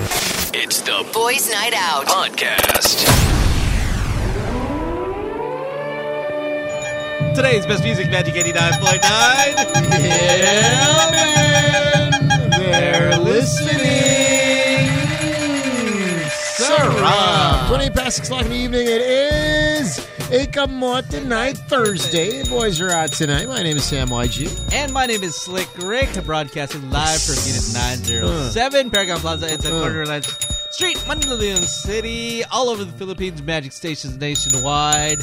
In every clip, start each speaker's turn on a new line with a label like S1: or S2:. S1: It's the
S2: Boys Night Out.
S1: podcast.
S3: Today's best music, Magic 89.9. Yeah, man. They're listening. Sarah.
S4: 20 past 6 o'clock in the evening. It is Ika Morton Night Thursday. The boys are out tonight. My name is Sam YG.
S3: And my name is Slick Rick, broadcasting live from Unit 907, Paragon Plaza, inside
S4: Uh.
S3: corner of Lance Street, Mandaluyong City, all over the Philippines, magic stations nationwide.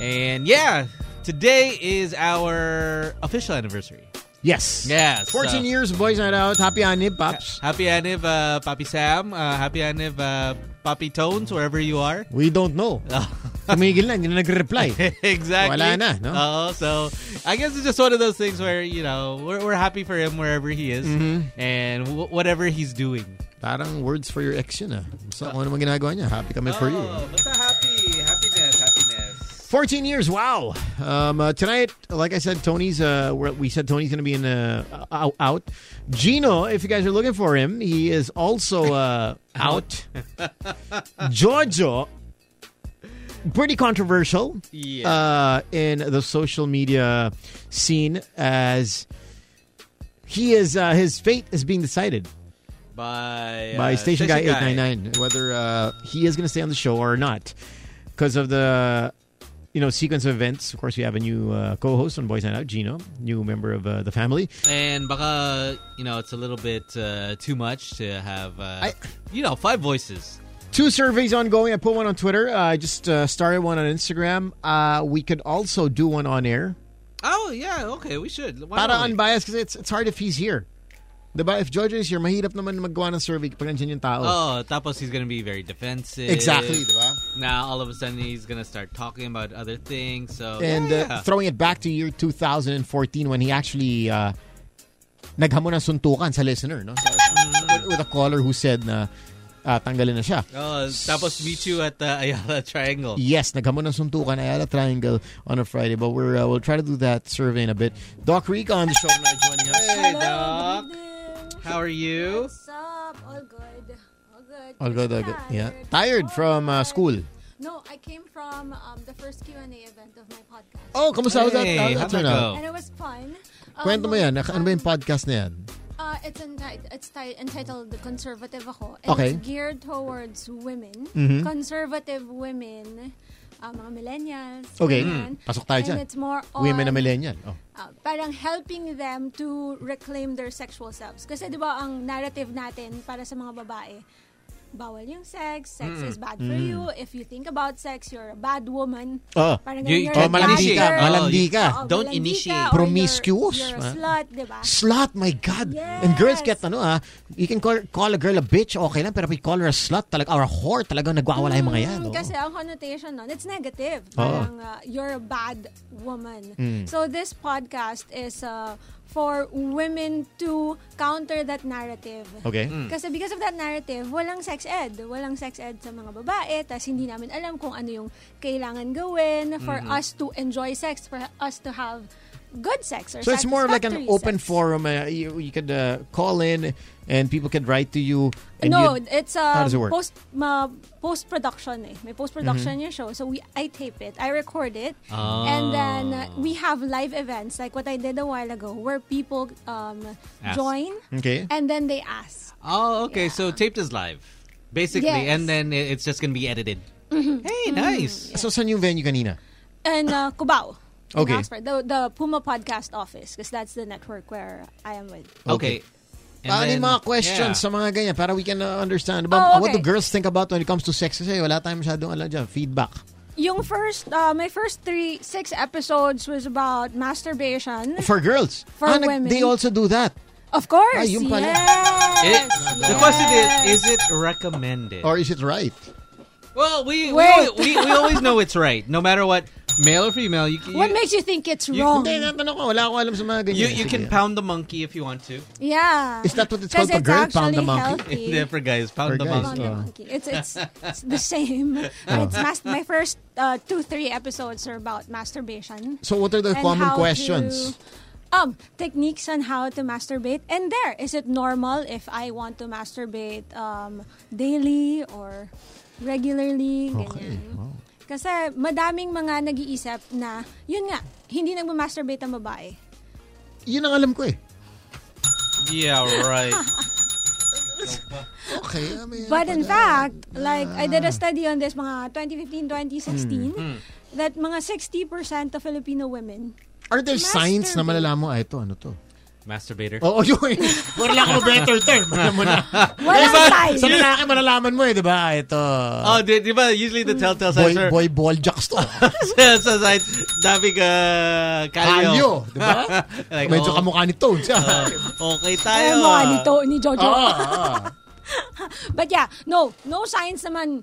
S3: And yeah, today is our official anniversary. uh,
S4: Yes.
S3: Yeah, so-
S4: 14 years of Boys Night Out. Happy on Nip Pops.
S3: Happy Aniv, uh, Papi Sam. Uh, happy Aniv, uh, Papi Tones, wherever you are. Oh.
S4: We don't know. Tumigil na. Hindi na nag-reply.
S3: exactly.
S4: Wala na, no?
S3: Oo, so I guess it's just one of those things where, you know, we're, we're happy for him wherever he is
S4: Mm-hmm.
S3: and w- whatever he's doing.
S4: Parang words for your ex yun ah. So, ano naman ginagawa niya? Happy kami for you.
S3: Oh, basta happy. Happiness, happiness.
S4: 14 years. Wow. Um, uh, tonight, like I said, Tony's. Uh, we're- we said Tony's going to be in uh, out, out. Gino, if you guys are looking for him, he is also uh, out. Jojo, pretty controversial
S3: Yeah.
S4: uh, in the social media scene as he is. Uh, his fate is being decided
S3: by,
S4: by
S3: uh,
S4: Station Guy 899 whether uh, he is going to stay on the show or not because of the you know sequence of events. Of course, we have a new uh, co-host on Boys Night Out, Gino, new member of uh, the family.
S3: And baka, you know, it's a little bit uh, too much to have, uh,
S4: I-
S3: you know, five voices.
S4: Two surveys ongoing. I put one on Twitter. Uh, I just uh, started one on Instagram. Uh, we could also do one on air.
S3: Oh, yeah, okay, we should. Why
S4: Para
S3: don't we?
S4: unbiased kasi it's, it's hard if he's here. Diba? If Jojo is here, mahirap naman maggawa ng survey pag nandiyan yung tao.
S3: Oh, tapos he's gonna be very defensive.
S4: Exactly, diba?
S3: Now all of a sudden he's gonna start talking about other things. So
S4: and
S3: yeah,
S4: uh, throwing it back to year 2014 when he actually uh, naghamon ng suntukan sa listener, no? So, with- with a caller who said na uh, tanggalin na siya.
S3: oh, tapos meet you at the Ayala Triangle.
S4: Yes, naghamon ng suntukan Ayala Triangle on a Friday, but we're uh, we'll try to do that survey in a bit. Doc Rica on the show tonight joining us.
S3: Hey, Doc. How are you?
S5: What's up? All good. All good.
S4: All good, all
S5: Just
S4: good. Yeah.
S5: tired.
S4: Tired from uh, school.
S5: No, I came from um, the first Q&A event of my podcast.
S4: Oh, kamusta how's that?
S3: Hey,
S4: How's that
S3: how'd that
S4: turn out?
S3: go?
S5: And it was fun. Um,
S4: Kwento mo yan. Ano ba
S5: um,
S4: yung podcast na yan?
S5: Uh, it's entitled, it's ti- entitled The Conservative Ako. And
S4: Okay. Mm-hmm.
S5: it's geared towards women. Conservative women. Uh, mga millennials.
S4: Okay. Mm.
S5: ganyan.
S4: Pasok tayo
S5: And
S4: dyan.
S5: it's more on...
S4: Women na millennial. Oh.
S5: uh, parang helping them to reclaim their sexual selves. Kasi di ba ang narrative natin para sa mga babae, bawal yung sex, sex
S4: Mm.
S5: is bad for you, if you think about sex, you're a bad woman.
S4: Oh.
S5: Parang
S3: You-
S5: ganun,
S3: oh,
S5: you're a
S4: malandi ka,
S5: liar.
S4: malandi ka.
S5: Oo,
S3: Don't
S5: malandi or
S3: initiate.
S5: you're-
S4: Promiscuous,
S5: You're,
S4: ha?
S5: a slut, di ba?
S4: Slut, my God.
S5: Yes.
S4: And girls get, ano ah, you can call, call a girl a bitch, okay lang, pero if you call her a slut, talaga, or a whore, talagang nagwawala yung mga yan. oh.
S5: Mm,
S4: oo.
S5: Kasi ang connotation nun, it's negative. Parang uh, you're a bad woman.
S4: Mm.
S5: So this podcast is uh, for women to counter that narrative.
S4: Okay.
S5: Kasi because of that narrative, walang sex ed. Walang sex ed sa mga babae. Tapos hindi namin alam kung ano yung kailangan gawin for us to enjoy sex, for us to have good sex or
S4: So it's more of like an
S5: satisfactory
S4: open
S5: sex.
S4: forum. Uh, you, you could uh, call in and people can write to you. And
S5: no,
S4: you'd-
S5: it's
S4: How
S5: a
S4: does it work? Mm-hmm.
S5: post ma, post production eh. May post production yung show. So we I tape it, I record it,
S4: Ah.
S5: and then uh, we have live events like what I did a while ago where people um,
S3: Ask.
S5: join
S4: Okay.
S5: and then they ask.
S3: Oh, okay. So taped is live, basically,
S5: Yes. Mm,
S3: and then it- it's just gonna be edited. Hey, nice.
S4: So sa new venue kanina?
S5: Mm-hmm. And uh, Cubao. in
S4: Okay.
S5: Oxford, the, the Puma Podcast office because that's the network where I am with.
S4: Oh.
S3: Okay. And
S4: Paano yung
S3: then-
S4: mga questions
S3: yeah.
S4: sa mga ganyan para we can uh,
S5: Oh,
S4: understand about what do
S5: okay.
S4: girls think about when it comes to sex kasi wala tayong masyadong alam dyan. Feedback.
S5: Yung first, uh, my first three, six episodes was about masturbation.
S4: For girls.
S5: For
S4: Ah, nag-
S5: women.
S4: They also do that.
S5: Of course,
S4: Ah, yun pala.
S5: yes.
S3: It- the question is: Is it recommended?
S4: Or is it right?
S3: well, we we,
S5: Wait.
S3: we we always know it's right, no matter what, male or female. You can,
S5: What
S3: you,
S5: makes you think it's
S3: You-
S5: wrong?
S4: Hindi, natanong Ano ko. Wala akong alam sa mga
S3: you,
S4: ganyan.
S3: you can
S4: Sige.
S3: pound the monkey if you want to.
S5: Yeah.
S4: Is that what it's
S5: 'Cause
S4: called? Pag girl, pound the
S5: actually
S4: monkey?
S5: healthy.
S3: Yeah, for guys, pound
S4: For
S3: the
S5: Pound
S4: guys, uh.
S3: monkey.
S5: the monkey. It's, it's, it's the same. It's mas- my first uh, two, three episodes are about masturbation.
S4: So what are the
S5: and
S4: common
S5: how
S4: questions?
S5: To, Um, techniques on how to masturbate. And there, is it normal if I want to masturbate um, daily or regularly?
S4: Okay.
S5: Ganyan.
S4: Wow.
S5: Kasi madaming mga nag-iisip na, yun nga, hindi nagmamasturbate ang babae.
S4: Yun ang alam ko eh.
S3: Yeah, right.
S4: Okay. um, I mean,
S5: But in fact, like I did a study on this mga 2015, 2016,
S3: Hmm.
S5: that mga 60% of Filipino women,
S4: are there signs na
S5: masturbate.
S4: malalaman mo, ah, ito, ano to?
S3: Masturbator.
S4: Oo, yun. Wala akong better term. Alam mo na.
S5: walang
S4: Sa
S5: sign.
S4: lalaki, malalaman mo eh, di ba? Ah, Ito,
S3: Oh, di, di ba? Usually the telltale
S4: boy,
S3: signs are
S4: boy ball jacks to.
S3: sa signs, daming uh, kalyo.
S4: Kalyo, di ba?
S3: like,
S4: Medyo
S3: oh,
S4: kamukha ni Toad siya.
S3: oh, okay tayo.
S5: Alam mo
S3: ah.
S5: ni, to, ni Jojo.
S4: Oo, oo.
S5: But yeah, no, no signs naman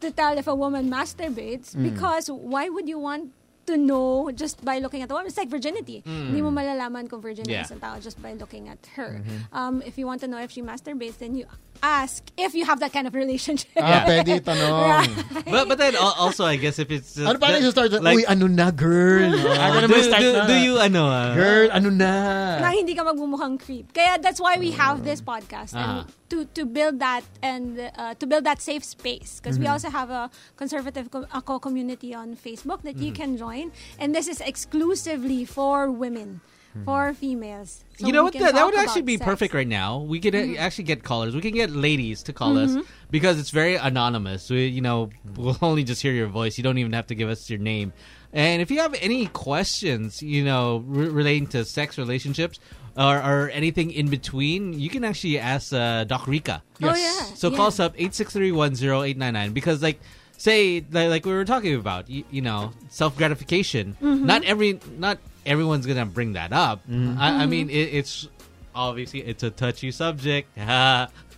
S5: to tell if a woman masturbates
S3: Hmm.
S5: because why would you want to know just by looking at a woman? It's like virginity. Hindi mo malalaman kung virgin
S3: Hmm. Yeah. Mm-hmm.
S5: yeah. isang tao just by looking at her. Um, if you want to know if she masturbates, then you ask if you have that kind of relationship.
S4: Ah, pwede tanong.
S3: But, but then al- also, I guess if it's... uh,
S4: Ano pa rin yung start?
S3: like,
S4: Uy, ano na, girl? Ah. Ako
S3: do,
S4: naman start
S3: do,
S4: na.
S3: do you, ano, ah,
S4: Girl, ano na?
S5: na hindi ka magmumukhang creep. Kaya that's why we have this podcast and
S3: Ah.
S5: to to build that and uh, to build that safe space because
S3: Mm-hmm.
S5: we also have a conservative co- ako community on Facebook that you can
S3: Mm-hmm.
S5: join and this is exclusively for women, for females. So
S3: Mm-hmm. you know
S5: we
S3: what?
S5: can
S3: That, that
S5: talk
S3: would
S5: about
S3: actually be
S5: sex. Mm-hmm.
S3: perfect right now. We could uh, actually get callers. We can get ladies to call us because it's very anonymous. We, you know, we'll only just hear your voice. You don't even have to give us your name. And if you have any questions, you know, re- relating to sex relationships or, or anything in between, you can actually ask uh, Doc Rica.
S5: Oh, yeah.
S3: So call us up 863-1089 because like say like, like we were talking about you, you know self gratification.
S5: Mm-hmm.
S3: Not every not everyone's gonna bring that up. I, I
S5: Mm-hmm.
S3: mean it, it's obviously it's a touchy subject.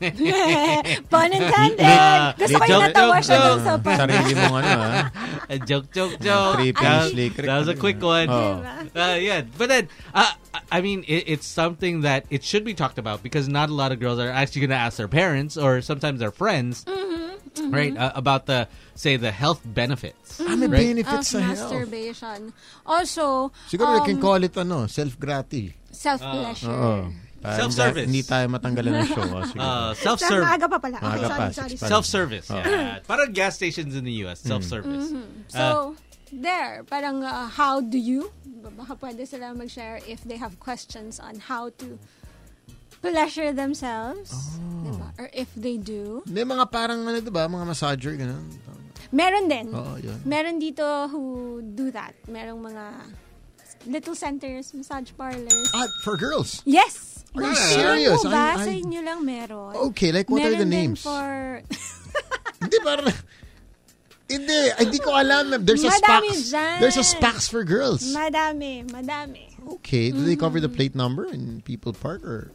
S3: Ah.
S5: Pun intended.
S3: Ah,
S5: Gusto ko yung
S3: joke,
S5: natawa
S3: joke,
S5: siya dun
S3: joke.
S5: sa pun.
S4: Sarili mong ano, ah.
S3: a joke, joke, joke.
S4: Three
S3: that,
S4: pins, lick,
S3: that was a quick one.
S4: Oh.
S3: Uh, yeah, but then uh, I- I mean, it, it's something that it should be talked about because not a lot of girls are actually going to ask their parents or sometimes their friends,
S5: Mm-hmm,
S3: right, uh, about the say the health benefits.
S4: Ano
S3: Right.
S5: Mm-hmm. Of
S4: benefits sa health?
S5: masturbation. Also,
S4: Siguro they can
S5: um,
S4: call it ano, self-grati.
S5: self-pleasure.
S4: Oo. Para
S3: Ah. Self-service.
S4: Hindi tayo matanggalan ng show. ah, siguro.
S3: Uh,
S5: Sa
S3: self-serve,
S5: maaga pa pala. Okay,
S4: Maaga pa,
S5: sorry, sorry,
S4: six pa lang.
S3: self-service.
S4: Oh. Mm-hmm.
S3: Yeah, parang gas stations in the U.S. Self-service.
S5: Mm-hmm.
S4: Uh,
S3: Uh,
S5: So, there, parang uh, how do you, baka pwede sila mag-share if they have questions on how to pleasure themselves,
S4: Oh.
S5: diba? or if they do.
S4: May mga parang ano, diba? Mga massager, gano'n.
S5: Meron din.
S4: Oo, yun.
S5: Meron dito who do that. Merong mga little centers, massage parlors.
S4: Ah, for girls.
S5: Yes!
S4: Are you
S5: Feeling
S4: serious?
S5: mo ba?
S4: Ah, I- I-
S5: Sa inyo lang meron.
S4: Okay, like what
S5: meron
S4: are the
S5: din
S4: names?
S5: for...
S4: Hindi, parang... Hindi, hindi ko alam. There's a
S5: Madami
S4: Spax.
S5: dyan.
S4: There's a Spax for girls.
S5: madami, madami. Mm-hmm.
S4: Okay, do they cover the
S5: Mm.
S4: plate number in People Park or...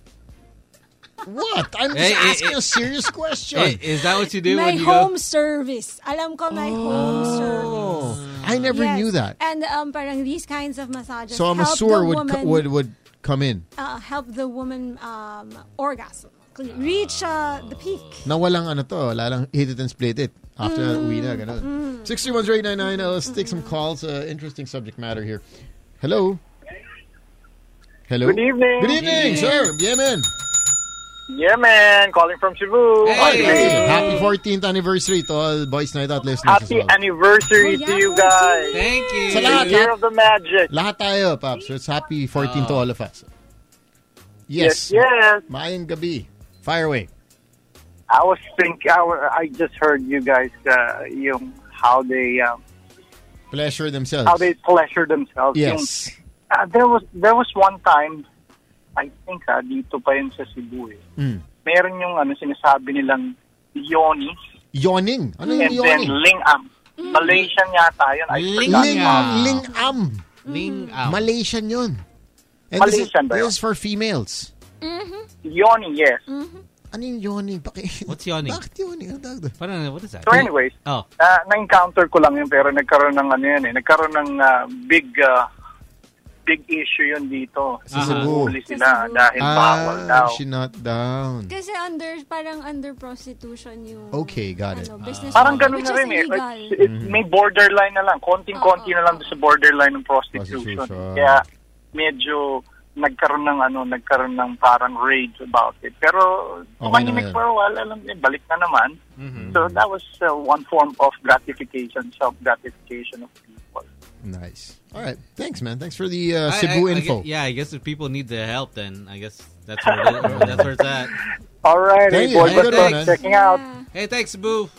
S4: What? I'm just
S3: Eh, eh,
S4: asking a
S3: eh.
S4: serious question.
S3: Hey, is that what you do
S5: my
S3: when you
S5: home
S3: go?
S5: service. Alam ko my home service.
S4: Oh, I never
S5: Yes.
S4: knew that.
S5: And um, parang these kinds of massages
S4: So a
S5: help the
S4: masseur would, co-
S5: woman
S4: would would come in
S5: uh, help the woman um, orgasm, cl- reach uh, the peak.
S4: na walang ano to, lalang hit it and split it. After that,
S5: Mm.
S4: uwi na, ganun. 631-3899, uh, let's take some calls. Uh, interesting subject matter here. Hello? Hello?
S1: Good evening.
S4: Good evening, sir. Yeah, man.
S1: Yeah, man. Calling from Cebu.
S3: Hey.
S4: Hi,
S3: Hey.
S4: guys. Happy 14th anniversary to all Boys Night Out listeners
S1: Happy
S4: as well.
S1: anniversary
S5: Oh, yeah,
S1: to you
S5: we're
S1: guys.
S3: Thank you.
S4: Sa lahat,
S1: The year of the magic.
S4: Lahat tayo, Paps. It's happy 14 to
S3: Ah.
S4: all of us. Yes.
S1: Yes, yes.
S4: Maayong gabi. Fire away.
S1: I was think I, wa- I just heard you guys uh, yung how they um,
S4: Pleasure themselves.
S1: how they pleasure themselves.
S4: yes.
S1: Yung, uh, there was there was one time I think ah, dito pa yun sa Cebu eh.
S4: Mm.
S1: Meron yung ano sinasabi nilang yoni
S4: Yawning. Ano yung
S1: and
S4: yawning?
S1: then lingam.
S5: Mm.
S1: Malaysian yata yun. I
S3: Ling-
S1: forgot.
S4: Ling,
S3: Ah.
S4: lingam.
S3: Lean out.
S4: Malaysian yun. And
S1: Malaysian
S4: this is,
S1: ba yun?
S4: this is for females. Mm-hmm.
S1: Yoni, yes.
S4: Ano yung yawning? Paki-
S3: What's yawning?
S4: Bakit yawning? Ano tawag doon?
S3: Parang, uh, what is that?
S1: So anyways,
S3: Oh,
S1: Ah, na-encounter ko lang yun pero nagkaroon ng ano yun eh. Nagkaroon ng ah, big ah, big issue yun dito.
S4: Sa
S3: Aha.
S4: Cebu.
S1: Huli sila dahil bawal
S4: Ah,
S1: daw.
S4: she not down.
S5: Kasi under, parang under prostitution yung
S4: Okay, got it.
S5: ano, business
S1: Parang
S5: model,
S1: ganun
S5: which
S1: na
S5: is
S1: rin eh.
S5: illegal.
S1: It's- it's-
S4: Mm-hmm.
S1: May borderline na lang. Konting-konti na lang doon sa borderline ng prostitution.
S4: Prostitution.
S1: Kaya medyo nagkaroon ng ano, nagkaroon ng parang rage about it. Pero tumahimik
S4: na yun. Mm-hmm.
S1: for a while, alam niyo, balik na naman. So that was uh, one form of gratification, self-gratification of people.
S4: Nice. All right. Thanks, man. Thanks for the uh,
S3: I-
S4: Cebu
S3: I- I gue-
S4: info.
S3: yeah, I guess if people need the help, then I guess that's where, it is- that's where it's at.
S1: All right,
S4: Thank you.
S1: boy,
S4: Have a
S1: but
S4: good one,
S1: thanks
S4: man.
S1: checking out.
S3: Hey, thanks, Cebu.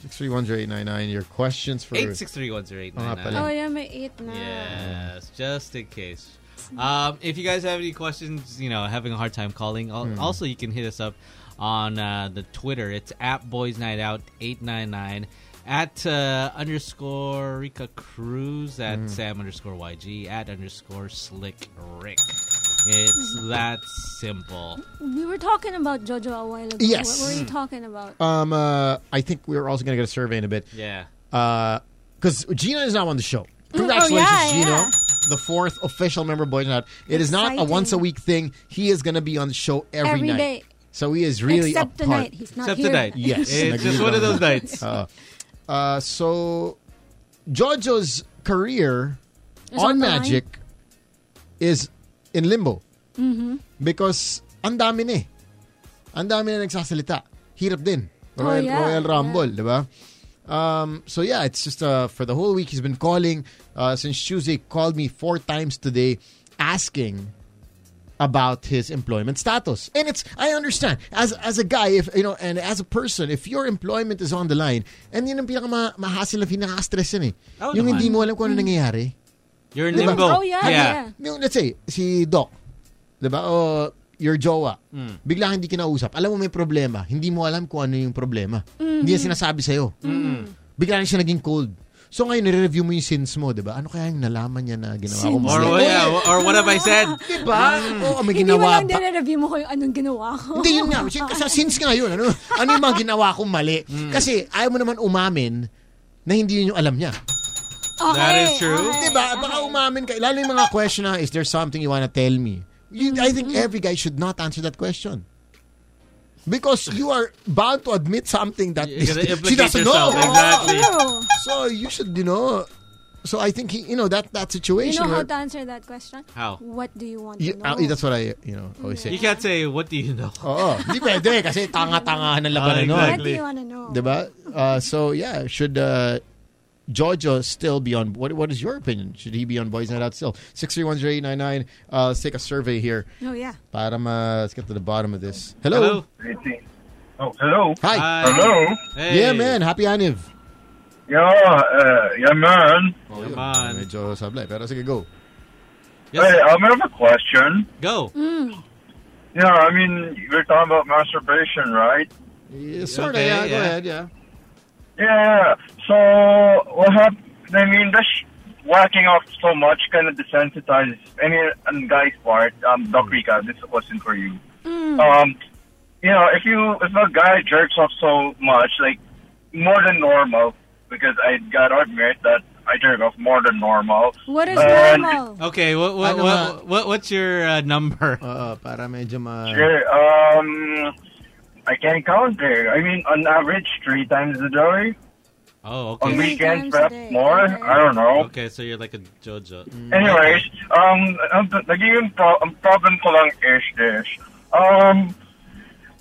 S4: Six three one zero eight nine nine. Your questions for
S3: Eight six three one zero eight nine
S4: pala.
S3: nine.
S5: Oh, yeah, may 8 na.
S3: Yes, just in case. Um, if you guys have any questions, you know, having a hard time calling,
S4: Hmm.
S3: al- also you can hit us up on uh, the Twitter. It's at Boys Night Out eight nine nine at uh, underscore Rika Cruz at
S4: Hmm.
S3: Sam underscore YG at underscore Slick Rick. It's that simple.
S5: We were talking about Jojo a while ago.
S4: Yes.
S5: What were you talking about?
S4: Um, uh, I think we're also going to get a survey in a bit.
S3: Yeah.
S4: because Gina is now on the show. Congratulations,
S5: Mm, oh, yeah,
S4: Gina.
S5: yeah.
S4: The fourth official member of Boys Night Out. It is not a
S5: Exciting.
S4: once a week thing. He is going to be on the show every,
S5: Every
S4: night.
S5: day.
S4: So he is really
S5: Except
S4: a part.
S5: tonight. He's not
S3: Except
S5: here.
S3: tonight.
S4: Yes.
S3: It's just one of those nights.
S4: Uh, so Jojo's career
S5: Is
S4: on
S5: on the line.
S4: Magic is in limbo.
S5: Mm-hmm.
S4: Because ang dami na eh. Ang dami na nagsasalita. Hirap din.
S5: Oh,
S4: Royal,
S5: yeah.
S4: Royal Rumble, di ba? Um, so yeah, it's just uh, for the whole week he's been calling uh, since Tuesday. Called me four times today, asking about his employment status. And it's I understand as as a guy if you know and as a person if your employment is on the line and yun ang pinaka ma- mahassle na pinaka-stress yan eh.
S3: Oo
S4: yung
S3: Oh, naman.
S4: hindi mo alam kung ano nangyayari.
S3: You're in
S4: Diba?
S3: limbo.
S5: Hmm. Oh, yeah, yeah.
S4: Yung, let's say si Doc, 'di ba? Diba? O your jowa.
S3: Mm.
S4: Bigla hindi kinausap. Alam mo may problema. Hindi mo alam kung ano yung problema.
S5: Mm-hmm.
S4: Hindi niya sinasabi sa iyo. Bigla na siya naging cold. So ngayon, nire-review mo yung sins mo, di ba? Ano kaya yung nalaman niya na ginawa ko?
S5: Sins.
S3: Or,
S4: mali?
S3: what- yeah, or what have I said? Mm.
S4: Di ba? Oo, may
S5: Hindi mo
S4: ginawa
S5: lang
S4: ba?
S5: dinareview mo ko yung anong ginawa ko.
S4: Hindi, yun nga. Kasi since nga yun, ano, ano yung mga ginawa kong mali?
S3: Hmm.
S4: Kasi ayaw mo naman umamin na hindi yun yung alam niya.
S5: Okay,
S3: That is true.
S5: okay,
S4: Di ba?
S5: okay.
S4: Baka umamin ka. Lalo yung mga question na, is there something you wanna tell me? You, I think
S5: Mm-hmm.
S4: every guy should not answer that question. Because you are bound to admit something that
S3: You're gonna
S4: she
S3: implicate
S4: doesn't
S3: yourself.
S4: know. Oh,
S3: Exactly.
S5: True.
S4: So you should, you know. So I think he, you know that that
S5: You
S4: situation.
S5: know how
S4: where-
S5: to answer that question?
S3: How?
S5: What do you want
S4: You-
S5: to
S4: uh,
S5: know?
S4: that's what I, you know, always say.
S3: You can't say, what do you know?
S4: Oo, hindi Oh, pwede kasi tanga-tangahan ang labanan
S3: Ah,
S5: what
S4: nun.
S5: do
S3: Exactly.
S5: you want to know?
S4: Diba? Uh, so yeah, should uh, Jojo still be on? What What is your opinion? Should he be on Boys Night Out still? Six three one zero eight nine nine. Uh, let's take a survey here.
S5: Oh, yeah.
S4: Para ma, let's get to the bottom of this. Hello.
S3: Hello?
S2: Oh, hello.
S4: Hi.
S3: Hi.
S2: Hello.
S3: Hey.
S4: Yeah, man. Happy Aniv.
S2: Yeah, uh, yeah, man.
S4: Oh, yun.
S3: Come on.
S4: Medyo sablay. Pero sige, go.
S3: Yes,
S2: Hey, um, I have a question.
S3: Go.
S5: Mm.
S2: Yeah, I mean, you were talking about masturbation, right?
S4: Yeah, sorta,
S3: Okay,
S4: yeah, Go
S3: yeah.
S4: ahead, yeah.
S2: Yeah. So, what happened? I mean, this whacking off so much kind of desensitizes. I mean, on guy's part, um,
S3: Mm.
S2: Doc Rica, this is a question for you.
S5: Mm.
S4: Mm.
S2: Um, you know, if you if a guy jerks off so much, like more than normal, because I gotta admit that I jerk off more than normal.
S5: What is
S2: And-
S5: normal?
S3: Okay, what, what,
S4: Ano nga?
S3: what, what, what's your uh, number?
S4: Oo, para medyo ma...
S2: Sure. uh, Um, I can't count there. I mean, on average, three times a day.
S3: Oh,
S2: On
S3: okay.
S5: Three times a
S2: weekends, perhaps
S5: day.
S2: more.
S5: Okay. Mm-hmm.
S2: I don't know. Mm.
S3: Okay, so you're like a JoJo.
S2: Anyways, um, ang nagiging pro- ang problem ko lang is this. Um,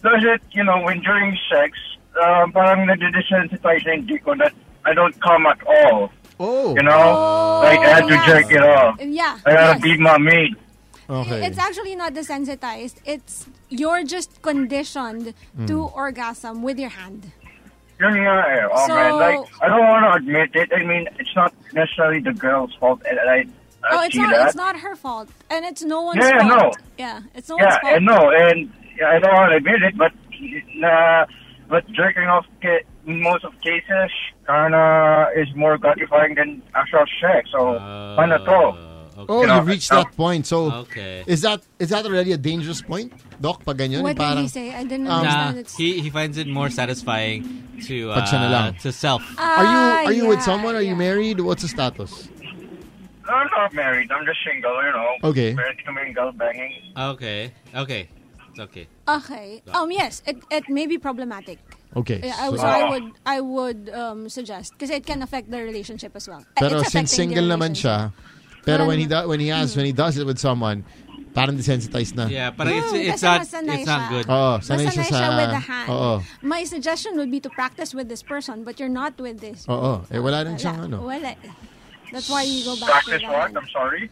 S2: does it, you know, when during sex, uh, parang nadidesensitize na yung dick ko that I don't come at all.
S4: Oh.
S2: You know? like, I had to
S5: Oh, yes.
S2: jerk it off.
S5: Yeah.
S2: I gotta
S5: yes.
S2: beat my meat.
S4: Okay.
S5: It's actually not desensitized. It's you're just conditioned
S4: Mm.
S5: to orgasm with your hand.
S2: Yun nga eh. Oh,
S5: So-
S2: man. Like, I don't want to admit it. I mean, it's not necessarily the girl's fault. And I, I
S5: oh, it's
S2: see
S5: not.
S2: that.
S5: It's not her fault, and it's no one's
S2: Yeah,
S5: fault.
S2: no.
S5: Yeah, it's no
S2: Yeah,
S5: one's fault.
S2: and no, and I don't want to admit it, but uh, but jerking off ca- in most of cases kind of is more gratifying than actual sex. So
S3: Uh,
S2: why not go?
S3: okay.
S4: oh,
S2: you know,
S4: you reached
S2: uh,
S4: that point. So,
S3: Okay.
S4: is that is that already a dangerous point? Doc, pag ganyan?
S5: What did
S4: parang,
S5: he say? I didn't
S4: Um,
S5: understand.
S3: Nah,
S5: it's,
S3: he, he finds it more satisfying to
S4: Pag siya na lang.
S3: uh, to self.
S4: Are you are you with
S5: Ah,
S4: someone? Are you
S5: yeah.
S4: married? What's the status?
S2: I'm not married. I'm just single. You know.
S4: Okay.
S2: Married to mingle, banging.
S3: Okay, okay, it's okay.
S5: Okay. Um. Yes. It, it may be problematic.
S4: Okay.
S5: Yeah, I,
S4: so-
S5: so I would I would um, suggest because it can affect the relationship as well. Eh,
S4: Pero
S5: it's
S4: since
S5: affecting the
S4: single naman
S5: relationship.
S4: siya, pero
S5: Wala
S4: when he
S5: naman.
S4: do, when he has when he does it with someone, Parang desensitized na.
S3: Yeah, parang it's,
S5: No,
S3: it's
S5: kasi
S3: not
S5: nasanay
S3: it's not
S5: siya.
S3: good.
S4: Oo, Oh, sanay
S5: Sanay
S4: siya sa...
S5: siya with the hand.
S4: Oo.
S5: My suggestion would be to practice with this person, but you're not with this.
S4: Oo. Eh, wala rin siyang ano.
S5: Wala. eh. That's why you go back to
S2: Practice what? I'm sorry.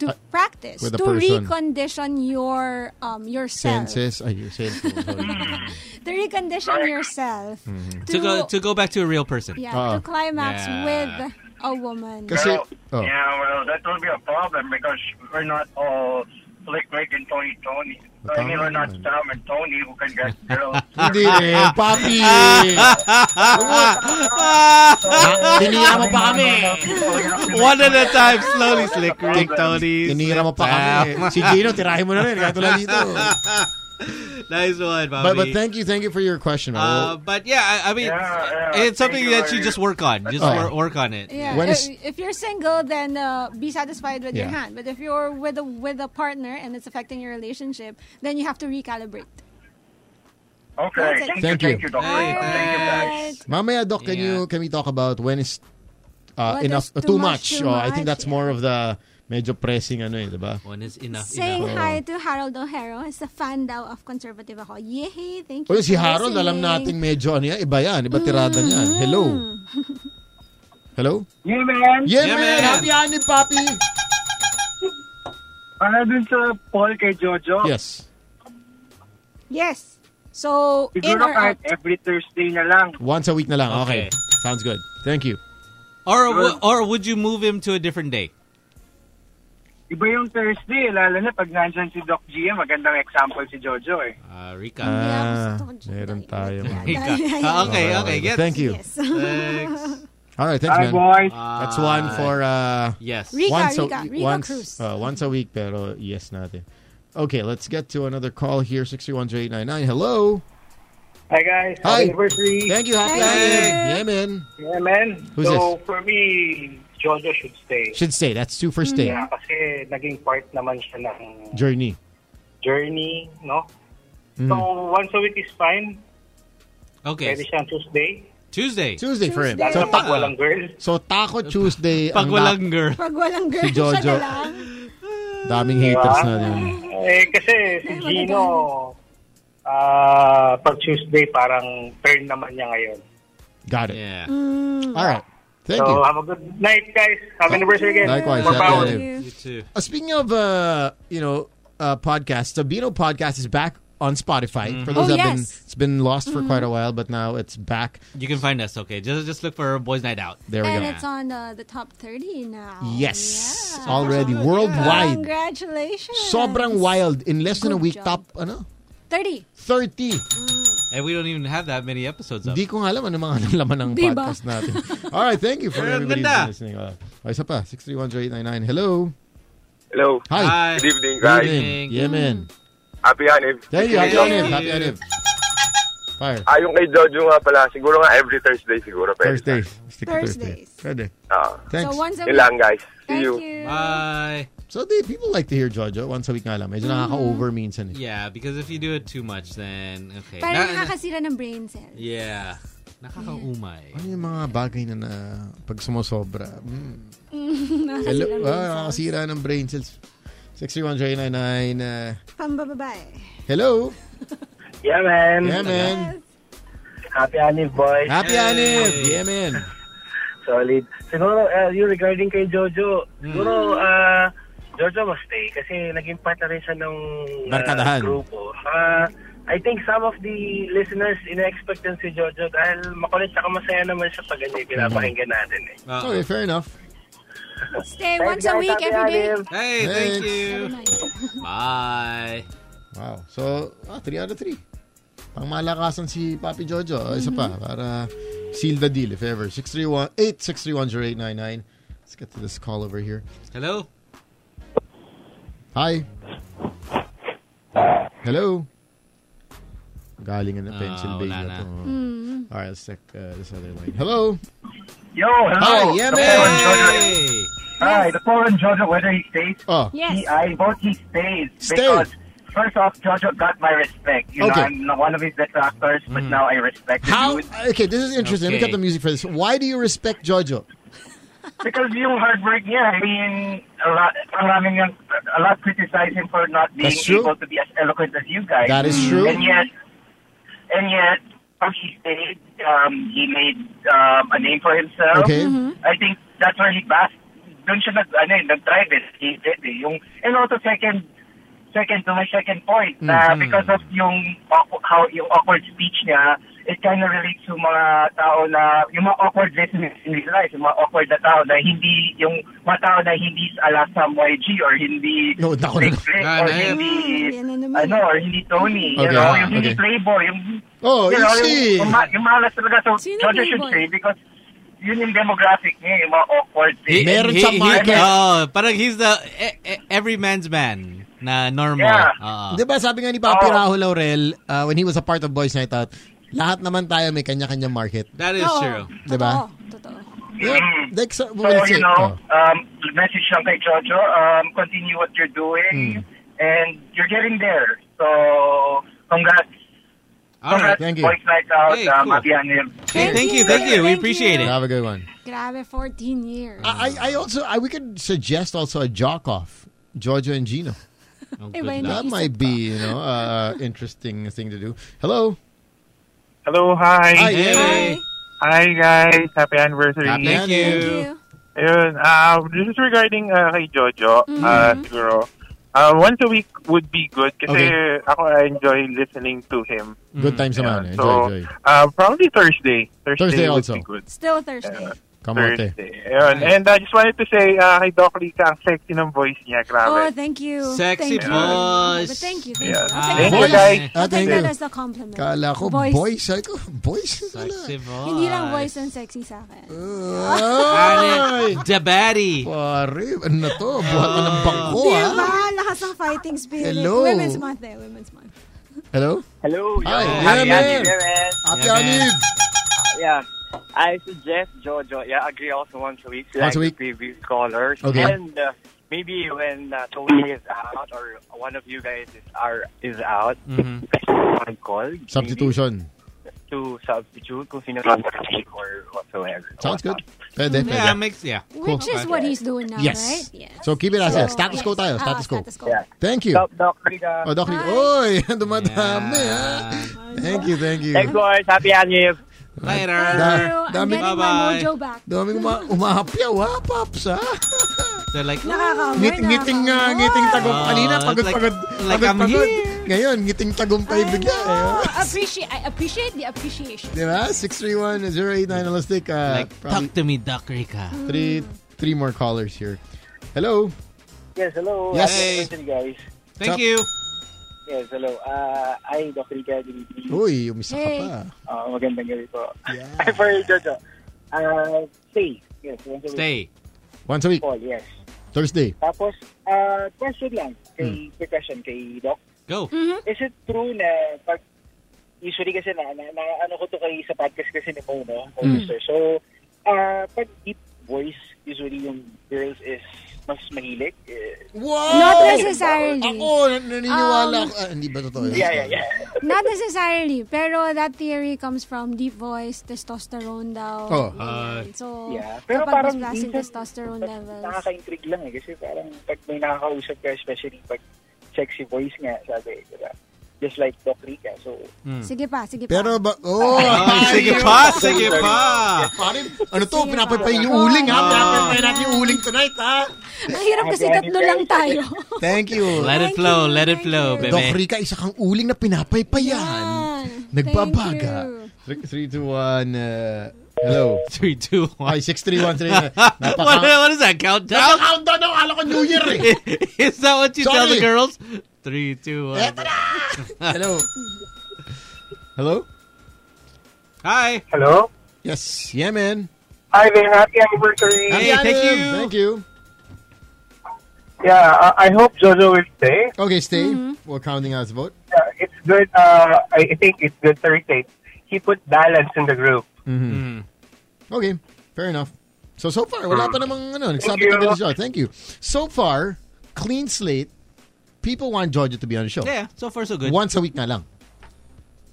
S5: To practice.
S4: Uh, with the
S5: to
S4: person.
S5: recondition your um yourself.
S4: Senses. Ay, your senses. Sorry.
S5: To recondition yourself.
S3: Mm-hmm. To go to go back to a real person.
S5: yeah, to
S4: Ah.
S5: climax
S3: Yeah.
S5: with a woman.
S4: Kasi- oh.
S2: Well, Yeah, well, that will be a problem because we're not all Flick Rick and Tony Tony. I mean, we're not Sam and Tony who can get girls.
S4: Hindi rin, papi! Tinira mo pa kami!
S3: One at a time, slowly, slick, Rick, Tony.
S4: Tinira mo pa
S3: Slick,
S4: kami.
S3: Sam.
S4: Si Gino, tirahin mo na rin. Katulad dito.
S3: nice one, Bobby.
S4: But, but thank you, thank you for your question. oh.
S3: Uh,
S4: Well,
S3: but yeah, I, I mean,
S2: Yeah, yeah,
S3: it's something
S2: thank you,
S3: that you
S2: Larry.
S3: just work on. Just
S4: Oh.
S3: wor- work on it.
S5: Yeah. Uh,
S4: When
S5: if,
S4: is-
S5: if you're single, then uh, be satisfied with your
S4: Yeah.
S5: hand. But if you're with a with a partner and it's affecting your relationship, then you have to recalibrate.
S2: Okay, thank,
S5: Thank
S2: you,
S4: you.
S2: thank you, Doctor.
S3: Hey,
S2: thank you, guys.
S5: Alright.
S4: mamaya, Doc, can,
S3: Yeah.
S4: you, can we talk about when is uh,
S5: What
S4: enough?
S5: is too
S4: too
S5: much,
S4: much.
S5: too
S4: Oh, I
S5: much,
S4: think that's more of the medyo pressing ano eh, di ba? Oh.
S3: One is enough.
S5: Saying
S3: enough.
S5: hi to Harold O'Hara. It's a fan daw of conservative ako. Yay! Thank you.
S4: O yun, si
S5: for
S4: Harold,
S5: listening. Mm-hmm.
S4: alam nating medyo ano yan, iba yan, iba tirada niyan. Hello. Hello?
S2: Yeah, man.
S4: Yeah,
S3: Yeah,
S4: man.
S3: man.
S4: Happy honey, papi!
S2: Ano dun sa Paul kay Jojo?
S4: Yes.
S5: Yes. So, in or
S2: Siguro
S5: out.
S2: kahit every Thursday na lang.
S4: Once a week na lang. Okay.
S3: Okay.
S4: Oh, Sounds good. Thank you.
S3: Or w- or would you move him to a different day?
S2: Iba yung Thursday, lalo na pag nandyan si Doc Gia, magandang example si Jojo eh.
S3: Uh, Rika.
S4: Ah,
S5: Yeah, gusto ko-
S4: meron tayo.
S3: Rika.
S5: yeah,
S3: Ah, okay,
S4: yeah.
S3: okay. Gets.
S4: Thank you.
S5: Yes.
S3: Thanks.
S4: All right, thanks,
S2: Hi,
S4: man.
S2: boys.
S4: That's one for uh,
S3: Yes.
S5: Rika,
S4: once,
S5: Rika,
S4: a,
S5: Rika Cruz.
S4: once, uh, once a week, pero yes natin. Okay, let's get to another call here, 631-899. Hello.
S2: Hi, guys.
S4: Hi.
S2: anniversary.
S4: Thank you. Happy
S5: Thank
S4: holiday.
S5: you.
S4: Yeah, man.
S2: Yeah, man.
S4: Who's
S2: so, for me, Jojo should stay.
S4: Should stay. That's two for stay.
S2: Yeah, kasi naging part naman siya ng
S4: Journey.
S2: journey, no?
S4: Mm.
S2: So, once a week is fine.
S3: Okay.
S2: Pwede siyang Tuesday.
S3: Tuesday.
S4: Tuesday, for him.
S5: Tuesday.
S4: So, uh,
S2: Lalo pag
S4: ta-
S2: walang girl.
S4: so Taco Tuesday.
S3: Pag
S4: ang
S3: walang girl.
S5: Pag walang girl,
S4: Si Jojo.
S5: siya na lang.
S4: na- daming haters na din.
S2: Eh, kasi si Gino, ah pag Tuesday, parang turn naman niya ngayon.
S4: Got it.
S3: Yeah.
S5: Mm.
S4: All right. Thank
S2: so,
S4: you.
S2: have a good night, guys. Happy anniversary again.
S4: Likewise.
S2: More
S4: Happy
S2: power.
S4: holiday.
S5: you.
S3: You too.
S4: Uh, speaking of uh, you know uh, podcasts, Sabino podcast is back on Spotify. For those
S5: Oh,
S4: that have been
S5: yes. Mm-hmm.
S4: it's been lost for quite a while, but now it's back.
S3: You can find us. Okay. Just just look for Boys Night Out.
S4: There we
S5: And
S4: go.
S5: it's on uh, the top 30 now.
S4: Yes,
S5: Yeah.
S4: already worldwide.
S5: Congratulations.
S4: Sobrang wild in less than a
S5: Good
S4: week
S5: job. Mm.
S4: top ano
S5: 30.
S4: 30.
S3: And we don't even have that many episodes up.
S4: Hindi ko nga alam ano mga laman ng
S5: Diba?
S4: podcast natin. All right, thank you for
S3: Pero ang
S4: everybody
S3: ganda.
S4: who's listening. Uh, oh, isa pa 6310899. Hello.
S6: Hello.
S4: Hi.
S3: Hi.
S6: Good evening, guys.
S4: Good evening.
S3: Evening.
S4: Yeah, man.
S6: Happy Hanif.
S4: Thank you. Happy
S3: Thank
S4: Anib.
S3: you.
S4: Happy Anib. Fire.
S6: Ah, yung kay Jojo nga pala, siguro nga every Thursday siguro. Pwede.
S4: Thursday. Stick to Thursday.
S5: Thursdays.
S4: Pwede.
S6: Ah,
S4: Thanks.
S5: So once a
S6: yun
S5: week.
S6: lang, guys. See
S5: Thank
S6: you.
S5: you.
S3: Bye.
S4: So they people like to hear Jojo once a week nga lang. Medyo
S5: Mm-hmm.
S4: nakaka-over minsan. eh.
S3: Yeah, because if you do it too much, then okay.
S5: Parang
S3: Na- na-
S5: nakakasira ng brain cells.
S3: yeah. Nakakaumay.
S4: Ano yung mga bagay na, na pag sumosobra? Mm. Hello, ah, nakasira ng brain cells. 631-999. Uh,
S5: Pambababae.
S4: hello?
S2: Yeah, man.
S4: Yeah, man.
S2: Happy Anniv, boys.
S4: Happy
S3: Hey.
S4: Anib. Yeah, man.
S2: Solid. Siguro, uh, yung regarding kay Jojo,
S3: Hmm.
S2: siguro, ah, Jojo must stay kasi naging part na rin siya ng
S4: Barkadahan.
S2: grupo. Ah, I think some of the listeners ina-expect din si Jojo dahil makulit at masaya naman siya pag ano yung pinapakinggan natin eh.
S3: Uh-oh.
S4: Okay, fair enough.
S5: Stay once a week every day.
S3: Hey,
S4: Thanks.
S3: thank you. Bye.
S4: Wow. So, ah, 3 out of 3. Pang malakasan si Papi Jojo. Ah, Isa pa, para seal the deal if ever. 631-8-631-0899. Let's get to this call over here.
S3: Hello.
S4: Hi. Hello. Galing na Pennsylvania
S3: Ah, wala na.
S4: to. All right, let's check uh, this other line. Hello.
S2: Yo,
S4: hello. Hi, yeah, The man. Paul
S3: Hey.
S2: Hi, the poll on Jojo, whether he stays
S4: Oh,
S5: Yes.
S2: I vote he stays
S4: Stay.
S2: because first off, Jojo got my respect. You
S4: Okay. Mm.
S2: know, I'm not one of his detractors, but now I respect the
S4: how?
S2: dude.
S4: Okay, this is interesting. Let me cut
S3: Okay.
S4: the music for this. Why do you respect Jojo?
S2: Because yung hard work niya, I mean, a lot, maraming yung, a lot criticize him for not being
S4: That's true.
S2: able to be as eloquent as you guys. Mm.
S4: That is true.
S2: And yet, and yet, um, he stayed, um, he made um, a name for himself. Mm-hmm.
S4: Okay.
S2: I think that's where he bas- doon siya nag, ano, eh, nag-drive it. He did eh. Yung, and also second, second to my second point,
S4: Mm-hmm.
S2: na because of yung, awk- how, yung awkward speech niya, it kind of relates to mga tao na, yung mga awkward listeners in his life, yung mga awkward na tao na hindi, yung mga tao na hindi ala sa YG or hindi
S4: No, nako,
S2: Rick
S4: nako.
S2: Rick
S3: Ah,
S2: or
S3: na yun.
S2: hindi,
S5: Mm, yan na naman.
S2: ano, or hindi Tony, you
S4: Okay,
S2: know,
S4: ah,
S2: yung hindi
S4: okay.
S2: Playboy, yung,
S4: Oh,
S2: you know,
S4: easy.
S2: yung, yung, ma- yung malas talaga. So,
S5: Sino
S2: Georgia should
S5: Playboy?
S2: say because yun yung demographic niya, yung mga awkward things.
S4: Meron sa market.
S3: oh, parang he's the e- e- every man's man na normal.
S2: Yeah.
S3: Oo.
S4: Di ba sabi nga ni Papi
S2: Oo.
S7: Oh.
S4: Raul Laurel, uh, when he was a part of Boys Night Out, lahat naman tayo may kanya-kanya market.
S3: That is
S5: Oo.
S3: true.
S4: Diba?
S5: Totoo. totoo.
S4: Yeah,
S2: Mm.
S4: like, so,
S2: So, you know,
S4: Oh.
S2: um, message lang kay Jojo, um, continue what you're
S4: Mm. Hmm.
S2: doing, and you're getting there. So, congrats.
S3: All
S2: congrats,
S3: right.
S4: thank you.
S2: Boys Night Out,
S3: Hey,
S2: um,
S3: cool.
S2: happy annual.
S3: Hey, thank
S5: you,
S3: you, thank you. We
S5: thank
S3: appreciate
S5: you.
S3: it.
S4: Have a good one.
S5: Grabe, 14 years.
S4: I, I I also, I, we could suggest also a jock-off, Giorgio and Gino.
S3: Oh,
S5: Iba yun.
S3: good luck.
S4: That might be, you know, uh, interesting thing to do. Hello.
S7: Hello, hi.
S4: Hi.
S3: Hey.
S5: Hi.
S7: Hi, guys. Happy anniversary.
S3: Happy
S4: Yan.
S3: Thank
S5: Thank
S3: you.
S5: you.
S7: Ayun, ah, this is regarding ah, kay Jojo, ah, siguro. Ah, once a week would be good kasi ako I enjoy listening to him.
S3: Mm.
S4: Good times naman. ano.
S7: Yeah,
S4: Enjoy,
S7: so,
S4: enjoy.
S7: ah, probably Thursday. Thursday,
S4: Thursday
S7: would
S4: also. eh.
S7: be good.
S5: Still Thursday.
S4: Kamote.
S7: Thursday. Ayun. And I just wanted to say ah, kay Doc Lika, ang sexy ng voice niya.
S5: Oh,
S7: Grabe.
S5: thank you.
S3: Sexy
S5: thank You.
S3: voice.
S5: But thank you. Thank
S7: Yeah.
S5: you. I'll
S7: Thank
S5: take
S7: you,
S5: that-
S7: guys.
S4: Ah,
S5: I'll take
S4: thank
S5: that
S4: you.
S5: as a compliment.
S4: Kala ko,
S5: Voice.
S4: boys. Sabi ko, boys.
S3: Sexy voice.
S5: Hindi lang voice ang sexy sa akin.
S4: Ay!
S3: Debati.
S4: Pare, ano na to? Buhat ng bangko, ha?
S5: Diba? Lakas ng fighting spirit.
S4: Hello.
S5: Women's Month eh. Women's Month.
S4: Hello?
S8: Hello, yo.
S4: Hi,
S8: Happy
S4: yeah,
S8: Andy
S4: man.
S8: there, man.
S4: Happy
S3: Yeah, man.
S4: Anib!
S8: Yeah. I suggest JoJo. Yeah, agree also once a week.
S4: Once a
S8: Like
S4: week.
S8: the previous callers.
S4: Okay.
S8: And uh, maybe when uh, Tony is out or one of you guys is are is out,
S4: Mm-hmm.
S3: Mhm.
S8: one call. maybe
S4: Substitution.
S8: To substitute kung sino man sick or whatsoever.
S4: Sounds good. Pwede,
S3: Yeah,
S4: pwede.
S3: makes yeah.
S5: Which is
S3: Okay.
S5: what he's doing now,
S4: Yes.
S5: right? Yes.
S4: So, keep it
S5: So,
S4: as is. Status quo
S5: yes.
S4: tayo.
S5: Ah,
S4: Status quo.
S5: Status quo.
S8: Yeah.
S4: Thank you.
S8: Doc, Doc, Rita.
S4: Oh, Doc Nick.
S5: Hi.
S4: Oy, dumadami, ha? Thank you, thank you.
S8: Thanks, boys. Happy Andy.
S5: Thank
S3: Later.
S5: you. I'm
S4: Dami-
S5: getting my
S3: Bye-bye.
S5: mojo back.
S4: Daming uma umahapyaw, ha, Pops, ha?
S3: They're like,
S5: Nakaka-award.
S4: Ngit ngiting nga,
S5: nakaka-award.
S4: ngiting tagum.
S3: Oh,
S4: Kanina,
S3: it's like-
S4: pagod-pagod.
S3: like I'm
S4: Pagod-pagod.
S3: here.
S4: Ngayon, ngiting tagumpay
S5: I
S4: bigla, eh.
S5: know.
S4: ha?
S5: Appreciate, Oh, I appreciate the appreciation.
S4: Diba? 631-089 Elastic. Uh,
S3: like
S4: probably
S3: talk to me, Doc Rica.
S4: three, three more callers here. Hello.
S8: Yes, hello. Uh,
S4: Yes.
S3: Happy
S8: guys.
S3: Thank
S4: Sup?
S3: you.
S8: Yes, hello. Uh, I, Doc Rita, Dimitri.
S4: Uy, umisa
S5: Hey.
S4: ka pa.
S8: Uh, magandang gabi po.
S4: Yeah.
S8: For Jojo. Uh, stay. Yes, once a week
S3: Stay.
S4: Once a week,
S8: call, yes.
S4: Thursday.
S8: Tapos, uh, question lang.
S4: Hmm.
S8: Kay, quick question kay Doc.
S3: Go.
S8: Is it true na pag usually kasi na, na, na ano ko to kay sa podcast kasi ni Mo, no?
S4: Hmm. Mm.
S8: Officer. So, uh, pag deep voice, usually yung girls is mas mahilig. Eh,
S4: Wow!
S5: Not necessarily.
S4: Ako, nan-
S5: Um,
S4: naniniwala ako. Ah, hindi ba totoo yun?
S8: yeah, yeah, yeah.
S5: Not necessarily, pero that theory comes from deep voice, testosterone daw.
S4: Oh.
S5: ganyan. so,
S8: Yeah.
S5: pero kapag mas
S8: Pero parang
S5: mataas yung
S8: minsan-
S5: testosterone
S8: Mas
S5: levels.
S8: Nakaka-intrigue lang eh. Kasi parang pag may nakakausap ka, especially pag sexy voice nga, sabi, diba? Just like Doc Rica. So,
S5: Sige pa, sige pa.
S4: Pero ba, oh,
S3: Oh, sige pa, sige pa.
S4: Parin, ano to,
S5: Sige,
S4: pinapapay
S5: pare.
S4: yung uling ha?
S5: Oh.
S4: Pinapapay natin yung uling tonight ha?
S5: Ang hirap kasi tatlo lang tayo.
S4: Thank you.
S3: Let it
S5: Thank
S3: flow,
S5: you,
S3: let it
S5: thank
S3: flow,
S5: you.
S3: baby.
S4: Doc Rica, isa kang uling na pinapaypayan.
S5: Yan.
S4: Nagbabaga. 3, 2, 1, uh, hello.
S3: Three, two,
S4: Ay,
S3: one.
S4: 63139.
S3: What, what is that countdown?
S4: Napaka-countdown na, akala ko New Year eh.
S3: is that what you tell the
S4: Sorry.
S3: girls? Three, two, one.
S4: Eto na! Hello. Hello?
S3: Hi.
S7: Hello?
S4: Yes. Yeah, man.
S7: Hi there. Happy anniversary.
S3: Hey,
S4: Happy
S3: thank
S4: Anim.
S3: you.
S4: Thank you.
S7: Yeah, I hope Jojo will stay.
S4: Okay, stay. We're counting out the vote.
S7: uh, it's good. Uh, I think it's good to rotate. He put balance in the group.
S3: Mm.
S4: Mm-hmm. Okay. Fair enough. So, so far, wala pa namang ano, nagsabi
S7: Hmm. you.
S4: kami ni Jojo. Thank you. So far, clean slate. People want Jojo to be on the show.
S3: Yeah, so far so good.
S4: Once a week na lang.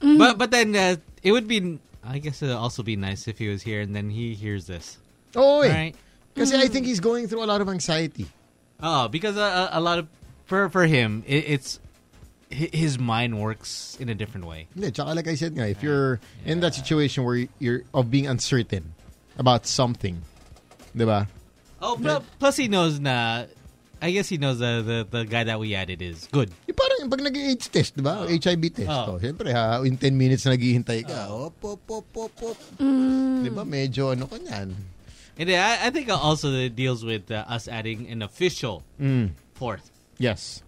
S3: But but then uh, it would be I guess it'd also be nice if he was here and then he hears this.
S4: Oh,
S3: All
S4: eh.
S3: right.
S4: Kasi I
S5: Mm.
S4: think he's going through a lot of anxiety.
S3: Oh, because uh, a, a lot of for for him, it, it's hi- his mind works in a different way.
S4: Hindi, tsaka like I said nga, if you're in that situation where you're of being uncertain about something, di ba?
S3: Oh, plus, plus he knows na. I guess he knows the, the the guy that we added is good.
S4: Yung parang yung pag nag-AIDS test, di ba? HIV test.
S3: Oh.
S4: Oh. Siyempre, ha, in 10 minutes na naghihintay ka.
S3: Ah.
S4: Hop, hop, hop, hop, hop.
S5: Mm.
S4: Di ba? Medyo ano ko niyan.
S3: And then I, I think also it deals with uh, us adding an official
S4: Mm.
S3: fourth.
S4: Yes.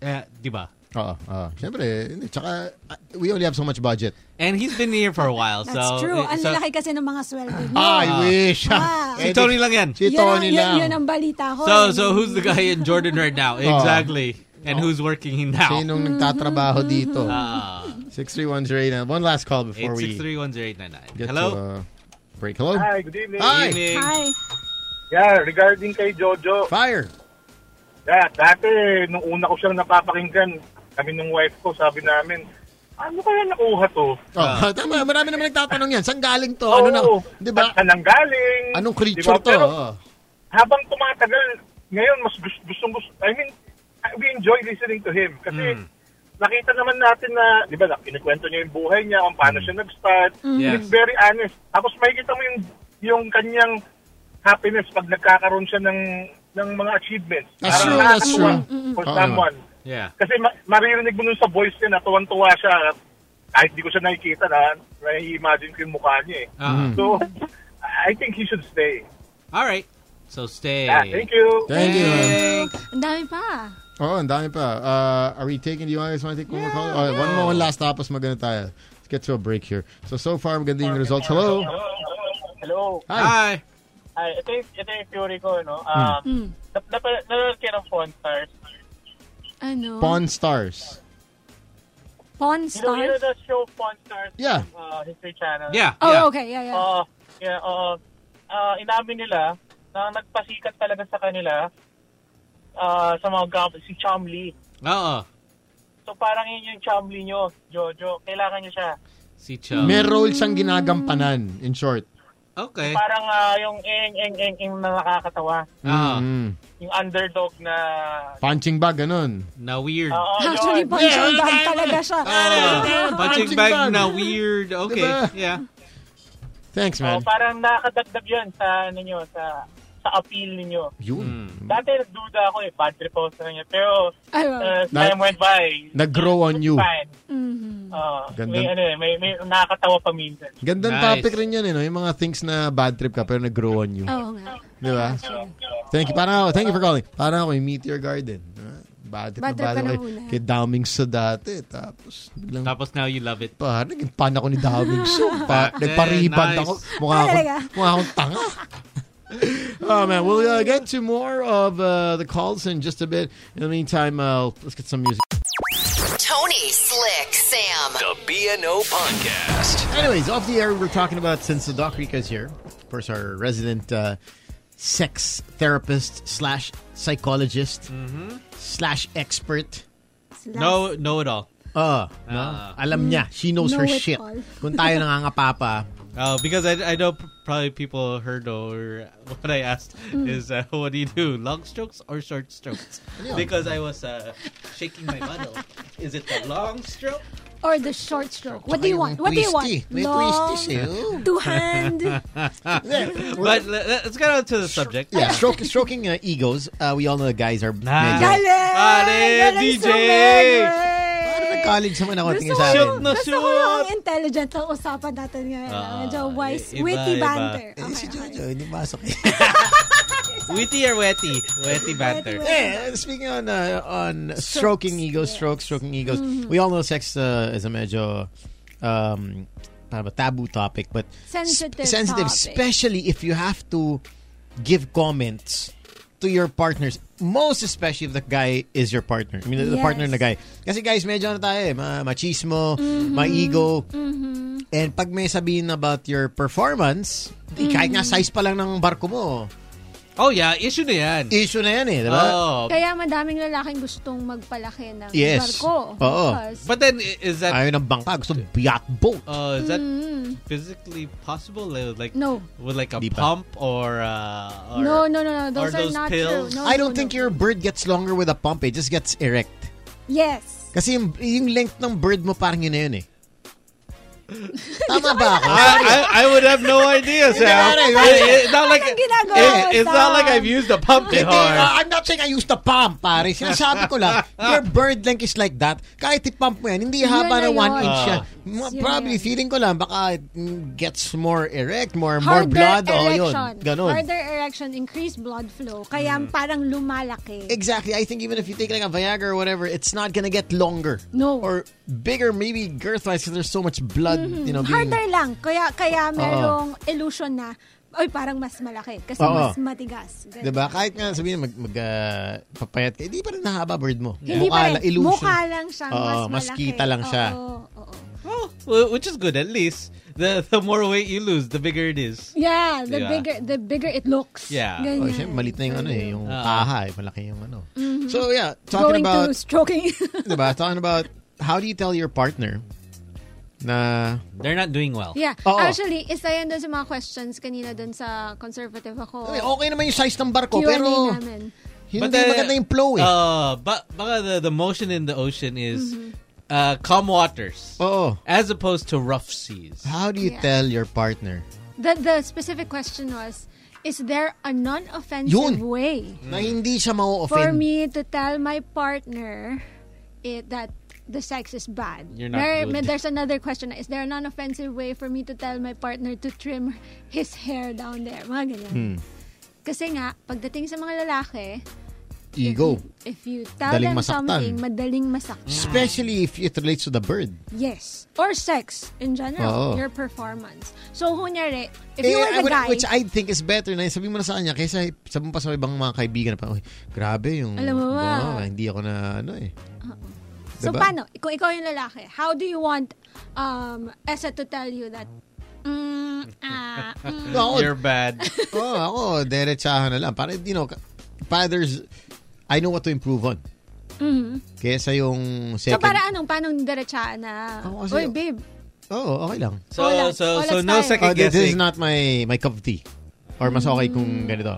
S3: Uh, diba?
S4: Oo. oo. Siyempre, hindi. Tsaka, ah, we only have so much budget.
S3: And he's been here for a while.
S5: That's
S3: so eh,
S5: true. Ang
S3: so,
S5: lalaki kasi ng mga sweldo niya.
S4: I wish.
S5: Ah.
S3: si Tony lang yan.
S4: Si
S5: Yun ang-
S4: Tony
S5: yun,
S4: lang.
S5: yun ang balita ko.
S3: So so who's the guy in Jordan right now?
S4: Oh.
S3: Exactly. And who's working now?
S4: Sinong Oh. nagtatrabaho dito?
S3: Ah,
S4: 63109. One last call before we
S3: 8631089.
S4: get
S3: Hello.
S4: to uh, break. Hello?
S2: Hi, good evening.
S4: Hi.
S3: Evening.
S5: Hi.
S2: Yeah, regarding kay Jojo,
S4: Fire.
S2: Yeah, dati, nung una ko siyang napapakinggan, kami nung wife ko, sabi namin, ano kaya nakuha to?
S4: Oh, tama, marami naman nagtatanong yan. Saan galing to? Ano na?
S2: Oo,
S4: Di ba?
S2: Saan nang galing?
S4: Anong
S2: Di
S4: creature
S2: ba?
S4: to?
S2: Pero
S4: Oo.
S2: habang tumatagal, ngayon, mas gusto, gusto, gusto, I mean, we enjoy listening to him. Kasi, nakita naman natin na, di ba, na- kinikwento niya yung buhay niya, kung paano siya nag-start.
S3: Yes.
S2: He's very honest. Tapos makikita mo yung, yung kanyang happiness pag nagkakaroon siya ng ng mga achievements.
S4: That's
S2: Parang
S4: true, that's
S2: nakakatuwa
S4: true.
S2: For
S4: Oo
S2: someone.
S3: Yeah.
S2: Kasi ma- maririnig mo nun sa voice niya na tuwan-tuwa siya. Kahit di ko siya nakikita na, nai-imagine ko yung mukha niya eh.
S4: Mm-hmm.
S3: Uh,
S2: So, I think he should stay.
S3: All right. So stay.
S2: Yeah, Ah, thank you.
S4: Thank you.
S5: Ang dami pa.
S4: Oo, Oh, ang dami pa. Uh, are we taking, do you guys want to take one more call? Okay, one more, one last tapos maganda tayo. Let's get to a break here. So, so far, maganda yung results. Hello?
S9: Hello.
S4: Hi.
S3: Hi.
S9: Ay, ito, yung, ito yung theory ko, no? Um,
S5: Mm.
S9: nap- nap- Nanonood kayo ng Pawn Stars.
S5: Ano?
S4: Pawn Stars.
S5: Pawn
S9: You know, you know
S5: Stars?
S9: the show Pawn Stars?
S4: Yeah.
S9: Uh, History Channel.
S3: Yeah.
S5: Oh,
S3: yeah.
S5: okay. Yeah, yeah.
S9: Oo. yeah, oo. Ah, inamin nila na nagpasikat talaga sa kanila ah, sa mga gamit si Chomley.
S3: Oo.
S9: So parang yun yung Chomley nyo, Jojo. Kailangan nyo siya.
S3: Si Chum.
S4: May role siyang ginagampanan, in short.
S3: okay.
S9: Parang ah, yung eng, eng, eng, eng na nakakatawa.
S3: Ah.
S4: Mm.
S9: Yung underdog na...
S4: Punching bag, ganun.
S3: Na weird.
S9: Oo,
S8: Ah.
S5: Actually,
S9: yun.
S5: pawn yeah, bag talaga siya.
S3: Ah, punching
S4: Punching
S3: bag
S4: bag.
S3: na weird. Okay.
S4: Diba?
S3: Yeah.
S4: Thanks,
S9: Oo,
S8: Oh,
S4: man.
S9: Oh, parang nakakadagdag yun sa, ano nyo, sa sa appeal ninyo.
S4: Yun.
S3: Hmm.
S9: Dati nagduda ako eh, bad trip ako sa kanya. Pero
S5: Ay, wow.
S9: uh, as
S4: Nag-
S9: time went by,
S4: Nag-grow on you.
S9: fine.
S5: Mhm.
S9: Oo,
S4: Ganda.
S9: may, ano, eh, may, may nakakatawa pa minsan.
S4: Gandang
S3: Nice.
S4: topic rin yun, eh, no? yung mga things na bad trip ka pero nag-grow on you.
S5: Oo nga.
S4: Di ba? Thank you. Parang ako, thank you for calling. Parang ako, yung Meteor Garden. Ah, Bad trip
S5: Bad
S4: na
S5: trip
S4: bad
S5: ka na
S4: trip.
S5: muna.
S4: Kay Daming sa dati. Tapos, biglang
S3: Tapos now you love it.
S4: pa, naging fan ako ni Daming So. Pa,
S3: Dati,
S4: nagpa-rebound
S3: nice.
S4: ako. Mukha
S5: Ah,
S4: ako,
S5: talaga?
S4: mukha akong tanga. oh man, we'll uh, get to more of uh, the calls in just a bit. In the meantime, uh, let's get some music.
S10: Tony, Slick, Sam.
S11: The BNO Podcast.
S4: Anyways, off the air, we were talking about since the Doc Rica is here, of course, our resident uh, sex therapist slash psychologist slash expert.
S3: No, Ah. no it all. Uh-uh.
S4: Uh, no? Alam niya. She knows
S5: Know
S4: her
S5: it
S4: shit.
S5: all.
S4: Kung tayo nangangapapa,
S3: Uh, because I, I know p- probably people heard or what I asked is uh, what do you do, long strokes or short strokes? Because I was uh, shaking my bottle. Is it the long stroke?
S5: Or the short stroke. What do you want? What do you want? Long, two hand.
S3: But le- le- let's get on to the subject.
S4: yeah, stroke, stroking uh, egos. Uh, we all know the guys are
S3: Nah.
S4: medyo-
S5: Galing!
S3: Galing, DJ!
S4: Parang nag-college naman ako tingin sa akin.
S3: Shoot Ano na
S5: Gusto ko
S3: shoot!
S5: yung intelligent ang usapan natin ngayon.
S3: Ah,
S5: Medyo wise,
S3: iba,
S5: witty
S3: iba.
S5: banter.
S4: Eh, si
S5: Okay, okay.
S4: Jojo, hindi masok eh.
S3: Witty or wetty? Wetty banter.
S4: Eh, speaking on uh, on stroking egos, stroke, stroking egos.
S5: Mm-hmm.
S4: We all know sex uh, is a medyo um, kind of a taboo topic, but
S5: Sensitive
S4: sensitive,
S5: topic.
S4: especially if you have to give comments to your partners. Most especially if the guy is your partner. I mean, the
S5: Yes.
S4: partner na guy. Kasi guys, medyo ano tayo eh, ma- machismo,
S5: Mm-hmm.
S4: ma-ego. And eh, pag may sabihin about your performance, di, kahit nga size pa lang ng barko mo,
S3: Oh yeah, issue na yan.
S4: Issue na yan eh, di ba?
S3: Oh.
S5: Kaya madaming lalaking gustong magpalaki ng
S4: Yes.
S5: barko.
S4: Oo.
S5: Because-
S3: But then i- is that
S4: Ayaw ng bangka. Gusto yacht boat.
S3: Oh, is that
S5: Mm.
S3: physically possible? Like like-
S5: No.
S3: with like a
S4: Di pa.
S3: pump or, uh, or
S5: Oh, no, no, no, no. Those are
S3: or those
S5: not
S3: pills?
S5: true. No,
S4: I
S5: no,
S4: don't
S5: no.
S4: think your bird gets longer with a pump. It just gets erect.
S5: Yes.
S4: Kasi yung, yung length ng bird mo parang yun na yun eh. Tama ba ako?
S3: I, I, I would have no idea, Sam.
S4: Hindi, hindi.
S3: It- it's not like
S5: Anong ginagawa
S3: it-
S5: mo,
S3: it's not
S5: Sam?
S3: like I've used a pump
S4: Hindi,
S3: it hard.
S4: uh, I'm not saying I used the pump, pare. Sinasabi ko lang, your bird length is like that. Kahit i-pump mo yan, hindi
S5: Yun
S4: haba
S5: na
S4: na one
S5: yun.
S4: inch siya.
S3: Ah.
S4: Ma-
S5: Yun
S4: probably,
S5: na yun.
S4: feeling ko lang, baka it mm, gets more erect, more, more
S5: Harder
S4: blood. O yun,
S5: erection.
S4: ganun. Mm.
S5: Harder erection, increased blood flow. Kaya parang lumalaki.
S4: Exactly. I think even if you take like a Viagra or whatever, it's not gonna get longer.
S5: No.
S4: Or bigger, maybe girth-wise, because there's so much blood, Eh,
S5: Mm-hmm.
S4: you know. being-
S5: Mhm. Harder lang. Kaya, kaya merong illusion na, ay parang mas malaki. Kasi
S4: Oo.
S5: mas matigas. Ganun.
S4: Diba? Kahit nga sabihin mag, mag ah, papayat ka, hindi pa rin nahaba bird mo.
S5: Hindi
S4: Mukha
S5: pa rin.
S4: lang, illusion. Ah.
S5: Mukha lang siyang
S4: Oo,
S5: mas malaki.
S4: mas kita lang siya.
S5: Oo, oo.
S3: Well, well, which is good at least. The the more weight you lose, the bigger it is.
S5: Yeah, the
S3: Yeah.
S5: bigger the bigger it looks.
S3: Yeah. Ah.
S5: Ganyan. Mhm.
S4: Oh, syempre, malit na yung ano eh, yung
S3: Oo.
S4: paha eh, malaki yung ano. So yeah, talking
S5: Going to
S4: about,
S5: stroking.
S4: diba, talking about how do you tell your partner na,
S3: They're not doing well.
S5: yeah.
S4: Oo.
S5: Actually, isa yan dun sa mga questions kanina dun sa conservative ako.
S4: "Ay, okay naman yung size ng barko,
S5: Q&A
S4: pero
S5: namin.
S4: hindi maganda yung flow eh.
S3: Uh, but, baka the, the motion in the ocean is
S5: Mm-hmm.
S3: uh, calm waters
S4: Oo.
S3: as opposed to rough seas.
S4: How do you
S5: Yeah.
S4: tell your partner?
S5: The, the specific question was, is there a non-offensive
S4: Yun.
S5: way
S4: Na hindi siya ma-offend.
S5: for me to tell my partner it, that the sex is bad?
S3: You're not
S5: There-
S3: good.
S5: There's another question. Is there a non-offensive way for me to tell my partner to trim his hair down there? Mga ganyan.
S4: Hmm.
S5: Kasi nga, pagdating sa mga lalaki,
S4: Ego.
S5: if you tell
S4: Daling
S5: them
S4: masaktan.
S5: something, madaling masaktan.
S4: Especially if it relates to the bird.
S5: Yes. Or sex in general,
S4: Oo.
S5: your performance. So, kunyari, if
S4: Eh,
S5: you were
S4: I
S5: the
S4: would-
S5: guy,
S4: Which I think is better na sabi mo na sa kanya kaysa sabi mo pa sa ibang mga kaibigan na pa, "Uy, grabe yung
S5: Alam mo ba?" Uh-uh.
S4: "Wow, hindi ako na ano eh.
S5: so
S4: diba?
S5: paano? Kung ikaw yung lalaki, how do you want um, Esa to tell you that, mm, ah, mm.
S4: No, ako,
S3: You're bad.
S4: oh, ako, derechahan na lang. Para, you know, ka- para there's, I know what to improve on. Kesa yung
S5: Mm-hmm. So,
S4: second,
S5: para anong, paano diretsaan na,
S4: Oo, kasi-
S5: Uy, babe,
S4: oh, okay lang.
S3: So
S5: Hola,
S3: so
S5: hola
S3: so no
S5: style.
S3: second
S4: Oh, this
S3: guessing.
S4: is not my my cup of tea. Or mas okay
S5: Mm.
S4: kung ganito.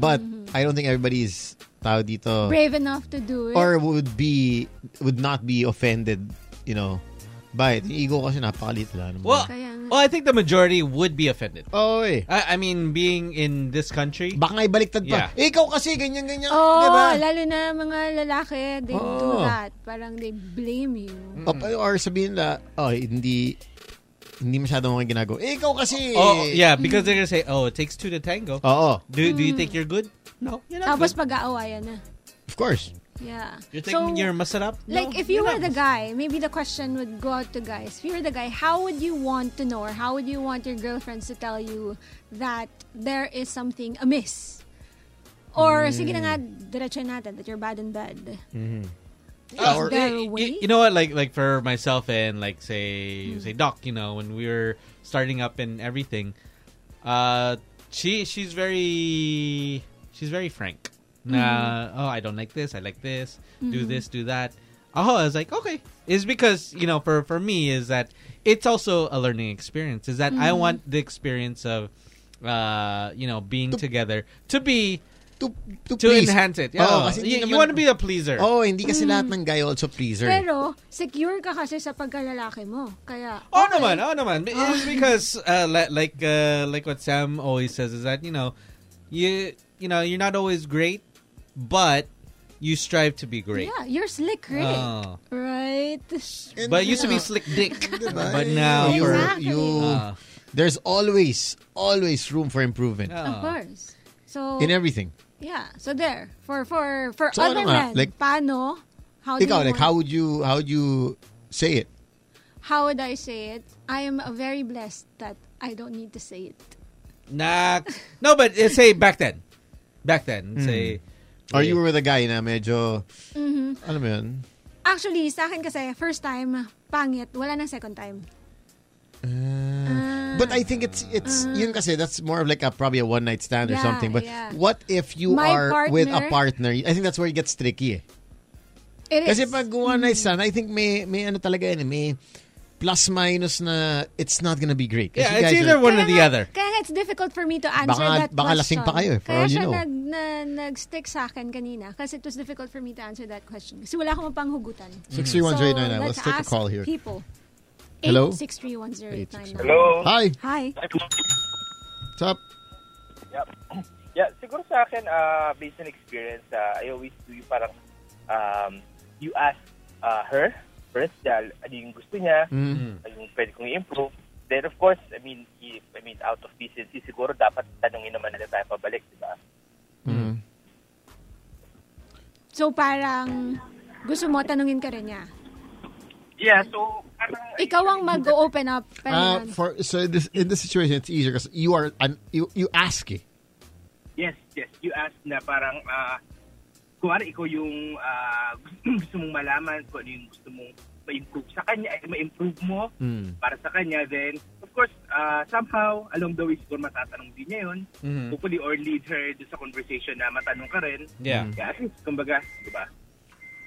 S4: But, I don't think everybody is tao dito.
S5: Mm-hmm. brave enough to do it.
S4: Oh. or would be would not be offended, you know, by it. Yung ego kasi napakalit lang. naman.
S3: well,
S5: Kaya nga.
S3: well, I think the majority would be offended.
S4: Oy.
S3: I, I mean, being in this country.
S4: Oh, eh. Baka nga ibaliktad pa. Eh.
S3: Yeah.
S4: Ikaw kasi ganyan ganyan,
S5: Oo,
S4: 'di
S3: diba?
S4: ba?
S5: lalo na mga lalaki, they do
S4: Oo.
S5: that. Parang they blame you.
S3: Mm.
S4: O- Or sabihin na, oh, hindi hindi masyado mo ginagawa. Ikaw kasi.
S3: Oh yeah, because they're gonna say, "Oh, it takes two to tango."
S4: Oo.
S3: Do do
S5: Mm.
S3: you think you're good? No, you're not.
S5: Tapos
S3: Good.
S5: pag-aawayan na.
S4: Of course.
S5: Yeah.
S3: You're
S5: So,
S3: thinking you're masarap. No,
S5: Like, if you
S3: you're
S5: were the
S3: not.
S5: guy, maybe the question would go out to guys. If you were the guy, how would you want to know or how would you want your girlfriends to tell you that there is something amiss?
S3: Hmm.
S5: Or, sige na nga, diretso natin that you're bad in bed.
S3: Uh,
S5: Is
S3: or-
S5: there
S3: y-
S5: a
S3: y-
S5: way?
S3: You know what? Like like for myself and like say say Doc. You know when we were starting up and everything, uh, she she's very she's very frank. Nah, oh, I don't like this. I like this. Do this. Do that. Oh, I was like, okay. It's because you know, for for me, is that it's also a learning experience. Is that I want the experience of, uh, you know, being together to be
S4: To, to,
S3: to
S4: please.
S3: enhance it. Yeah, Oh,
S4: Oo, kasi hindi
S3: you,
S4: naman-
S3: you want to be a pleaser.
S4: Oo, hindi kasi
S5: Mm.
S4: lahat ng guy also pleaser.
S5: Pero, secure ka kasi sa pagkalalaki mo. Kaya,
S3: Oh
S5: okay.
S3: naman, oh naman. It's because uh, li- like uh, like what Sam always says is that you know you you know you're not always great, but you strive to be great.
S5: Yeah, you're slick, right?
S3: Oh.
S5: Right?
S4: And,
S3: But it used to be
S4: you know,
S3: slick dick,
S4: diba?
S3: but now
S4: you,
S3: for
S5: Exactly.
S4: you,
S3: Ah.
S4: there's always, always room for improvement
S5: Of
S3: Ah.
S5: course. So,
S4: in everything.
S5: yeah. So, there. For for for
S4: So,
S5: other
S4: ano
S5: men,
S4: nga, like-
S5: paano? How do you
S4: Ikaw,
S5: want-
S4: like, how would you, how would you say it?
S5: how would I say it? I am uh, very blessed that I don't need to say it.
S3: nah no, but uh, say back then, back then Hmm.
S4: Hmm.
S3: say
S4: Or you were with a guy na medyo,
S5: Mm-hmm.
S4: alam mo yun?
S5: Actually, sa akin kasi, first time, pangit. Wala nang second time.
S4: Uh, But I think it's it's yun kasi that's more of like a probably a one night stand or
S5: Ah. Yeah,
S4: something. But
S5: yeah.
S4: what if you
S5: My
S4: are with a
S5: partner-
S4: partner? I think that's where it gets tricky. Eh.
S5: It
S4: Kasi
S5: is. Mm-hmm.
S4: pag one night stand, I think may may ano talaga yun, eh, may plus minus na it's not gonna be great. Kasi
S3: Yeah,
S4: you
S3: it's
S4: guys eh.
S3: either
S4: are-
S3: one or the other.
S5: Kaya nga, it's difficult for me to answer
S4: Baka-
S5: that
S4: baka
S5: question.
S4: lasing pa kayo eh, for
S5: Kaya
S4: all you
S5: siya
S4: know.
S5: nag, na, nag-stick sa akin kanina kasi it was difficult for me to answer that question. Kasi wala akong panghugutan.
S4: Mm-hmm. 6310899.
S5: So,
S4: Let's take a
S5: ask
S4: call here.
S5: people.
S4: Hello?
S5: 8631089.
S4: Hello? Hi.
S5: Hi.
S4: What's up?
S8: Yep. Yeah, siguro sa akin, uh, based on experience, uh, I always do yung parang, um, you ask uh, her first, dahil ano yung gusto niya,
S12: Mm.
S8: ano yung pwede kong i-improve. Then, of course, I mean, if, I mean, out of decency, siguro dapat tanungin naman nila tayo pabalik, di ba?
S5: So parang gusto mo, tanungin ka rin niya.
S8: Yeah, so,
S5: Ikaw ang mag-open up.
S4: Uh,
S5: Parang,
S4: for so this in this situation, it's easier because you are an, you you ask. Eh.
S8: Yes, yes. You ask na parang, uh, kuwari ikaw yung ah, gusto mong malaman, kung ano yung gusto mong ma-improve sa kanya, ay ma-improve mo
S3: hmm.
S12: Mm.
S8: para sa kanya. Then, of course, ah, somehow, along the way, siguro matatanong din niya yun.
S4: Mm-hmm.
S12: Mhm.
S8: Hopefully, or lead her doon sa conversation na matanong ka rin. Mm-hmm.
S4: Yeah.
S8: at least, kumbaga, di ba?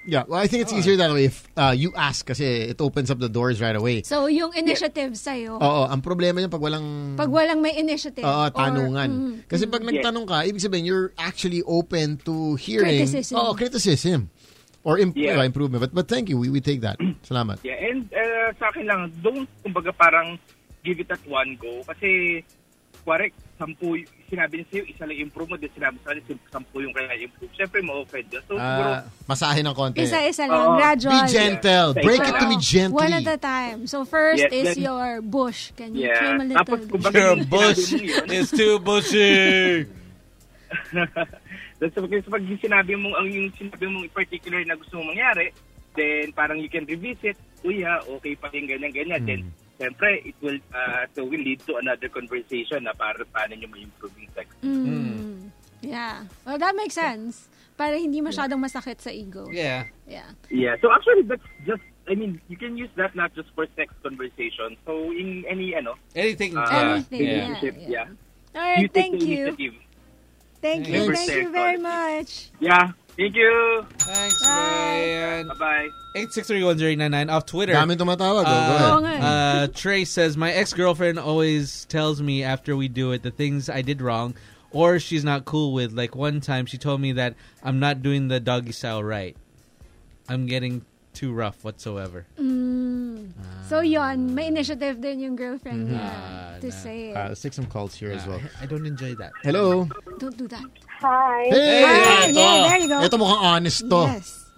S4: Yeah, well, I think
S3: Oh.
S4: it's easier that way if uh, you ask kasi it opens up the doors right away.
S5: so yung initiative sa'yo.
S4: Oo, ang problema niya pag walang
S5: Pag walang may initiative.
S4: Oh. Oo,
S5: or-
S4: tanungan.
S5: Mm.
S4: Kasi pag nagtanong ka, ibig sabihin you're actually open to hearing
S8: Criticism.
S4: Oh, criticism or imp- uh,
S8: Yeah.
S4: improvement. But but thank you. We we take that. Salamat.
S8: Yeah, and uh, sa akin lang, don't kumbaga parang give it at one go. Kasi, kuwari, sampu, y- sinabi niya sa'yo, isa lang improve mo, then sinabi sa'yo, sim- sampu yung kaya improve. Siyempre, ma-offend yun. So, siguro,
S4: Ah, masahe ng konti.
S5: Isa-isa lang, gradual.
S4: Be gentle.
S8: Isa-isa
S4: Break it to
S8: lang.
S4: me gently.
S5: One at a time. So first
S4: Yeah,
S5: is
S4: then-
S5: your bush. Can you
S3: Yeah.
S5: trim a little?
S8: Tapos, kumbaga,
S3: Your
S8: yung
S3: bush
S8: sinabi mo yun,
S3: is too bushy.
S8: that's okay. So, pag yung sinabi mong, ang yung sinabi mong in particular na gusto mong mangyari, then parang you can revisit, uy ha, okay pa rin ganyan, ganyan. Then, siyempre, it will, uh, so will lead to another conversation na para paano nyo ma-improve yung sex.
S5: Mm. Yeah. Well, that makes sense. Para hindi masyadong masakit sa ego.
S3: Yeah.
S5: Yeah.
S8: Yeah. So actually, that's just. I mean, you can use that not just for sex conversation. So in any, ano,
S3: anything,
S5: yeah. Anything, yeah,
S8: relationship, yeah.
S5: All right,
S8: You take
S5: thank
S8: the
S5: you.
S8: initiative.
S5: Thank you.
S8: Number
S5: Thank
S8: six,
S5: you very much.
S8: Yeah. Thank you.
S3: Thanks, man.
S8: Bye-bye.
S3: 8631099 off Twitter.
S4: Daming tumatawag, oh, go
S3: Uh,
S4: ahead. Oo nga eh.
S3: uh, Trey says, My ex girlfriend always tells me after we do it the things I did wrong or she's not cool with. Like one time she told me that I'm not doing the doggy style right. I'm getting too rough whatsoever.
S5: Mm.
S4: Ah.
S5: So yon, may initiative din yung girlfriend
S4: Mm-hmm.
S5: niya to say it.
S4: Uh, let's take some calls here as well.
S3: I don't enjoy that.
S4: Hello.
S5: Don't do that.
S13: Hi.
S5: Hi. Ah,
S4: ito.
S5: Yeah, there you go.
S4: Ito mukhang honest to.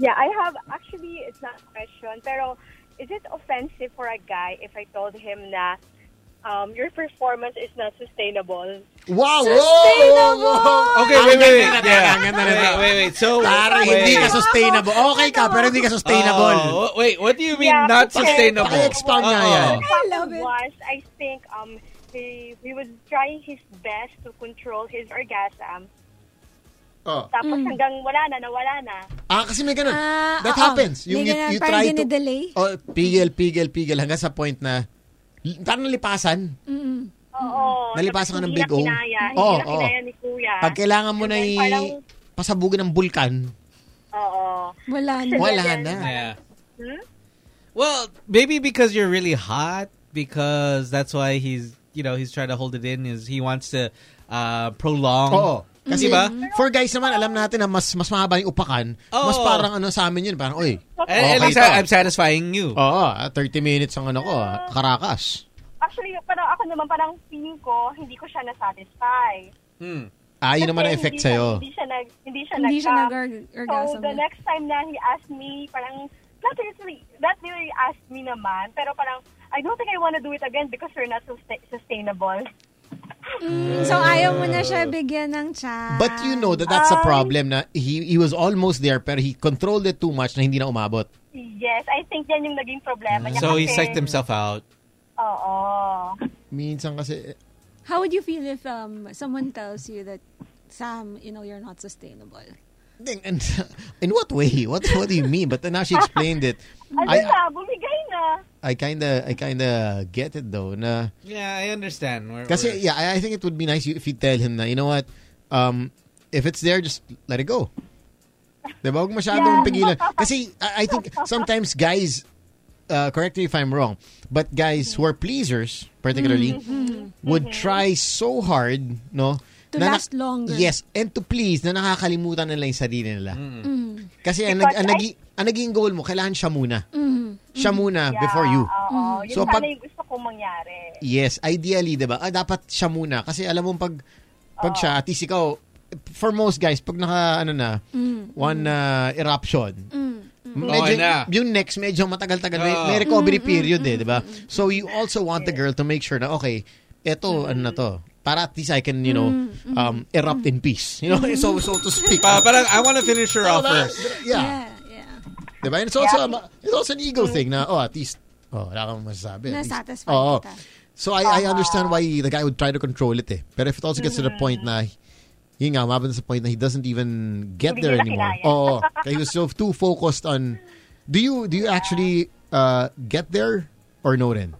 S13: Yeah, I have actually it's not a question, pero is it offensive for a guy if I told him na um, your performance is not sustainable?
S4: Wow!
S13: Sustainable!
S3: Okay, wait, wait, wait.
S4: Ang ganda na talaga,
S3: Yeah.
S4: ang ganda na
S3: Wait,
S4: talaga.
S3: wait, wait. So,
S4: Parang
S3: wait.
S4: hindi ka sustainable. Okay ka, pero hindi ka sustainable.
S3: Oh, wait, what do you mean not sustainable?
S4: Paki-expound nga
S3: Uh-oh.
S4: yan.
S13: I love it. Was I think um he he was trying his best to control his orgasm.
S4: Oh.
S13: Tapos hanggang wala na, nawala na.
S4: Ah, kasi may ganun.
S5: Ah,
S4: That
S5: oo.
S4: happens.
S5: May ganun, parang dinidelay.
S4: Oh, pigil, pigil, pigil hanggang sa point na parang nalipasan.
S5: Mm-mm.
S13: Oo.
S4: Nalipasan ka
S13: Tapos
S4: ng
S13: hindi
S4: big
S13: na
S4: O.
S13: Kinaya, hindi
S4: Oo,
S13: na
S4: oo.
S13: kinaya ni Kuya.
S4: Pag kailangan mo
S13: And
S4: na
S13: then
S4: i
S13: parang,
S4: pasabugin ng bulkan,
S13: Oo.
S5: Wala
S13: na.
S4: wala na.
S3: Yeah.
S13: Hmm?
S3: Well, maybe because you're really hot, because that's why he's you know he's trying to hold it in. Is he wants to uh, prolong?
S4: Oo. Kasi
S3: Di ba?
S4: for guys naman, alam natin na mas mas mahaba yung upakan,
S3: Mm-hmm. Oo.
S4: mas parang ano sa amin yun, parang, oy,
S3: And- and I'm
S4: okay
S3: sa-
S4: to.
S3: I'm satisfying you.
S4: Oo, ah, 30 minutes ang ano ko, ah, karakas.
S13: Actually, parang ako naman, parang feeling ko, hindi ko siya nasatisfy.
S3: Hmm.
S4: Ah, yun
S13: Kasi
S4: naman ang
S13: hindi
S4: effect
S13: siya-
S4: sa'yo.
S13: Hindi siya nag hindi siya
S5: Hindi siya
S13: nag
S5: nag-orgasm
S13: So the
S5: niya.
S13: next time na he asked me, parang not really not really asked me naman, pero parang I don't think I want to do it again because we're not susta- sustainable.
S5: Mm, so ayaw mo na siya bigyan ng chance.
S4: But you know that that's a
S13: Ay.
S4: problem na he he was almost there pero he controlled it too much na hindi na umabot.
S13: Yes, I think yan yung naging problema niya.
S3: So he
S13: kasi-
S3: psyched himself out.
S13: Oo.
S4: Minsan kasi eh,
S5: How would you feel if um someone tells you that Sam, you know, you're not sustainable?
S4: Ding, and in what way? What what do you mean? But then now she explained it.
S13: Ano
S4: I,
S13: na, bumigay na.
S4: I kind of I kind of get it though na
S3: Yeah, I understand. We're,
S4: Kasi
S3: we're-
S4: yeah, I, I think it would be nice if you tell him na, you know what, um, if it's there, just let it go. Diba? Huwag
S12: Yeah.
S4: masyadong pigilan. Kasi I, I think sometimes guys, uh, correct me if I'm wrong, but guys who are pleasers, particularly,
S5: Mhm.
S4: would try so hard, no?
S5: To last longer.
S4: Yes, and to please na nakakalimutan nila yung sarili nila.
S5: Mm.
S4: Kasi ang, nag,
S5: Because
S4: ang,
S5: I-
S4: nagi- ang naging goal mo, kailangan siya muna.
S5: Mm.
S4: Siya muna
S13: Yeah,
S4: before you.
S13: Oo, yun
S4: So,
S13: sana
S4: pag-
S13: yung gusto kong mangyari.
S4: Yes, ideally, 'di ba? Ah, dapat siya muna kasi alam mo pag pag
S5: Ah.
S4: siya at least ikaw for most guys pag naka ano na
S12: Mm.
S4: one uh, eruption.
S5: Mm.
S4: Medyo,
S12: Okay na.
S4: Yung next medyo matagal-tagal may,
S12: Oo.
S4: may recovery
S12: Mm, mm,
S4: period eh, 'di ba? So you also want the girl to make sure na okay, eto ano na to. Para at least I can, you know, um, erupt in peace. You know, so so to speak.
S3: Pa- parang I wanna finish her off
S4: Tama na.
S3: first.
S4: Yeah. Diba? And it's also, a- it's also an
S13: Mm.
S4: ego thing na, oh, at least, oh, wala kang masasabi. At least-
S5: Na-satisfy
S4: Oo.
S5: kita.
S4: So I, I understand why the guy would try to control it eh. But if it also gets to the
S13: Mm-hmm.
S4: point na, yun nga, umabot sa point na he doesn't even get
S12: Hindi
S4: there
S12: nila
S4: anymore.
S12: kinaya.
S4: Oo. Kaya he was so too focused on, do you do you actually uh, get there or no rin?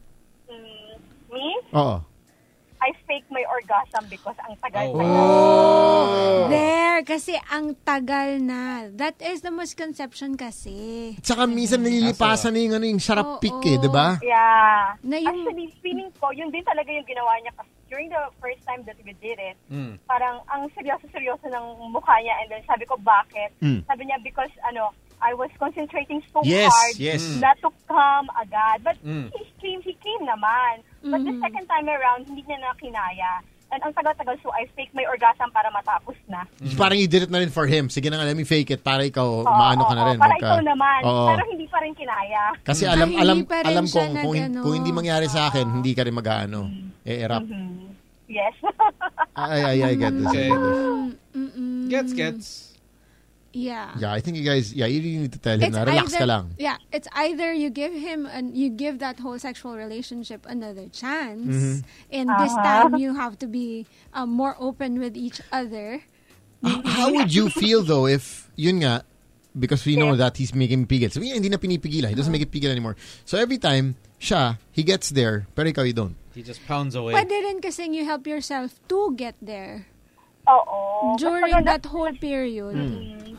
S13: Me,
S4: Oo.
S13: I fake my orgasm because ang
S3: Oh,
S13: tagal pa.
S5: Oh, There, kasi ang tagal na. That is the misconception kasi.
S4: Tsaka minsan
S13: Mm-hmm.
S4: nililipasan na yung, ano, yung sarap
S5: Oo.
S4: pick eh, di ba?
S13: Yeah.
S5: Na yung-
S13: Actually, feeling ko, yun din talaga yung ginawa niya kasi during the first time that we did it,
S12: Mm.
S13: parang ang seryoso-seryoso ng mukha niya and then sabi ko, bakit?
S12: Mm.
S13: Sabi niya, because ano, I was concentrating so
S12: Yes,
S13: hard
S12: yes. Mm.
S13: not to come agad. But
S12: Mm.
S13: he came, he came naman. But the second time around, hindi niya na kinaya. And ang tagal-tagal, so I fake my orgasm para matapos na.
S4: Parang you did it na rin for him. Sige na nga, let me fake it para ikaw,
S13: Mm-hmm. Oo,
S4: maano ka na
S13: oo,
S4: rin.
S13: Para
S4: magka-
S13: ikaw naman.
S4: Oo.
S13: Pero hindi pa rin kinaya.
S4: Kasi alam
S13: Ay,
S4: alam
S13: Mm. Ah, hindi pa rin
S4: alam
S13: siya ano.
S4: kong kung, hin-
S13: nag-ano.
S4: kung hindi mangyari sa akin, hindi ka rin mag-aano. E-erupt.
S13: Mhm. Yes.
S4: Ay, ay, I get this. I get this.
S3: Gets, gets.
S5: Mm-hmm. Yeah.
S4: Yeah, I think you guys, yeah, you really need to tell
S5: It's
S4: him na relax
S5: either,
S4: ka lang.
S5: Yeah, it's either you give him and you give that whole sexual relationship another chance,
S4: Mhm.
S5: and this
S12: Uh-huh.
S5: time you have to be um, more open with each other.
S13: Mm-hmm.
S4: H- How would you feel though if, yun nga, because we know that he's making pigil. So, yeah, hindi na pinipigilan. He
S13: Oh.
S4: doesn't make it pigil anymore. So, every time, siya, he gets there, pero ikaw, you don't.
S3: He just pounds away.
S5: Pwede rin kasing you help yourself to get there.
S13: Oo.
S5: During that whole period.
S4: Mm.
S13: Mm.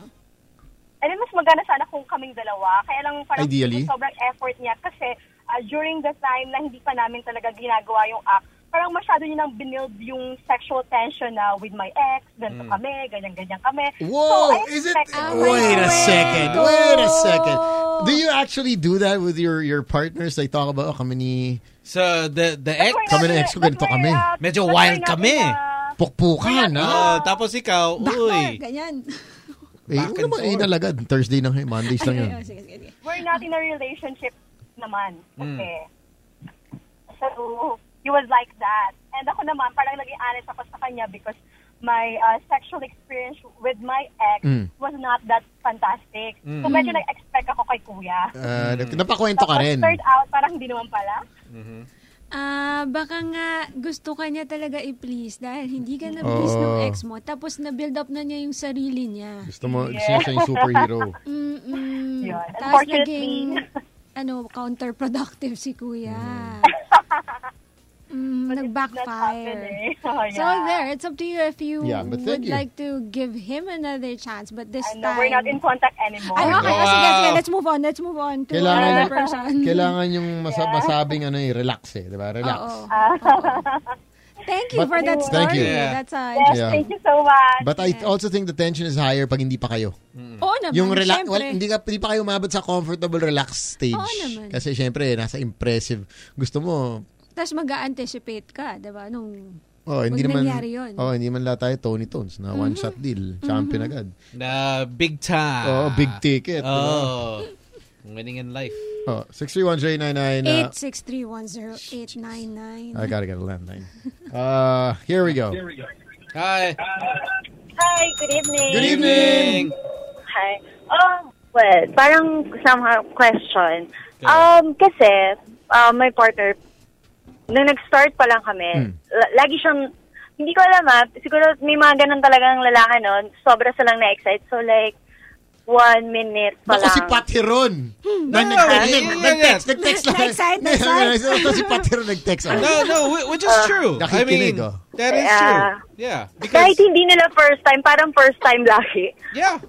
S13: Alam, mas maganda sana kung kaming dalawa. Kaya lang parang
S4: Ideally.
S13: sobrang effort niya kasi ah, during the time na hindi pa namin talaga ginagawa yung act, parang masyado niya nang binild yung sexual tension na with my ex, ganito
S4: Mm.
S13: kami, ganyan-ganyan kami.
S4: Whoa,
S13: I
S4: is it-
S13: expect-
S4: Ah, Wait a second. Wait a second. Do you actually do that with your your partners? They talk about, oh, kami ni...
S3: So, the the ex...
S4: Kami ni ex ko, ganito kami.
S3: Medyo wild kami.
S4: Pukpukan, ah.
S3: Oo,
S4: ha?
S3: tapos ikaw, uy.
S5: Ganyan.
S4: Eh, yun naman, eh, nalagad. Thursday na kayo, Mondays lang yun.
S13: We're not in a relationship naman.
S4: Hmm.
S13: Okay. So, he was like that. And ako naman, parang naging honest ako sa kanya because my uh, sexual experience with my ex
S4: Mm.
S13: was not that fantastic.
S4: Mm.
S13: So, medyo
S4: Mm.
S13: nag-expect ako kay kuya.
S4: Uh,
S5: Hmm.
S4: napakwento ka
S13: Tapos
S4: rin.
S13: turned out, parang hindi naman pala.
S5: Mm-hmm. Ah, baka nga gusto ka niya talaga i-please dahil hindi ka na-please
S4: Oo.
S5: ng ex mo. Tapos na-build up na niya yung sarili niya.
S4: Gusto mo- gusto niya siya yung superhero.
S5: Mm-mm.
S13: Yun.
S5: Tapos
S13: Unfortunately.
S5: naging, ano, counterproductive si kuya. Mm, nag-backfire.
S13: happened, eh. Oh,
S5: So
S13: yeah.
S5: there, it's up to you if you
S4: Yeah, but
S5: would
S4: thank you.
S5: like to give him another chance. But this time...
S13: No, we're not in contact anymore.
S5: Ay, okay. Oh, sige,
S4: Wow.
S5: sige. Let's move on. Let's move on to another
S4: Kailangan,
S5: person.
S4: kailangan yung mas- masabing ano, eh, relax eh, di ba? Relax.
S5: Oo. Oo. Thank you
S4: But-
S5: for that story.
S4: Thank you. Yeah.
S5: That's uh,
S4: Yes, thank
S13: you so much.
S4: But I also think the tension is higher pag hindi pa kayo.
S5: Oo naman,
S4: yung relax,
S5: syempre.
S4: well, hindi, ka, hindi pa kayo umabot sa comfortable relax stage.
S5: Oo naman.
S4: Kasi syempre, nasa impressive. Gusto mo,
S5: Tapos mag-anticipate ka, di ba? Nung
S4: oh, hindi
S5: Huwag
S4: naman,
S5: nangyari yun.
S4: oh, hindi man lahat tayo Tony Tones na one-shot deal. Champion agad.
S3: Na big time.
S4: Oh, big ticket.
S3: Uh, ah. Oh. Winning in life.
S4: Oh, 631-J99. uh,
S5: 863108999.
S4: I gotta get a landline. Uh, here we go.
S3: we go. Hi.
S7: Hi, good evening.
S4: Good evening.
S7: Hi. Um, well, parang somehow question. Um, kasi, um, my partner, nung nag-start pa lang
S3: Hmm.
S7: kami, la- lagi siyang, hindi ko alam ah, siguro may mga ganun talagang lalaki noon, sobra silang na-excite. So like,
S13: one minute pa
S4: Ako
S13: lang.
S4: si Patiron.
S13: Hmm.
S4: Nag- nag-
S13: No, yeah,
S4: nag-
S13: yeah,
S4: Nag-text,
S13: yeah.
S4: nag-text lang.
S13: Next side, next side.
S4: Ito si Patiron nag-text. ako.
S3: No, no, whi- which
S7: Uh,
S3: is true. I
S4: Nakikinig,
S3: mean,
S4: oh.
S3: that is
S13: Uh, Yeah.
S3: true. Yeah.
S13: Kahit hindi nila first time, parang first time lagi.
S3: Yeah.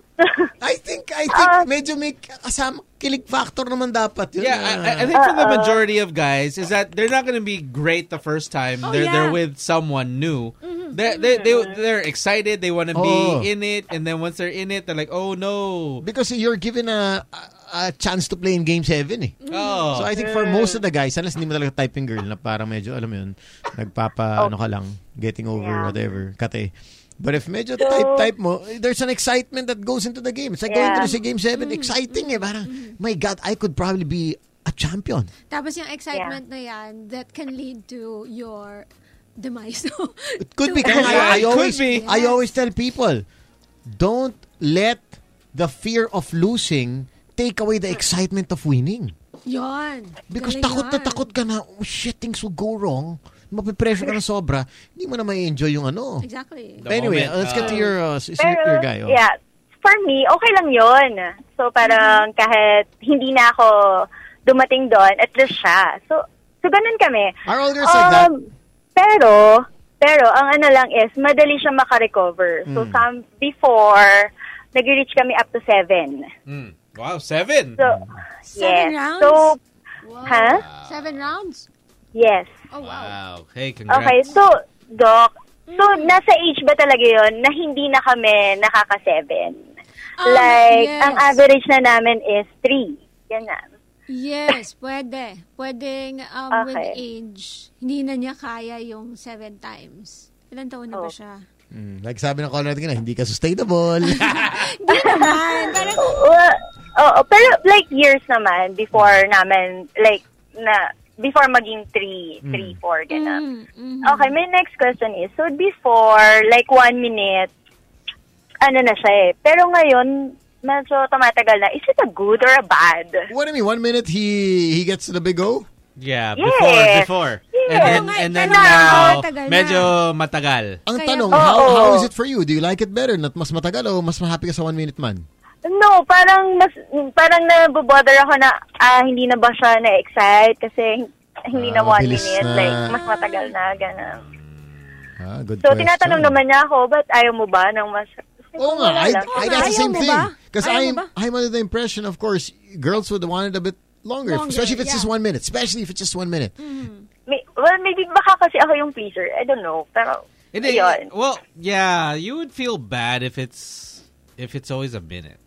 S4: I think, I think,
S7: Uh,
S4: medyo may kasama, kilig factor naman dapat yun.
S3: Yeah, I, I- I think for the majority of guys is that they're not going to be great the first time.
S4: Oh,
S3: they're
S4: yeah.
S3: they're with someone new. They're, they they they're excited. They want to
S4: Oh.
S3: be in it, and then once they're in it, they're like, oh no.
S4: Because you're given a, a, a chance to play in Game 7 eh.
S3: Oh.
S4: So I think
S13: Mm.
S4: for most of the guys, unless hindi mo talaga type yung girl na parang medyo, alam mo yun, nagpapa, ano ka lang, getting over,
S13: Oh. Yeah.
S4: whatever, kate. But if medyo
S13: So-
S4: type-type mo, there's an excitement that goes into the game. It's like
S5: Yeah.
S4: going through sa Game 7.
S13: Mm.
S4: Exciting eh. Parang,
S13: Mm-hmm.
S4: my God, I could probably be a champion.
S5: Tapos yung excitement na yan, that can lead to your demise.
S4: It could be.
S5: To-
S4: Kaya I, I
S5: Could
S4: always,
S5: be.
S4: I always tell people, don't let the fear of losing take away the excitement of winning.
S5: Yun.
S4: Because
S5: Galing
S4: takot na
S5: yun.
S4: takot ka na, oh shit, things will go wrong. Mapipressure ka na sobra, hindi mo na may enjoy yung ano.
S5: Exactly.
S4: But anyway,
S14: moment,
S4: let's get
S14: uh,
S4: to your, uh, s-
S13: Pero,
S4: your guy. Oh.
S13: yeah, for me, okay lang yun. So,
S5: Mm-hmm.
S13: parang kahit hindi na ako dumating doon, at least siya. So, so ganun kami. Um,
S4: Are all girls like that?
S13: Pero, pero, ang ano lang is, madali siya makarecover. So,
S3: Mm.
S13: some, before, nag-reach kami up to seven.
S3: Mm. Wow, seven.
S13: So,
S5: Seven
S13: yes.
S5: rounds?
S13: So,
S5: Wow.
S13: ha?
S5: Seven rounds?
S13: Yes.
S5: Oh, wow.
S3: Wow. Hey, congrats.
S13: Okay, so, Doc, so,
S5: Mm.
S13: nasa age ba talaga yon na hindi na kami nakaka-seven?
S5: Um,
S13: like,
S5: yes.
S13: ang average na namin is three. Yan na.
S5: Yes, pwede. Pwedeng um, with
S13: Okay.
S5: age, hindi na niya kaya yung seven times. Ilan taon na ba
S13: Oh.
S5: siya?
S4: Mm, like sabi ng caller natin, hindi ka sustainable.
S5: Hindi naman. Parang,
S13: Well, oo, pero like years naman before namin, like, na, before maging three,
S15: Mm.
S13: three, four, ganun.
S2: Mm-hmm.
S5: Mm-hmm.
S13: Okay, my next question is, so before, like one minute, ano na siya eh. Pero ngayon, medyo tumatagal na. Is it a good or a bad?
S4: What do you mean? One minute he he gets to the big O?
S3: Yeah,
S13: Yes.
S3: before, before.
S13: Yes.
S3: And
S13: Oo
S3: then,
S13: nga,
S3: and then
S13: pero
S3: now,
S13: matagal na.
S3: medyo matagal.
S4: Ang
S13: Kaya-
S4: tanong,
S13: Oo.
S4: how, how is it for you? Do you like it better? Not mas matagal o mas happy ka sa one minute man?
S13: No, parang mas parang nabobother ako na ah, hindi na ba siya na-excite kasi hindi na
S4: Ah,
S13: one
S4: mabilis
S13: minute,
S4: na.
S13: like mas matagal na, gano'n.
S4: Ah, good
S13: So,
S4: question.
S13: tinatanong naman niya ako, ba't ayaw mo ba ng mas...
S4: Oo nga, I, I got the
S13: Ayaw
S4: same
S13: mo
S4: thing.
S13: ba?
S4: Because
S13: Ayaw mo
S4: I'm
S13: ba?
S4: I'm under the impression, of course, girls would want it a bit longer,
S13: Longer,
S4: especially if it's
S13: yeah.
S4: just one minute. Especially if it's just one minute.
S13: Hmm. May- well, maybe baka kasi ako yung pleaser. I don't know. Pero,
S3: And then-
S13: ayun.
S3: well, yeah, you would feel bad if it's if it's always a minute,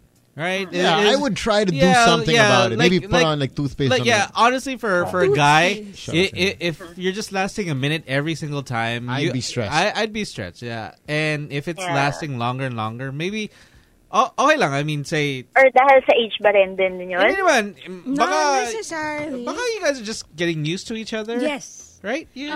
S3: right?
S4: Yeah, I
S3: It- it-
S4: would try to do something about it. Maybe put on, like, toothpaste on
S3: yeah,
S4: it.
S3: honestly, for for a guy,
S4: Toothpaste.
S3: i- i- if you're just lasting a minute every single time,
S4: I'd
S3: you-
S4: be stressed.
S3: I, I'd be stressed. Yeah, and if it's
S13: Yeah.
S3: lasting longer and longer, maybe. Oh, okay lang. I mean, say
S13: Or dahil sa age ba rin din yun?
S3: Hindi naman. Baka,
S5: not necessarily.
S3: baka you guys are just getting used to each other.
S5: Yes.
S3: Right?
S5: Oh,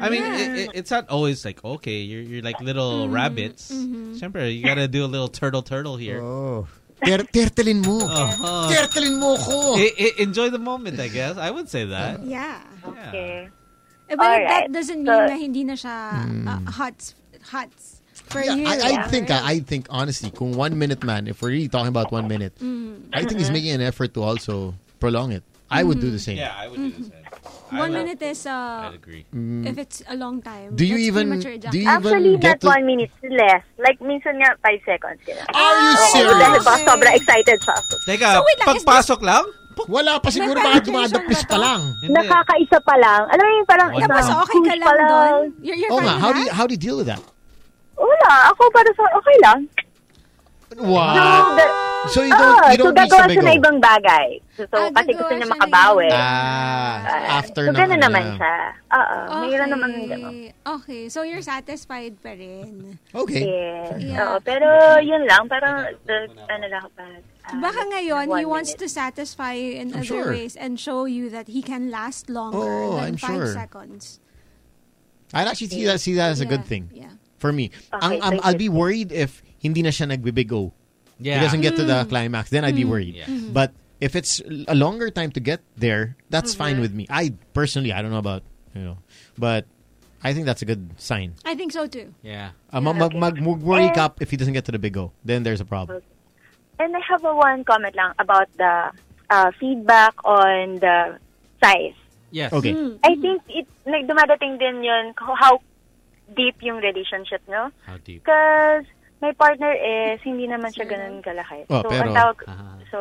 S3: I mean,
S5: yeah.
S3: it, it, it's not always like okay, you're you're like little
S5: Mhm,
S3: rabbits.
S5: mhm.
S3: Siyempre, you gotta do a little turtle turtle here.
S4: Oh, Ter tertelin mo.
S3: Uh-huh.
S4: Tertelin mo ko.
S3: E- e- enjoy the moment, I guess. I would say that.
S5: yeah.
S13: Okay.
S5: Eh, but
S13: Alright.
S5: that doesn't mean
S13: So-
S5: na hindi na siya uh, hots, hots for
S4: Hmm.
S5: you.
S4: Yeah, I, I think I, I think honestly, kung one minute man, if we're really talking about one minute,
S13: Mm-hmm.
S5: Mm.
S4: I think he's
S13: Uh-huh.
S4: making an effort to also prolong it. I would do the same.
S13: Mm-hmm.
S3: Yeah, I would do the same.
S4: Mm-hmm.
S5: One
S3: I would-
S5: minute is, uh,
S3: I'd agree.
S4: Mm.
S5: if it's a long time,
S4: Do you
S5: that's
S4: even-
S5: premature
S4: do you
S5: ejaculation.
S13: Actually,
S4: even get
S13: not
S4: to-
S13: one minute less. Like, minsan nga, five seconds. Ganun.
S4: Are you serious?
S13: Dahil baka sobra excited pa ako.
S3: Teka,
S13: So, wait lang, is
S3: pagpasok lang?
S4: Wala pa siguro
S13: May
S4: mga
S13: penetration
S4: dumadapis pa lang.
S13: Nakakaisa pa lang. Alam mo yung parang
S4: Wala.
S13: isa
S4: Tapos
S5: okay ka
S13: push
S5: lang
S13: pa
S5: doon? You're, you're
S4: Oh
S5: fine
S4: nga,
S5: with
S4: how do
S5: that?
S4: you, how do you deal with that?
S13: Wala. Ako para sa okay lang.
S4: Wow. So you don't
S13: Ah,
S4: you don't
S13: so
S4: reach the
S13: gagawa
S4: big
S13: siya ng
S4: O.
S13: ibang bagay. So, kasi gusto niya makabawi.
S4: Ah, after
S13: so, gano'n
S4: na-
S13: naman
S4: yeah.
S13: siya. Oo, may ilan uh-uh, naman gano'n.
S5: Okay. Okay, so you're satisfied pa rin.
S13: Yes.
S5: Yeah.
S13: Oo, pero yun lang, parang, uh, ano lang ako pa.
S5: Baka ngayon,
S13: Ah, One
S5: he wants
S13: minute.
S5: to satisfy you in
S4: I'm
S5: other
S4: sure.
S5: ways and show you that he can last longer
S4: Oh,
S5: than
S4: I'm
S5: five
S4: sure.
S5: seconds.
S4: I'd actually see that see that as a good thing.
S5: Yeah.
S4: For me. Ang-
S5: so
S4: um, I'll be worried if hindi na siya nagbe-big O.
S3: Yeah.
S4: He doesn't get to the
S3: Mm.
S4: climax, then I'd be
S3: Mm.
S4: worried.
S3: Yeah. Mhm.
S4: But if it's a longer time to get there, that's fine with me. I personally, I don't know about, you know, but I think that's a good sign.
S5: I think so too.
S3: Yeah.
S4: Uh, mag- mag- mag- worry ka if he doesn't get to the big O. Then there's a problem.
S7: And I have a one comment lang about the uh, feedback on the size.
S3: Yes.
S4: Okay.
S13: Mm.
S7: I think it like, dumadating din yun k- how deep yung relationship nyo.
S3: How deep?
S7: Because my partner is hindi naman siya ganun kalaki.
S3: Oh,
S7: so,
S3: pero-
S7: ang tawag,
S4: ah.
S7: so,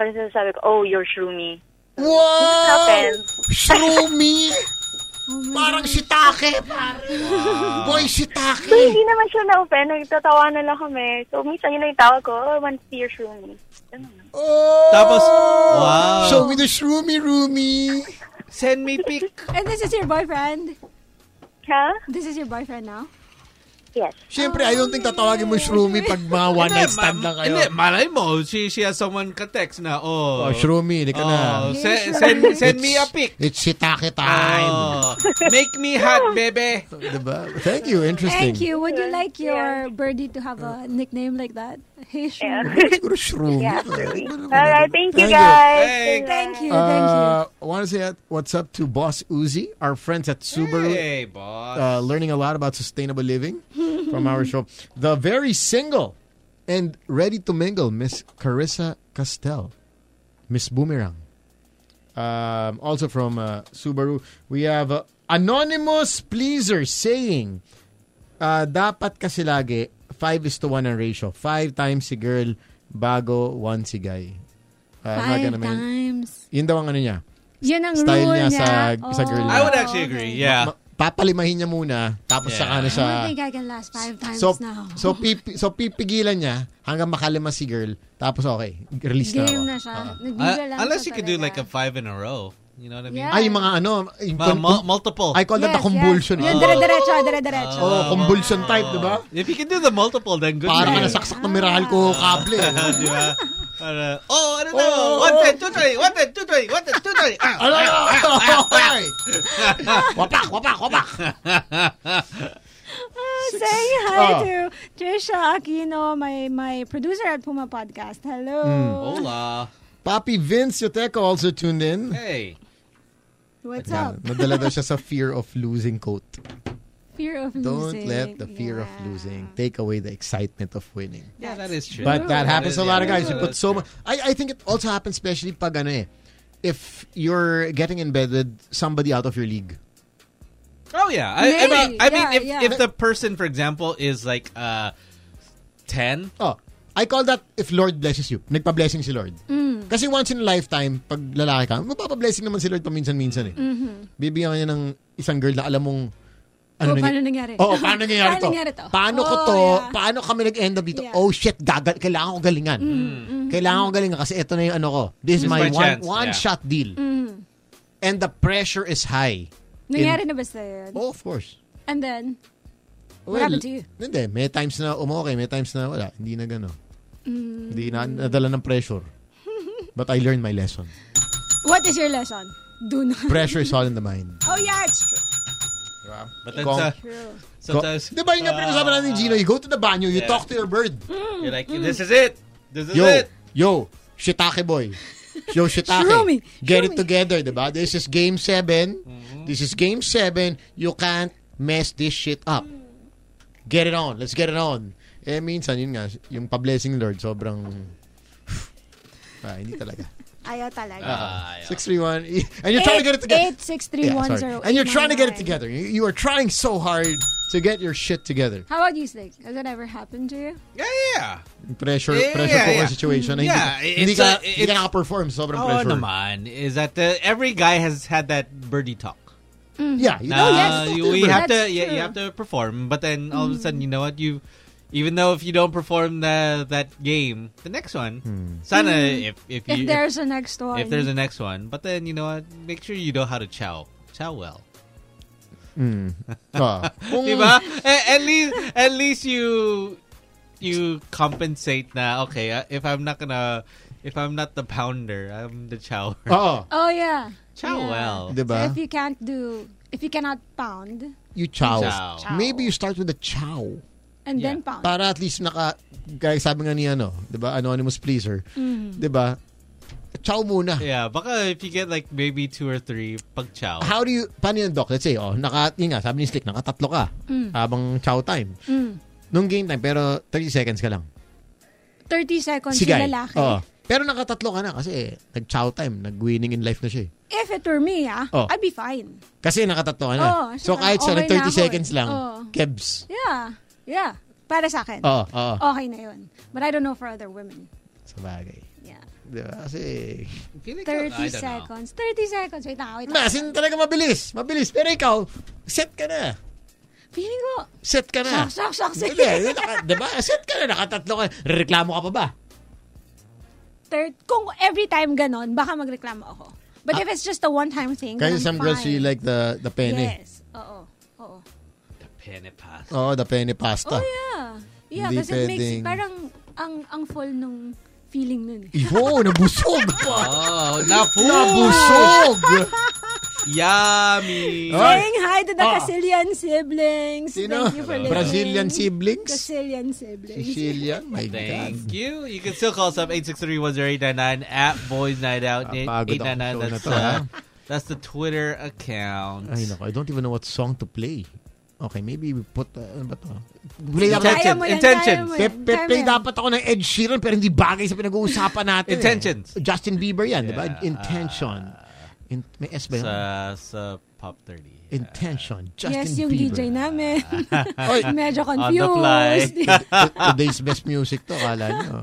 S7: parang sinasabi ko, oh, you're shroomy.
S4: Wow!
S7: Happens.
S4: Shroomy!
S13: Oh
S4: Parang sitake, pare. Boy, sitake.
S7: So, hindi naman siya na-open. Nagtatawa na lang kami. So, minsan yun ang tawag ko, oh, I want to see your shroomy.
S4: Oh!
S3: Tapos, wow.
S4: Show me the shroomy roomy.
S3: Send me pic.
S5: And this is your boyfriend?
S7: Huh?
S5: This is your boyfriend now?
S7: Yes.
S4: Siyempre, I don't think tatawagin mo shroomy pag mga one night stand lang kayo.
S3: Hindi, malay mo, she, she has someone ka-text na,
S4: Oh,
S3: oh.
S4: shroomy, hindi ka na.
S3: Oh, se- send, send me a pic.
S4: It's sitake time.
S3: Oh, make me hot, bebe.
S4: Diba? Thank you,
S5: Thank
S4: interesting.
S5: you. Would you like your birdie to have a nickname like that? Hey, Shroom.
S4: Siguro shroomy.
S7: Alright, thank you
S4: Thank you.
S7: guys.
S3: Thank-
S5: Thank you. Thank you.
S4: Uh, I want to say that- what's up to Boss Uzi, our friends at Subaru.
S3: Hey, boss.
S4: uh, learning a lot about sustainable living from our show. The very single and ready to mingle, Miss Carissa Castell, Miss Boomerang. Um, also from uh, Subaru, we have uh, Anonymous Pleaser saying, uh, dapat kasi lagi 5 is to 1 ang ratio. 5 times si girl bago 1 si guy. Uh,
S5: Five
S4: umaga naman-
S5: times.
S4: Yun daw ang ano niya.
S5: Yan ang
S4: Style
S5: rule
S4: niya
S5: niya.
S4: sa, sa
S5: Oh.
S4: girl.
S3: I would actually agree, yeah.
S4: Ma- papalimahin niya muna tapos
S3: Yeah.
S4: saka
S5: I
S4: na ano siya
S5: don't think I can last five times
S4: so
S5: now.
S4: so pipi, so pipigilan niya hanggang makalima si girl tapos okay release na ako
S5: Game na siya. Nagbigay
S3: Uh,
S5: lang
S3: unless
S5: siya
S3: you could do
S5: talaga.
S3: like a five in a row. You know what I mean?
S5: Yeah.
S4: ay yung mga ano yung
S3: Ma-
S4: con-
S3: mul- multiple.
S4: I call that the
S5: Yes,
S4: convulsion
S5: Yes. Yun, dire-diretso, dire-diretso.
S4: oh convulsion type di ba
S3: If you can do the multiple, then good.
S4: para
S3: for
S4: ka
S3: you.
S4: nasaksak ng miracle ko
S5: Ah.
S4: kable eh.
S3: Di ba? Para- oh, ano
S4: Oh,
S3: daw?
S4: oh,
S3: One
S4: oh.
S3: ten, two twenty, one ten, two twenty, one ten, two twenty. Ah,
S4: Ano?
S3: ah,
S4: Ay! wapak wapak wapak
S5: Oh, saying hi
S4: Ah.
S5: to Trisha Aquino, my my producer at Puma Podcast. Hello.
S3: Hola.
S4: Mm. Papi Vince Yoteco also tuned in
S3: Hey.
S5: What's
S4: Yan,
S5: up?
S4: nadala daw siya sa fear of losing coat
S5: Fear of
S4: don't
S5: losing.
S4: let the fear of
S5: Yeah.
S4: losing take away the excitement of winning
S3: Yeah, that is true.
S4: But that happens to
S3: is-
S4: a lot of
S3: yeah,
S4: guys. You put
S3: that's
S4: so
S3: true.
S4: much. I, I think it also happens, especially pag ano eh, if you're getting embedded somebody out of your league.
S3: Oh yeah. I, I mean,
S5: Maybe.
S3: I mean,
S5: Yeah,
S3: if
S5: yeah.
S3: if the person, for example, is like uh, ten.
S4: Oh, I call that if Lord blesses you. Nagpa-blessing si Lord. Kasi once in a lifetime, pag lalaki ka, magpapa-blessing naman si Lord paminsan-minsan eh. Bibigyan ka niya ng isang girl na alam mong ano
S5: Oh,
S4: nangy-
S5: paano nangyari?
S4: Oo, paano nangyari
S5: Paano
S4: to?
S5: nangyari to?
S4: Paano ko
S5: Oh,
S4: to?
S5: yeah.
S4: Paano kami nag-end up dito?
S5: Yeah. Mm,
S4: Oh shit, gagal. Kailangan ko galingan. Kailangan ko galingan kasi ito na yung ano ko. This is
S3: This
S4: my,
S3: is my
S4: one,
S3: chance,
S4: one
S3: yeah.
S4: shot deal.
S5: Mm.
S4: And the pressure is high.
S5: Mm-hmm. Nangyari na ba sa'yo yun?
S4: Oh, of course.
S5: And then, What happened to you?
S4: Hindi, may times na umokay, may times na wala. Hindi na gano'n.
S5: Mm.
S4: Hindi na nadala ng pressure. But I learned my lesson.
S5: what is your lesson? Do not.
S4: Pressure is all in the mind.
S5: Oh yeah, it's true.
S3: But that's
S4: Kung-
S3: uh,
S5: True.
S3: sometimes. Ah.
S4: Di ba yung nga pinag-usapan natin ni Gino, you go to the banyo, you
S3: Yeah.
S4: talk to your bird.
S3: You're like, this is it. This is
S4: Yo,
S3: it.
S4: yo, shitake boy. Yo, shitake.
S5: Shroomy,
S4: Get it
S5: shroomy.
S4: together, di ba? This is game 7.
S3: Mm-hmm.
S4: This is game 7. You can't mess this shit up. Get it on. Let's get it on. Eh, minsan, yun nga, yung pa-blessing Lord, sobrang... ah, hindi talaga.
S5: Ayaw talaga.
S3: Ah, yeah.
S4: 631. e- And you're trying to get it together.
S5: Eight six three
S4: Yeah,
S5: one
S4: sorry.
S5: zero.
S4: and you're
S5: eight,
S4: trying to
S5: nine,
S4: get it
S5: nine.
S4: together. You, you are trying so hard to get your shit together.
S5: How about you, Slick? Has that ever happened to you?
S3: Yeah, yeah.
S4: Pressure,
S3: Yeah,
S4: pressure
S3: yeah,
S4: cooker
S3: yeah.
S4: situation. na hindi
S3: Yeah,
S4: ka-
S3: it's
S4: hindi ka,
S3: a-
S4: hindi ka
S3: it's-
S4: nakaperform. Sobrang
S3: Oh,
S4: pressure.
S3: naman. Is that the, every guy has had that birdie talk.
S4: Yeah. You
S3: Nah,
S4: know, yes,
S3: you-
S4: talk to
S3: we
S4: the
S3: have
S5: Mm.
S3: to
S5: That's
S3: yeah, you
S5: true. Mm.
S3: have to perform, but then all of a sudden, you know what? You even though if you don't perform the, that game, the next one,
S4: Hmm.
S3: sana if if
S5: Mm. If
S3: you if,
S5: there's a next one.
S3: if there's a next one, but then you know what? Make sure you know how to chow chow well.
S4: bird. Ah. Kung-
S3: Diba? A- at least at least you you compensate na okay uh, if I'm not gonna if I'm not the pounder I'm the chower
S4: Oo.
S5: Oh yeah.
S3: chow
S5: Yeah.
S3: well
S4: Diba?
S5: So if you can't do, if you cannot pound
S4: you chow.
S3: Chow.
S4: Maybe you start with a chow.
S5: and then
S3: Yeah.
S5: pound.
S4: Para at least naka, gaya sabi nga ni ano, di ba, anonymous pleaser.
S5: Mm-hmm.
S4: Di ba? Chow muna.
S3: yeah baka if you get like maybe two or three pag chow
S4: How do you, paano yun, Doc? Let's say, oh, naka, yun nga, sabi ni Slick, nakatatlo
S5: Mm.
S4: ka habang chow time. Nung game time, pero 30 seconds ka lang.
S5: 30 seconds
S16: Sigay.
S5: yung lalaki.
S16: Oo.
S4: Oh.
S16: Pero nakatatlo ka na kasi nag-chow time, nag-winning in life na siya eh.
S5: If it were me, ah,
S16: Oh.
S5: I'd be fine.
S16: Kasi nakatatlo ka na.
S5: Oo, siya
S16: so
S5: na,
S16: kahit sa
S5: okay
S16: nag
S5: na
S16: 30
S5: ako eh.
S16: seconds lang,
S5: Oo.
S16: kebs.
S5: Yeah. Yeah. Para sa akin.
S16: Oo,
S4: Oh,
S16: oo.
S5: Okay na yun. But I don't know for other women.
S16: Sa bagay.
S5: Yeah.
S16: Di ba? Kasi...
S5: 30 seconds. 30 seconds. Wait na, wait na.
S16: Masin talaga mabilis. Mabilis. Pero ikaw, set ka na.
S5: Feeling ko,
S16: Set ka na.
S5: Shock, shock, shock, set.
S16: Hindi, naka- Diba? Set ka na. Nakatatlo ka. Reklamo ka pa ba?
S5: third, kung every time ganon, baka magreklamo ako. But if it's just a one-time thing, then
S4: Ah. Kasi
S5: I'm
S4: some
S5: fine.
S4: girls really like the the penne.
S5: Yes. Oo. Oo.
S3: Pene pasta.
S4: Oh, the penne
S5: Oh,
S4: pasta.
S5: yeah. Yeah,
S4: Hindi
S5: kasi it makes
S4: pwedeng-
S5: parang ang ang full nung feeling nun. eh.
S4: Iho, nabusog.
S3: Oh, napu-
S4: Nabusog.
S3: Yummy.
S5: Saying hi to the
S16: Ah.
S5: Casilian siblings.
S16: Sino?
S5: Thank you for listening.
S16: Brazilian siblings?
S5: Casilian siblings.
S16: Sicilian? My
S3: Thank you. You can still call us up 863-1089 at Boys Night Out.
S16: Napagod ako
S3: 899.
S16: sa
S3: That's,
S16: show na to,
S3: uh, that's the Twitter account.
S16: Ay, nako. I don't even know what song to play. Okay, maybe we put, uh, ano ba to? Play dapat-
S3: Intention, Kaya mo yan, intentions. kaya mo yan,
S16: Pe- pe-
S3: kaya mo
S16: play
S3: yan.
S16: dapat ako ng Ed Sheeran pero hindi bagay sa pinag-uusapan natin. eh.
S3: Intentions.
S16: Justin Bieber yan, di ba?
S3: Yeah.
S16: Intention. In- may S ba yun?
S3: Sa, sa Pop 30.
S16: Intention. Justin
S5: Yes, yung
S16: Bieber.
S5: DJ namin.
S16: Oy.
S5: Medyo
S16: On
S5: confused.
S16: the fly.
S4: T- Today's best music to, kala nyo.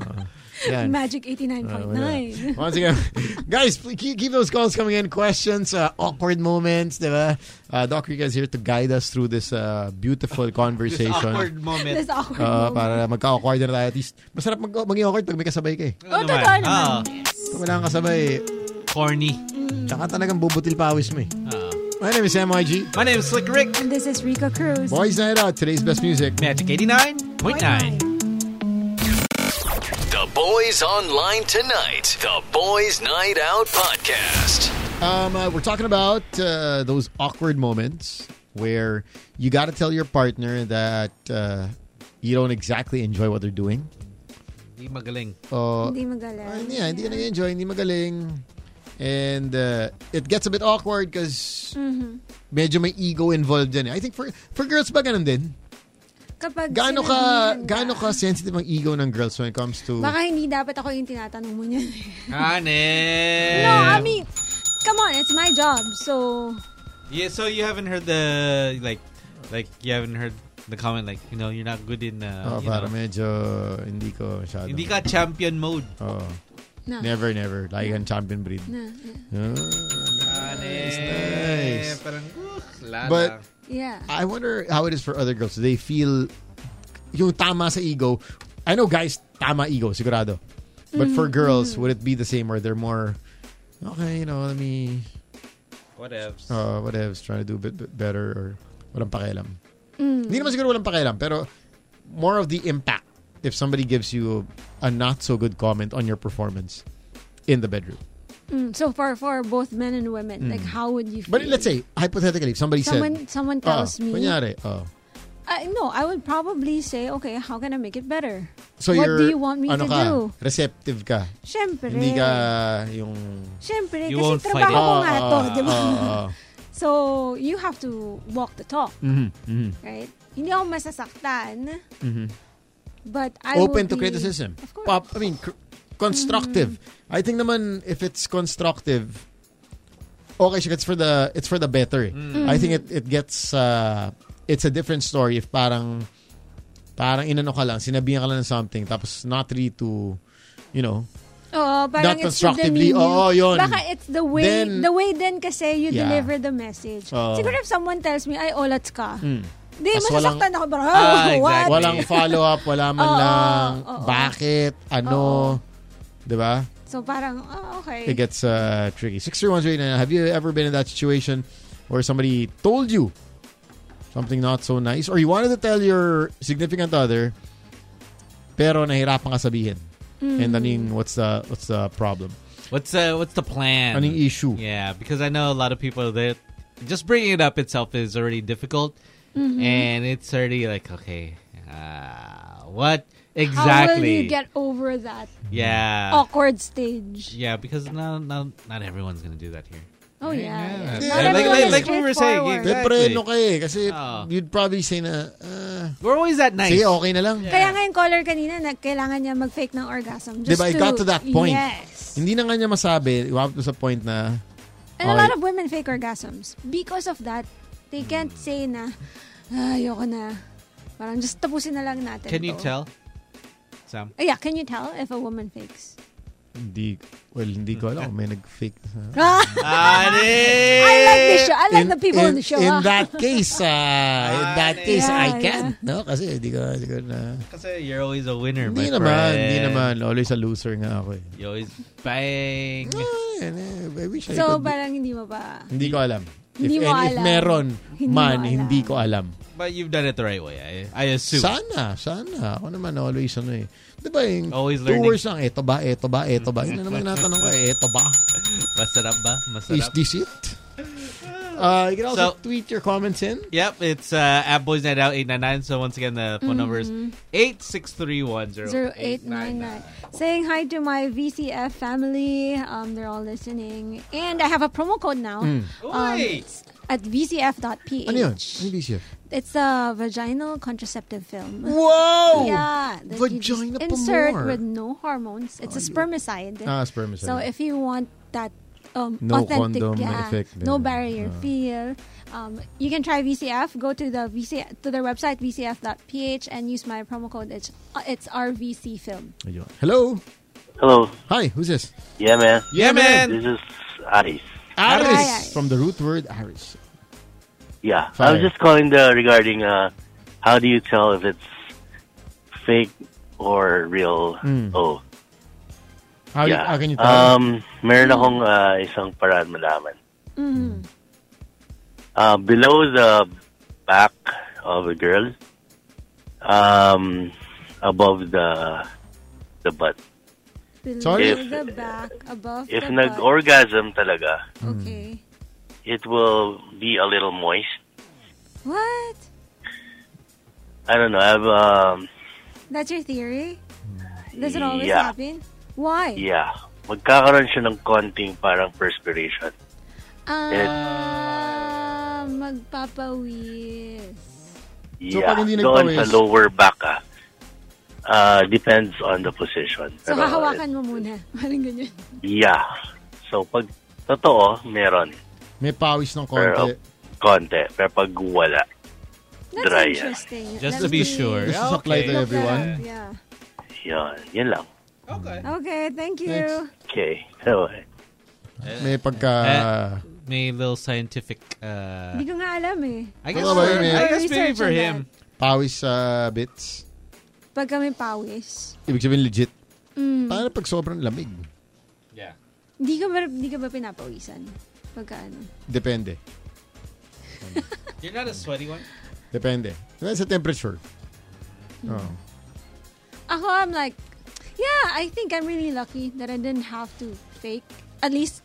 S16: Yan. Ah,
S5: Magic 89.9.
S16: Once again, guys, please keep, keep those calls coming in. Questions, uh, awkward moments, di ba? Uh, Doc Rica is here to guide us through this uh, beautiful conversation.
S3: awkward moment. This awkward
S16: Uh,
S3: moment.
S16: Para magka-awkward na tayo. At least, masarap mag- maging awkward pag may kasabay ka eh.
S3: Oo, totoo naman. naman. Ah.
S16: Pag wala kang kasabay, eh.
S3: corny. Ah.
S16: Tsaka talagang bubutil pawis mo eh. My name is MYG.
S3: My name is Slick Rick.
S5: And this is Rico Cruz.
S16: Boys Night Out, today's best music.
S3: Magic 89.9.
S11: The Boys Online Tonight. The Boys Night Out Podcast.
S4: Um, uh, we're talking about uh, those awkward moments where you got to tell your partner that uh, you don't exactly enjoy what they're doing.
S3: Hindi magaling.
S16: Oh.
S4: Uh,
S5: Hindi magaling.
S4: yeah, hindi ka nag-enjoy, hindi magaling. And uh, it gets a bit awkward because
S5: Mhm.
S4: medyo may ego involved dyan. eh. I think for for girls ba ganun din?
S5: Kapag
S4: Gaano ka,
S5: sinabihan
S4: gaano ka sensitive ang ego ng girls when it comes to...
S5: Baka hindi dapat ako yung tinatanong mo niyan.
S16: Eh.
S3: Honest.
S5: no, I mean, come on, it's my job. So,
S3: Yeah, so you haven't heard the like, like you haven't heard the comment like you know you're not good in
S4: Oh,
S3: uh, you
S4: para
S3: know,
S4: medyo hindi ko masyado.
S3: hindi ka champion mode.
S4: Oh.
S5: No.
S4: Never, never. Lagi kang champion breed.
S5: No,
S4: Oh, nice, nice.
S3: Parang, uh, lala.
S4: But
S5: Yeah.
S4: I wonder how it is for other girls. Do They feel yung tama sa ego. I know guys, tama ego, sigurado. But for
S16: Mhm,
S4: girls, would it be the same or they're more, okay, you know, let me,
S3: Whatevs.
S4: uh, whatever, trying to do a bit, bit better or walang pakialam.
S5: Mm.
S4: Hindi naman siguro walang pakialam, pero more of the impact if somebody gives you a not so good comment on your performance in the bedroom.
S5: mm, so for for both men and women,
S4: Mm.
S5: like how would you feel?
S4: But let's say, hypothetically, if somebody
S5: someone
S4: said,
S5: someone tells
S4: "Ah,
S5: me,
S4: Kunyari, oh.
S5: I no, I would probably say, okay, how can I make it better?
S4: So
S5: what
S4: you're,
S5: do you want me
S4: ano
S5: to
S4: ka,
S5: do?
S4: Receptive ka.
S5: Siyempre.
S4: Hindi ka yung... Ah,
S5: Siyempre,
S4: You
S5: kasi
S4: won't fight
S5: trabaho ko
S4: it.
S5: nga to,
S4: Oo,
S5: di ba?
S4: oo, oo.
S5: So, you have to walk the talk,
S4: Mhm, mhm,
S5: right? Hindi ako masasaktan,
S4: mhm.
S5: but I
S4: Open
S5: would
S4: to
S5: be-
S4: criticism.
S5: Of course. Mm.
S4: Pop, I mean, cr- constructive. I think naman, if it's constructive, okay, siya, it's for the, it's for the better. eh.
S16: Mm.
S4: I think it, it gets, uh, it's a different story if parang, parang inano ka lang, sinabihan ka lang ng something, tapos not really to, you know,
S5: Oo, parang
S4: Not
S5: it's to the
S4: constructively.
S5: meaning.
S4: Oo, yun.
S5: Baka it's the way,
S4: Then-
S5: the way then kasi you
S4: Yeah.
S5: deliver the message.
S4: Oo.
S5: Siguro if someone tells me, ay, olats ka.
S4: mm.
S5: Di,
S4: Tas walang- Ah,
S5: masasaktan ako. Bro, what?
S4: Walang follow-up, wala man
S5: Oo,
S4: lang.
S5: oo.
S4: Bakit? Ano? Di ba?
S5: So parang, oh, okay.
S4: It gets uh, tricky. 631 have you ever been in that situation where somebody told you something not so nice or you wanted to tell your significant other pero nahirapan ka sabihin?
S3: Mm.
S4: And I mean, what's the what's the problem?
S3: What's uh what's the plan?
S4: Anong issue?
S3: Yeah, because I know a lot of people that just bringing it up itself is already difficult,
S5: Mhm.
S3: and it's already like okay, uh, what
S5: How will you
S3: exactly?
S5: get over that
S3: yeah,
S5: awkward stage?
S3: yeah, because now, now not everyone's gonna do that here.
S5: Oh, yeah.
S3: Yeah, like, like, like we were saying, exactly.
S4: Pepreno ka eh. Kasi you'd probably say na, ah,
S3: Ah. We're always that nice.
S4: sige, okay na lang.
S5: Kaya nga yung caller kanina, nagkailangan niya mag-fake ng orgasm. Just
S4: diba, it got to that point.
S5: Yes.
S4: Hindi na nga niya masabi, you have to sa point na,
S5: And a
S4: Okay.
S5: lot of women fake orgasms. Because of that, they can't say na, "Ah, ayoko na. Parang just tapusin na lang natin
S3: Can you
S5: to."
S3: tell? Sam?
S5: Ah, yeah, can you tell if a woman fakes?
S4: hindi, well, hindi ko alam. May nag-fake. na-
S5: Ah! I like this show. I like the people on
S4: in-
S5: the show.
S4: In
S5: ah.
S4: that case, ah, in that case,
S5: Yeah,
S4: I can't. No, kasi hindi ko, hindi ko na.
S3: Kasi you're always a winner,
S4: Hindi
S3: my
S4: naman,
S3: friend.
S4: hindi naman. Always a loser nga ako eh.
S3: You always bang.
S4: I wish I
S5: so,
S4: could-
S5: parang hindi mo ba?
S4: Hindi ko alam. If,
S5: Hindi mo
S4: and if
S5: alam.
S4: meron
S5: Hindi mo
S4: man,
S5: alam.
S4: hindi ko alam.
S3: But you've done it the right way, eh? I, I assume.
S4: Sana, sana. Ako naman always ano eh. Di ba yung
S3: Always
S4: two
S3: learning. Mm.
S4: words lang, eto ba, eto ba, eto ba. Yun na naman tinatanong ko eh, eto ba?
S3: Masarap ba? Masarap.
S4: Is this it? Uh, you can also
S3: So-
S4: tweet your comments in.
S3: Yep, it's uh, at Boys Night Out 899. So once again, the phone number is
S5: Mhm.
S3: 86310.
S5: 0899. Saying hi to my VCF family. Um, they're all listening. And I have a promo code now.
S4: Mm.
S5: Um, it's at vcf.ph.
S4: Ano yun? Ano yung BCF?
S5: It's a vaginal contraceptive film.
S4: Wow!
S5: Yeah. that you just
S4: Vagina pa
S5: Insert
S4: more.
S5: with no hormones. It's a spermicide.
S4: Ah, spermicide.
S5: So if you want that um,
S4: No
S5: authentic,
S4: condom
S5: yeah,
S4: effect
S5: no
S4: din.
S5: barrier
S4: Ah.
S5: feel, um, you can try VCF. Go to the VC to their website vcf.ph and use my promo code. It's uh, it's RVC film.
S4: Ayun. Hello?
S16: Hello.
S4: Hi, who's this?
S16: Yeah, man.
S4: Yeah, man.
S16: This is Aris.
S5: Aris.
S4: Aris.
S5: Hi, Aris.
S4: From the root word, Aris.
S16: Yeah, I
S4: Fire.
S16: was just calling the regarding uh, how do you tell if it's fake or real?
S4: Hmm.
S16: Oh,
S4: How,
S16: yeah.
S4: how can you tell?
S16: Um, meron akong uh, isang paraan malaman.
S5: Mm.
S16: Uh, below the back of a girl, um, above the the butt.
S5: Below
S16: Sorry? If-
S5: the back, above
S16: If
S5: the butt.
S16: nag-orgasm talaga,
S4: Hmm.
S5: Okay.
S16: it will be a little moist.
S5: What?
S16: I don't know. I've um,
S5: That's your theory? Does it always
S16: Yeah.
S5: happen? Why?
S16: yeah, magkakaroon siya ng konting parang perspiration.
S5: Ah, magpapawis.
S16: Yeah,
S4: So, pag hindi
S16: doon sa
S4: nagpawis-
S16: lower back ah. Uh, depends on the position.
S5: So,
S16: Pero,
S4: eh,
S5: hahawakan mo muna. Parang ganyan.
S16: Yeah. So, pag totoo, meron.
S4: May pawis ng
S16: Pero,
S4: konti.
S16: konti. Pero pag wala,
S5: That's
S16: dry yan.
S5: interesting.
S3: Just
S5: Let
S3: to be
S5: me-
S3: sure.
S4: This
S3: Yeah,
S4: is apply
S3: okay.
S4: to everyone.
S5: Yeah.
S16: Yun. Yun lang.
S5: Okay, thank you.
S16: Okay. Bye.
S4: May pagka...
S3: Eh, May little scientific. Uh,
S5: Hindi ko nga alam eh.
S3: I guess,
S4: Wala ba
S3: for-
S4: yun, eh?
S3: I guess maybe
S5: Research
S3: for
S5: on
S3: him.
S4: pawis sa bits.
S5: Pag kami pawis.
S4: Ibig sabihin legit.
S5: Mm.
S4: Paano pag sobrang lamig?
S5: Hindi ka ba, hindi ka ba pinapawisan? Pagka ano?
S4: Depende.
S3: You're not a sweaty one.
S4: Depende. Depende sa temperature.
S5: Mm.
S4: Oh.
S5: Ako, I'm like, yeah, I think I'm really lucky that I didn't have to fake. At least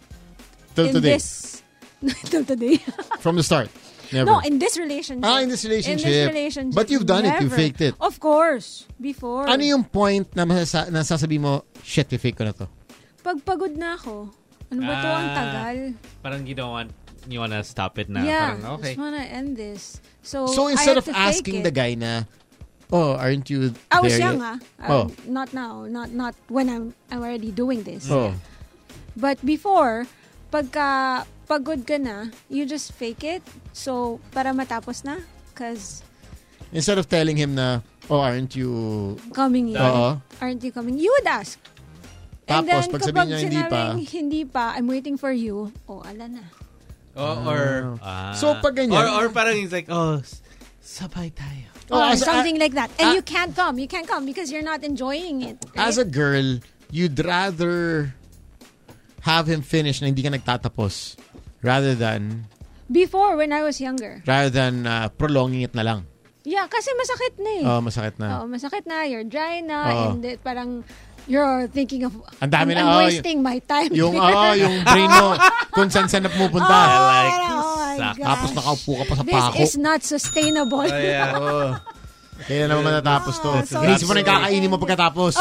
S4: Till
S5: in
S4: today.
S5: this... Till today.
S4: From the start. Never.
S5: No, in this relationship.
S4: Ah, in this relationship.
S5: In this relationship.
S4: But you've done it. You
S5: never.
S4: faked it.
S5: Of course. Before.
S4: ano yung point na masasa- nasasabi mo, shit, i-fake ko na to?
S5: Pag pagod na ako. Ano ba to? Ang
S3: Ah.
S5: tagal.
S3: Parang you don't want, you wanna stop it now.
S5: yeah.
S3: Parang,
S5: Just wanna end this. So, Oh,
S4: so
S5: I
S4: instead
S5: had
S4: of
S5: to fake
S4: asking
S5: it.
S4: the guy na, oh, aren't you
S5: I was
S4: there
S5: young,
S4: yet?"
S5: ah.
S4: Oh.
S5: Um, Not now. Not not when I'm, I'm already doing this.
S4: Oh.
S5: But before, pagka pagod ka na, you just fake it. So, para matapos na. Because
S4: Instead of telling him na, oh, aren't you...
S5: coming in.
S4: Oo.
S5: Aren't you coming? You would ask. And then,
S4: Tapos, pag
S5: kapag
S4: sabihin niya hindi pa,
S5: sinabing hindi pa, I'm waiting for you, oh, ala na.
S3: Oh, or ah.
S4: So, pag ganyan-
S3: or, or parang he's like, oh, s- sabay tayo.
S4: Oh,
S5: or
S4: as- Ah.
S5: something like that. And you can't come. You can't come because you're not enjoying it.
S4: as a girl, you'd rather have him finish na hindi ka nagtatapos rather than
S5: Before, when I was younger.
S4: rather than uh, prolonging it na lang.
S5: Yeah, kasi masakit na eh.
S4: Oh, masakit na.
S5: Oo, masakit na. You're dry na.
S4: Oo.
S5: And it, parang you're thinking of,
S4: Ang dami
S5: I'm,
S4: na,
S5: I'm
S4: oh,
S5: wasting my time.
S4: Yung,
S5: here.
S4: oh, yung brain mo, kung saan saan na pumupunta.
S5: Oh, like, oh my
S4: Tapos
S5: gosh.
S4: nakaupo ka pa sa
S5: This
S4: pako. Oh,
S5: is not sustainable.
S3: Oh, yeah.
S4: Oo. Kaya naman matatapos to.
S5: Ah, so
S4: Inisip mo na
S5: it's-
S4: yung kakainin mo pagkatapos.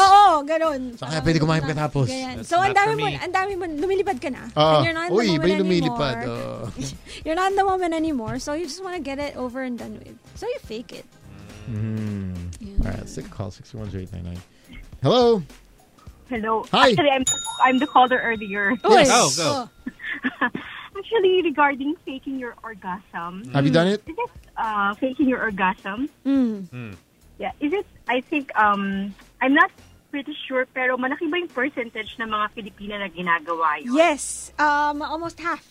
S5: Oo, ganun.
S4: Saka kaya pwede kumain pagkatapos.
S5: Ganyan. So, ang dami mo, ang dami mo, lumilipad ka na. And
S4: Oo.
S5: you're not in
S4: Ah,
S5: the
S4: Uy, iba
S5: moment
S4: yung lumilipad.
S5: anymore.
S4: Oo.
S5: You're not in the moment anymore, so you just want to get it over and done with. So, you fake it.
S4: Mm. All right, sick call 61899. Hello.
S13: Hello.
S4: Hi.
S13: Actually, I'm I'm the caller earlier.
S4: Yes. Oh, go.
S13: Actually, regarding faking your orgasm.
S4: Have you done it?
S13: Is it uh, faking your orgasm?
S3: Hmm,
S4: Mm.
S13: Yeah. Is it? I think um I'm not pretty sure pero malaki ba yung percentage ng mga Pilipina na ginagawa yun?
S5: Yes, um, almost half.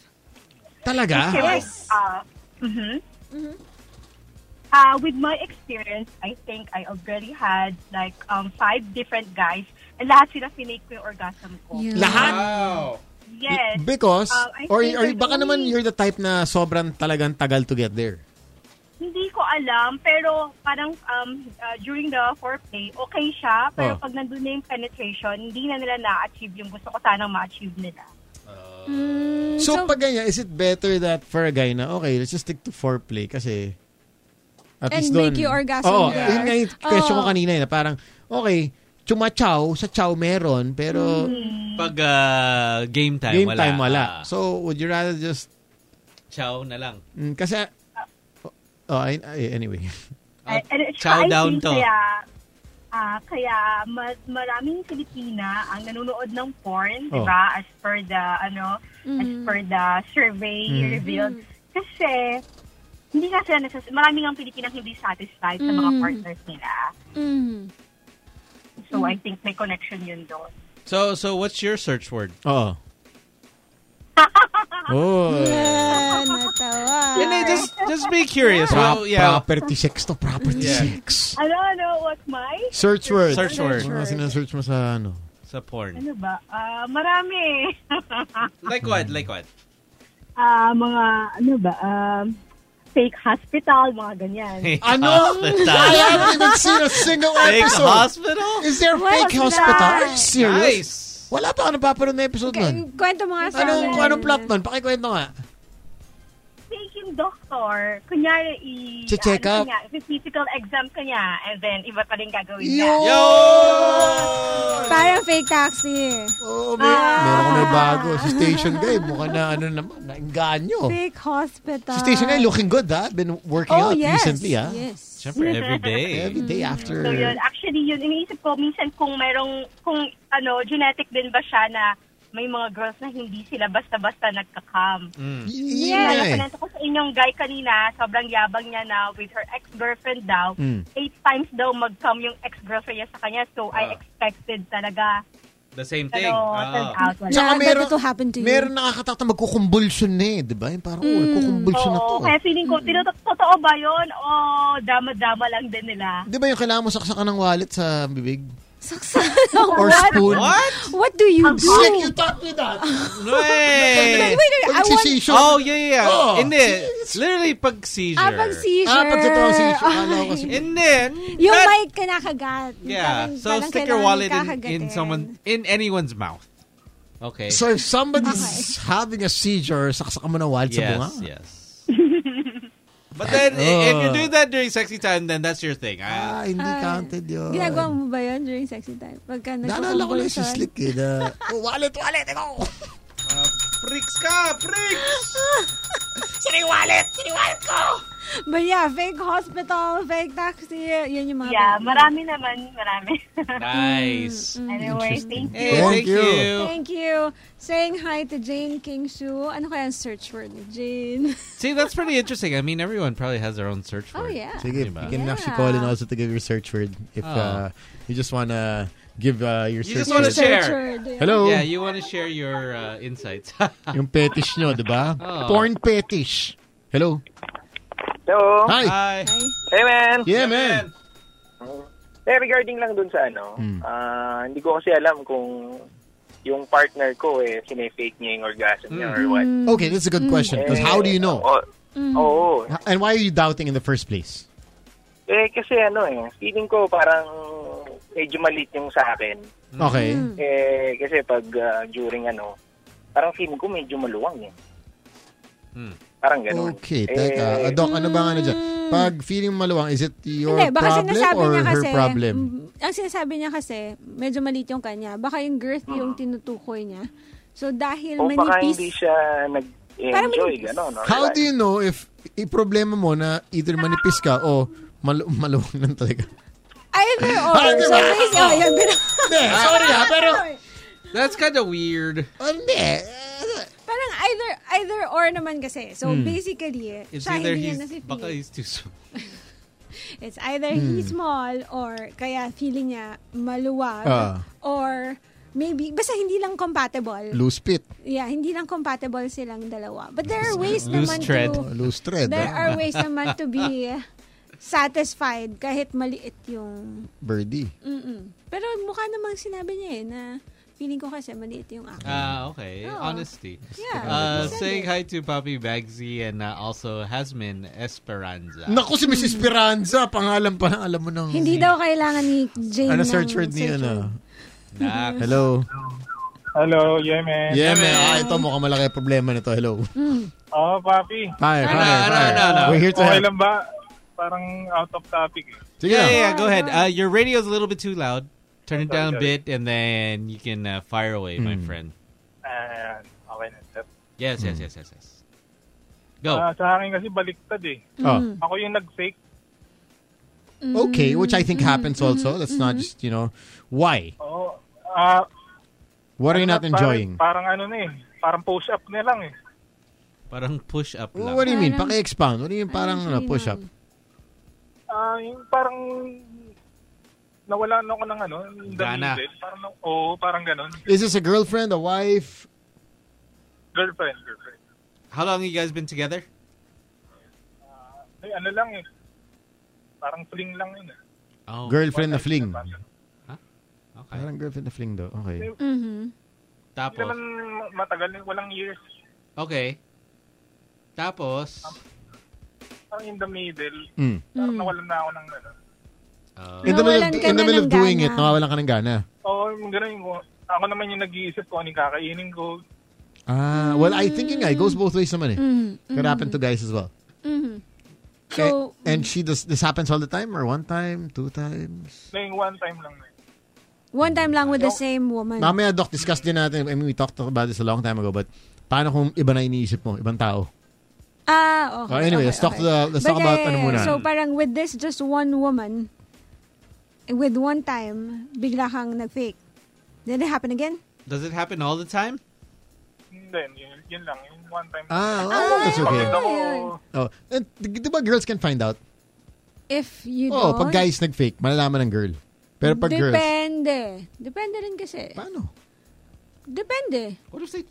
S2: Talaga?
S13: Okay, wait. Uh, mhm.
S5: Mm-hmm.
S13: Uh, with my experience, I think I already had like um, five different guys and lahat sila finake ko yung orgasm ko.
S4: Lahat?
S13: Yes.
S4: Because,
S13: Uh, I
S4: or,
S13: think
S4: or
S13: I
S4: baka
S13: don't
S4: naman you're the type na sobrang talagang tagal to get there.
S13: Hindi ko alam, pero parang um, uh, during the foreplay, okay siya. Pero
S4: Oh.
S13: pag nandun na yung penetration, hindi na nila na-achieve yung gusto ko sanang ma-achieve nila.
S5: Hmm,
S4: So, pag ganyan, is it better that for a guy na, okay, let's just stick to foreplay kasi at
S5: And
S4: least
S5: make
S4: doon.
S5: you orgasm Oh.
S4: Oo,
S5: there.
S4: yun nga yung question ko
S5: Oo.
S4: kanina eh, na parang, okay, chumachaw, sa chow meron, pero
S5: Hmm.
S3: Pag ah, game time,
S4: game
S3: wala.
S4: time wala.
S3: Ah,
S4: so, would you rather just,
S3: chow na lang.
S4: mm, kasi, oh, I- I- anyway.
S13: Eh, And- and it's-
S3: chow
S13: I
S3: down
S13: think
S3: to.
S13: Kaya, ah, kaya mas maraming Pilipina ang nanonood ng porn, di
S4: Oh.
S13: ba? As per the, ano, as
S5: Mm.
S13: per the survey
S4: Mm.
S13: revealed. Kasi, hindi kasi sila nasas- maraming ang Pilipinang hindi satisfied sa mga
S5: Mm.
S13: partners nila.
S5: Mm.
S13: So,
S5: Mm.
S13: I think may connection yun doon.
S3: So, so what's your search word?
S4: Oo. Oh.
S5: Ah, natawa.
S3: Hindi, just, just be curious.
S4: Pro-
S3: Well, yeah.
S4: Property sex to property
S3: Yeah.
S4: sex.
S13: Ano, ano, what my?
S4: Search word.
S3: Search word.
S4: Mga sinasearch mo sa ano?
S3: Sa porn.
S13: Ano ba? Ah, marami.
S3: Like what? Like what?
S13: Ah, mga, ano ba, um, fake hospital, mga ganyan.
S3: Fake
S4: Ano?
S3: hospital.
S4: I haven't even seen a single
S3: Fake
S4: episode.
S3: hospital?
S4: Is there
S5: What's
S4: fake hospital? Are you
S5: that?
S4: serious?
S3: Nice.
S4: Wala pa ako napapanood na episode nun.
S5: Kwento mo nga sa
S4: Anong,
S5: amin.
S4: anong plot nun? Pakikwento nga.
S13: Fake yung doctor, kunyari, i-
S4: Che-check up.
S13: ano, kanya, physical exam kanya, and then iba pa rin gagawin niya.
S4: Yo!
S5: Parang fake taxi.
S4: Oo, may,
S5: Ah,
S4: Meron ko may bago. Si Station Guy, mukha na ano naman, nainganyo.
S5: Fake hospital.
S4: Si Station Guy looking good ha. Been working
S5: Oh,
S4: out
S5: yes,
S4: recently
S3: ah.
S4: ha.
S5: yes.
S3: Siyempre, every day.
S4: Every day after.
S13: Mm. So yun, actually yun, iniisip ko minsan kung merong, kung ano, genetic din ba siya na may mga girls na hindi sila basta-basta nagka-cam.
S3: Mm.
S4: Y- yun nga
S13: Yeah,
S4: eh.
S13: napanento ko sa inyong guy kanina, sobrang yabang niya na with her ex-girlfriend daw,
S4: Mm.
S13: eight times daw mag-cam yung ex-girlfriend niya sa kanya. So, I
S3: Ah.
S13: expected talaga.
S3: The same thing.
S13: Pero, turns
S3: Ah.
S13: out, wala.
S4: Tsaka meron,
S5: happen to you. Mm.
S4: meron nakakatakot na magkukumbulsyon na eh, di ba? Yung parang, oh, kukumbulsyon na to.
S13: Oo,
S3: eh.
S13: kaya feeling ko, tino- totoo ba yun? O, dama-dama lang din nila.
S4: Di ba yung kailangan mo saksakan ng wallet sa bibig?
S5: Or
S4: spoon.
S3: What?
S5: What do you do?
S4: Slick, you taught me that. eh?
S5: Wait,
S3: Wait!
S5: wait, wait, I want-
S4: Nagsisisyon.
S3: Oh, yeah, yeah, yeah.
S4: Oh.
S3: Hindi. Literally, pag seizure.
S5: Ah, pag seizure.
S4: Ah, pag totoo seizure. Alam ko kasi.
S3: Hindi.
S5: Yung
S3: That-
S5: mic ka nakagat.
S3: Yeah.
S5: Parang-
S3: So
S5: parang
S3: stick
S5: kailangan
S3: your
S5: eh.
S3: wallet in,
S5: kakagatin.
S3: in someone in anyone's mouth. Okay.
S4: So if somebody's having a seizure, saksakan mo ng wallet sa bunga?
S3: yes, yes. But then i- if you do that during sexy time, then that's your thing.
S4: Ah,
S3: I,
S4: hindi counted yun.
S5: Ginagawa mo ba yun during sexy time? Pagka
S4: Naalala ko na si
S5: nagkukumbulsyon?
S4: Slick eh, na, oh, wallet, wallet, ikaw!
S3: Ah, pricks ka, pricks.
S4: Siniwalit! Siniwalit ko!
S5: But yeah, fake hospital, fake taxi, yun yung mga...
S13: Yeah, marami naman, marami.
S3: Nice.
S13: anyway, thank you.
S3: Hey, Eh, thank,
S4: Thank you.
S3: you.
S5: Thank you. Saying hi to Jane King Shu. Ano kaya ang search word ni Jane?
S3: See, that's pretty interesting. I mean, everyone probably has their own search
S5: Oh,
S3: word.
S5: yeah.
S4: Sige,
S3: Diba?
S4: you can actually
S5: Yeah.
S4: call in also to give your search word if
S3: Oh.
S4: uh, you just wanna give uh, your
S3: You
S4: search
S3: just want
S4: word.
S3: to
S5: Search
S3: share.
S5: word, yeah. Oh,
S4: Hello?
S3: Yeah, you want to share your uh, insights.
S4: Yung fetish nyo, di ba?
S3: Oh.
S4: Porn fetish. Hello?
S8: Hello?
S4: Hi.
S3: Hi.
S8: Hey, man!
S4: Yeah, man.
S8: Eh, regarding lang dun sa ano,
S4: Mm.
S8: ah, hindi ko kasi alam kung yung partner ko eh, sinifake niya yung orgasm niya
S4: Hmm.
S8: or what. uh,
S4: Okay, that's a good question. Because how do you know?
S8: Oo. Oo.
S4: And why are you doubting in the first place?
S8: Eh, kasi ano eh, feeling ko parang medyo malit yung sa akin.
S4: Okay.
S8: Eh, kasi pag ah, during ano, parang feeling ko medyo maluwang eh. Parang ganun. Eh, mm.
S4: Okay, teka. Ah, uh, Doc, ano ba ano dyan? Pag feeling mo maluwang, is it your
S5: Hindi, baka
S4: problem
S5: sinasabi
S4: or
S5: niya
S4: her
S5: kasi,
S4: problem?
S5: mm, ang sinasabi niya kasi, medyo maliit yung kanya. Baka yung girth yung tinutukoy niya. So, dahil
S2: Mm. O baka hindi
S5: manipis,
S2: siya
S5: Parang
S2: nag-enjoy, gano'n. or
S4: How
S2: like-
S4: do you know if i-problema mo na either manipis ka o malu- maluwang lang talaga?
S5: either or.
S4: Ah, di
S5: so,
S4: ba?
S5: basically, oh, yun, pero...
S3: sorry ha, pero that's kind of weird.
S5: Parang either either or naman kasi. So,
S3: Hmm.
S5: basically,
S3: It's
S5: siya
S3: either
S5: hindi niya
S3: he's,
S5: nasipil.
S3: baka he's too small.
S5: It's either
S3: Hmm.
S5: he's small or kaya feeling niya maluwag
S4: Ah.
S5: or maybe, basta hindi lang compatible.
S4: Loose pit.
S5: Yeah, hindi lang compatible silang dalawa. But there are ways
S4: Loose
S5: naman
S4: thread.
S5: to...
S4: Loose thread,
S5: There
S4: ah.
S5: are ways naman to be satisfied kahit maliit yung...
S4: Birdie.
S5: Mm-mm. Pero mukha namang sinabi niya eh na feeling ko kasi maliit yung akin.
S3: Ah, okay.
S5: Oo.
S3: Honesty.
S5: Yeah.
S3: Uh,
S5: Send
S3: saying
S5: it.
S3: hi to Papi Bagsy and uh, also Hasmin Esperanza.
S4: Naku, si Mrs. Esperanza, pangalan pa lang, alam mo nang...
S5: Hmm. Hindi daw kailangan ni Jane
S4: Ano
S5: ng
S4: search word ni
S5: search
S4: ano?
S3: Nak.
S4: Hello.
S17: Hello, Yemen.
S4: Yeah, man. Ah, ito mukhang malaki problema nito. Hello.
S17: Oh, papi.
S4: Hi,
S3: Ano,
S4: hi, hi. We're here to
S17: okay
S4: help.
S17: lang ba? Parang out of topic. eh.
S4: Sige
S3: Yeah,
S4: na.
S3: yeah, yeah, go ahead. Uh, your radio's a little bit too loud. Turn it down a
S17: Sorry,
S3: bit and then you can uh, fire away, my
S4: Hmm.
S3: friend.
S17: Ayan, okay na. sir.
S3: Yes, yes, yes, yes, yes. Go. Mm.
S17: Ah, sa akin kasi baliktad eh.
S4: Oh. Mm.
S17: Ako yung nag-fake.
S4: Okay, which I think
S3: Mm.
S4: happens
S17: Mm-hmm.
S4: also. That's not just, you know, why?
S17: Oo. Ah,
S4: What are you not
S17: parang-
S4: enjoying?
S17: Parang, ano na eh. Parang push-up na lang eh.
S3: Parang push up lang.
S4: What do you mean?
S17: Parang-
S4: Paki-expound. What do you mean parang ano, push up?
S17: Ah, yung parang nawala na ako ng ano, in the
S4: Gana.
S17: middle. Parang, na- oo, parang ganun.
S4: Is this a girlfriend, a wife?
S17: Girlfriend, girlfriend.
S3: How long you guys been together?
S17: Ay, ano lang eh. Parang fling lang yun eh.
S3: Oh.
S4: Girlfriend na fling.
S3: Okay.
S4: Parang girlfriend na fling daw. Okay.
S5: Mm-hmm.
S17: Hindi naman
S3: Tapos.
S17: matagal, eh, walang years.
S3: Okay. Tapos. Hmm.
S17: Parang in the middle.
S4: Mm.
S17: Parang nawalan na ako ng ano.
S4: In the middle of,
S17: Nawalan ka
S4: in the
S17: na
S4: middle of
S17: ng
S4: doing
S17: gana.
S4: it, nawawalan ka ng gana.
S17: Oo, oh, ganun ko. Ako naman yung nag-iisip ko, ano yung kakainin ko.
S4: Ah, well, I think yun nga, it goes both ways naman eh.
S17: Mm,
S4: Could
S17: mm.
S4: happen to guys as well.
S5: Mm-hmm.
S4: So,
S17: mm-hmm.
S4: and she does this happens all the time or one time, two times.
S17: Na yung one time lang. na yun.
S5: One time lang with the same woman.
S4: Mamaya doc discuss din natin. I mean, we talked about this a long time ago, but paano kung iba na iniisip mo, ibang tao?
S5: Ah, okay.
S4: Oh, anyway,
S5: okay,
S4: let's talk
S5: okay.
S4: to the- let's talk
S5: But,
S4: about
S5: eh,
S4: ano muna.
S5: So parang with this just one woman, with one time, bigla kang nag-fake. Did it happen again?
S3: Does it happen all the time?
S17: Hindi, yun, yun lang. Yung one time.
S4: Ah, oh, that's okay.
S17: Bakit ako?
S4: Oh, and, di di ba girls can find out?
S5: If you
S4: Oh,
S5: don't,
S4: pag guys nag-fake, malalaman ng girl. Pero pag girls,
S5: Depende. Depende rin kasi.
S4: Paano?
S5: Depende.
S3: What if they,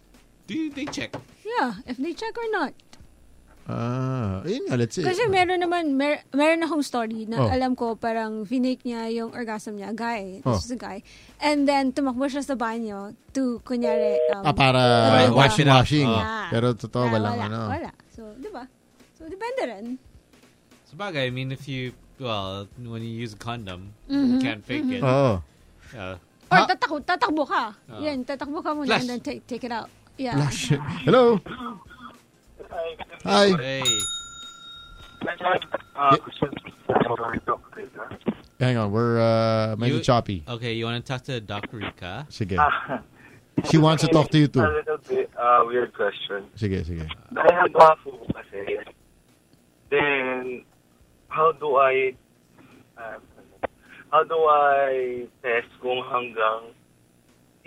S3: do they check?
S5: Yeah, if they check or not.
S4: ah, yun nga, let's see.
S5: Kasi meron naman, mer meron akong story na
S4: Oh.
S5: alam ko parang finake niya yung orgasm niya, guy. This
S4: Oh.
S5: is a guy. And then, tumakbo siya sa banyo to, kunyari, um,
S4: ah, para
S5: Right, wash
S4: washing,
S5: it up.
S4: washing.
S5: Yeah.
S4: Pero
S5: ah,
S4: totoo, walang
S5: wala,
S4: ano.
S5: Wala. So, di ba? So, depende rin.
S3: Sabagay, I mean, if you, well, when you use a condom,
S5: Mhm,
S3: you can't fake
S5: mhm.
S3: it.
S4: Oh.
S3: Uh,
S5: Or tatakbo, tatakbo ka.
S3: Ah.
S5: Yan, tatakbo ka muna
S3: Flash.
S5: and then take, take it out. Yeah.
S4: Flash. Hello. Hi.
S8: Uh,
S4: Hang on, we're uh, maybe
S3: you- Ah.
S4: choppy.
S3: Okay, you want to talk to Doc Rica?
S4: Sige.
S2: Ah.
S4: She wants to talk to you
S8: A
S4: too.
S8: little bit uh, weird question.
S4: Sige, sige.
S8: I have waffle kasi. Then, how do I, uh, how do I test kung hanggang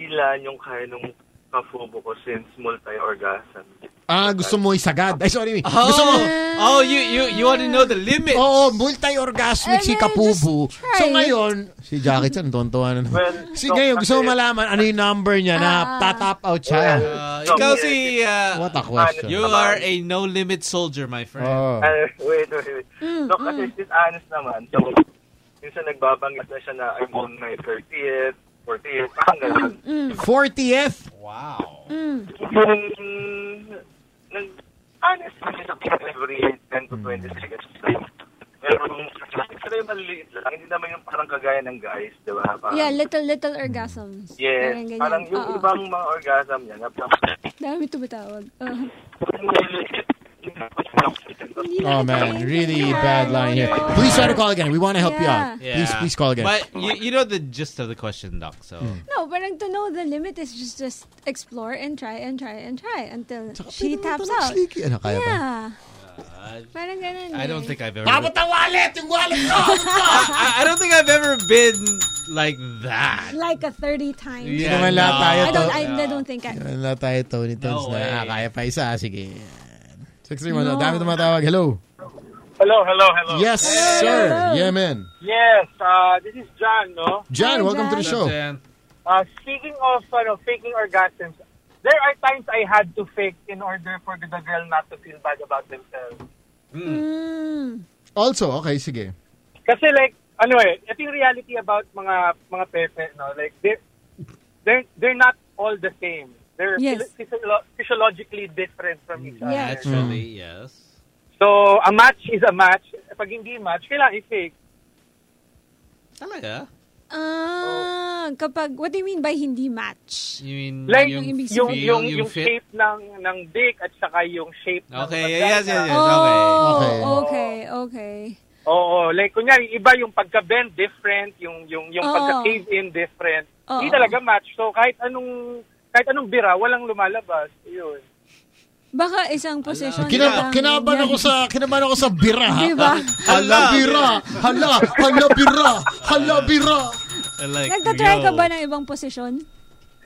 S8: ilan yung kaya ng kafubo ko since multi-orgasm?
S4: Ah, gusto mo isagad. Ay, sorry.
S8: Oh!
S4: Gusto mo.
S3: Oh, you you you want to know the limit.
S4: Oo, multi-orgasmic si Kapubo. So ngayon, si Jackie Chan, tontuwa na naman. si ngayon, gusto mo malaman ano yung number niya na tatap out siya.
S3: Uh, ikaw si, uh,
S4: What a question.
S3: You are a no limit soldier, my friend.
S4: Oh.
S8: Uh, wait, wait, wait.
S5: Mm,
S8: so, kasi since honest naman, so, minsan nagbabanggit na siya na I'm on my 30th, 40th, parang ganun.
S3: Mm.
S4: 40th?
S3: Wow.
S5: Mm.
S8: Yung, Mm, nag, honest kasi sa every 10 to 20 seconds. Pero, pero yung maliliit lang, hindi naman yung parang kagaya ng guys, di ba? Parang,
S5: Yeah, little, little orgasms.
S8: Yes,
S5: Parang ganyan.
S8: parang yung
S5: Oo.
S8: ibang mga orgasm niya, na
S5: Dami tumatawag. Oo.
S8: parang maliliit,
S4: Oh man, really bad line here. Please try to call again. We want to help you out.
S3: Yeah.
S4: Please, please call again. Hmm.
S3: But you, you know the gist of the question, Doc. So
S5: No, parang to know the limit is just just explore and try and try and try until she taps out.
S4: Sneaky. Ano, kaya ba?
S5: Yeah. Parang ganun
S3: I don't
S5: eh.
S3: think I've ever.
S5: Tapos
S4: ang wallet! Yung wallet ko!
S3: Ano I, I don't think I've ever been like that.
S5: Like a 30 times.
S4: Hindi naman lahat tayo
S5: I don't,
S4: to.
S5: I, I don't think I...
S4: Yan na tayo, Tony Tones na. Ah, kaya pa isa. Ah, Sige. 631.
S5: No.
S4: oh, Dami tumatawag. Hello.
S2: Hello, hello, hello.
S4: Yes, sir. Yeah, man.
S2: Yes, uh, this is John, no?
S4: John, welcome to the show.
S2: Uh, speaking of ano, faking orgasms, there are times I had to fake in order for the girl not to feel bad about themselves.
S4: Hmm. Also, okay, sige.
S2: Kasi like, ano eh, ito yung reality about mga mga pepe, no? Like, they're, they're, they're not all the same. They're
S3: Yes.
S2: physio- physio- physiologically different from each
S4: Mm.
S2: other.
S4: hmm.
S3: Naturally, yes.
S2: So, a match is a match. Pag hindi match, kailangan i-fake.
S3: Talaga?
S5: Ah, kapag... What do you mean by hindi match?
S3: You mean
S2: Like,
S3: yung,
S2: yung, yung,
S3: feel,
S2: yung,
S3: yung fit?
S2: shape ng, ng dick at saka yung shape
S3: Okay,
S2: ng
S3: yes, yes, yes. Okay.
S5: Oh,
S2: Okay.
S5: okay, okay.
S2: Oo, like kunyari, iba yung pagka-bend different, yung yung yung
S5: Oo.
S2: pagka-cave in different.
S5: Oo.
S2: Hindi talaga match. So kahit anong kahit anong bira, walang lumalabas. Yun.
S5: Baka isang position lang.
S4: Kina, kinaban ako sa kinaban ako sa bira. ha?
S5: Diba?
S4: Hala bira. Hala, hala bira. Hala bira.
S5: Nagtatry ka ba ng ibang posisyon?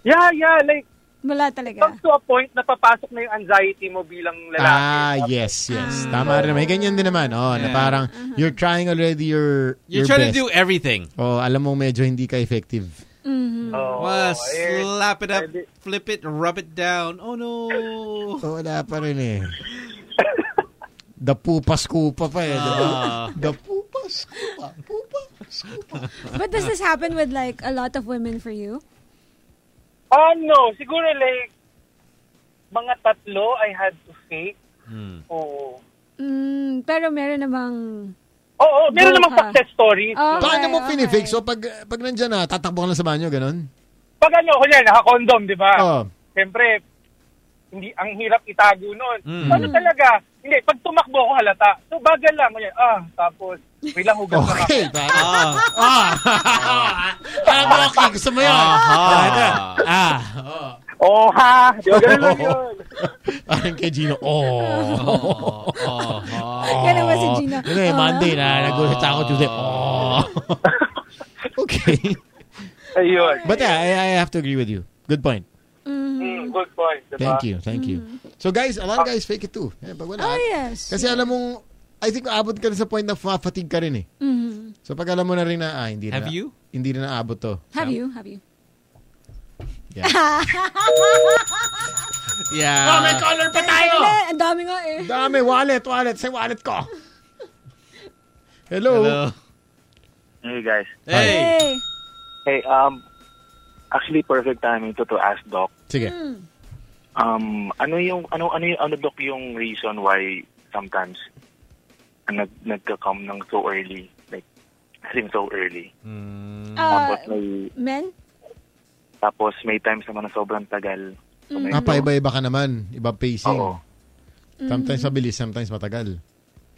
S2: Yeah, yeah, like...
S5: Wala talaga.
S2: To a point na papasok na yung anxiety mo bilang lalaki.
S4: Ah, yes, yes. Tama rin. May ganyan din naman. Oh, na
S3: Yeah.
S4: parang
S2: Uh-huh.
S4: you're trying already your
S3: You're
S4: your
S3: trying
S4: best.
S3: to do everything.
S4: Oh, alam mo medyo hindi ka effective.
S2: Oh,
S3: well,
S8: eh,
S3: slap it up, flip it, rub it down. Oh no.
S4: So, wala pa rin eh. Dapupas-kupa pa eh. Diba?
S3: Ah.
S4: Dapu-
S5: But does this happen with like a lot of women for you?
S2: Oh no, siguro like mga tatlo I had to fake.
S4: Hmm.
S2: Oo.
S5: Mm, pero meron namang...
S2: Oo, oh, meron namang
S5: Buka.
S2: success stories.
S5: Okay,
S4: Paano mo
S5: okay.
S4: pinifix? So, pag, pag nandyan na, tatakbo ka lang sa banyo, ganun? Oh.
S2: Pag ano, kunyari, naka-condom, di ba?
S4: Oo.
S2: Siyempre, hindi, ang hirap itago nun.
S4: Mm.
S2: Ano talaga? Hindi, pag tumakbo ako halata. So, bagal lang. Kunyari, ah, tapos, wait lang, hugas na
S4: Okay,
S2: ako.
S4: ba? Ah. Ah, Rocky, gusto mo yun? Ah. Ah.
S2: Oh, ha? Di ba, ganun lang yun.
S4: Parang kay Gino, oh.
S3: Oh.
S5: Ganun ba si Gino? "Oh."
S4: Yun eh, Monday na,
S3: Ah.
S4: nagulat ako Tuesday, oh. okay.
S2: Ayun.
S4: But yeah, I, I have to agree with you. Good point.
S2: Mm,
S5: Mm-hmm.
S2: good point, di ba?
S4: Thank you, thank you. So guys, a lot of guys fake it too. Eh, pag wala.
S5: Oh, yes.
S4: Kasi alam mong, I think aabot ka rin sa point na ma-fatigue ka rin eh.
S5: Mhm.
S4: So pag alam mo na rin na, ah, hindi na.
S3: Have you?
S4: Hindi na naabot to.
S5: Have you? Have you?
S4: Yeah.
S3: Yeah.
S4: Oh, may color pa tayo!
S5: Hindi, Ang dami nga eh.
S4: Dami, wallet, wallet, say wallet ko. Hello.
S8: Hey guys.
S4: Hey.
S8: Hey, um, actually perfect timing to to ask Doc.
S4: Sige.
S5: Mm.
S8: Um, ano yung ano ano yung ano Doc yung reason why sometimes nag nagka-come ng so early, like as in so early.
S5: Ah,
S8: Tapos may
S5: men?
S8: tapos may times naman na sobrang tagal. So, may-
S4: Ah, paiba-iba ka naman. Iba pacing. Sometimes
S5: Mhm.
S4: mabilis, sometimes matagal.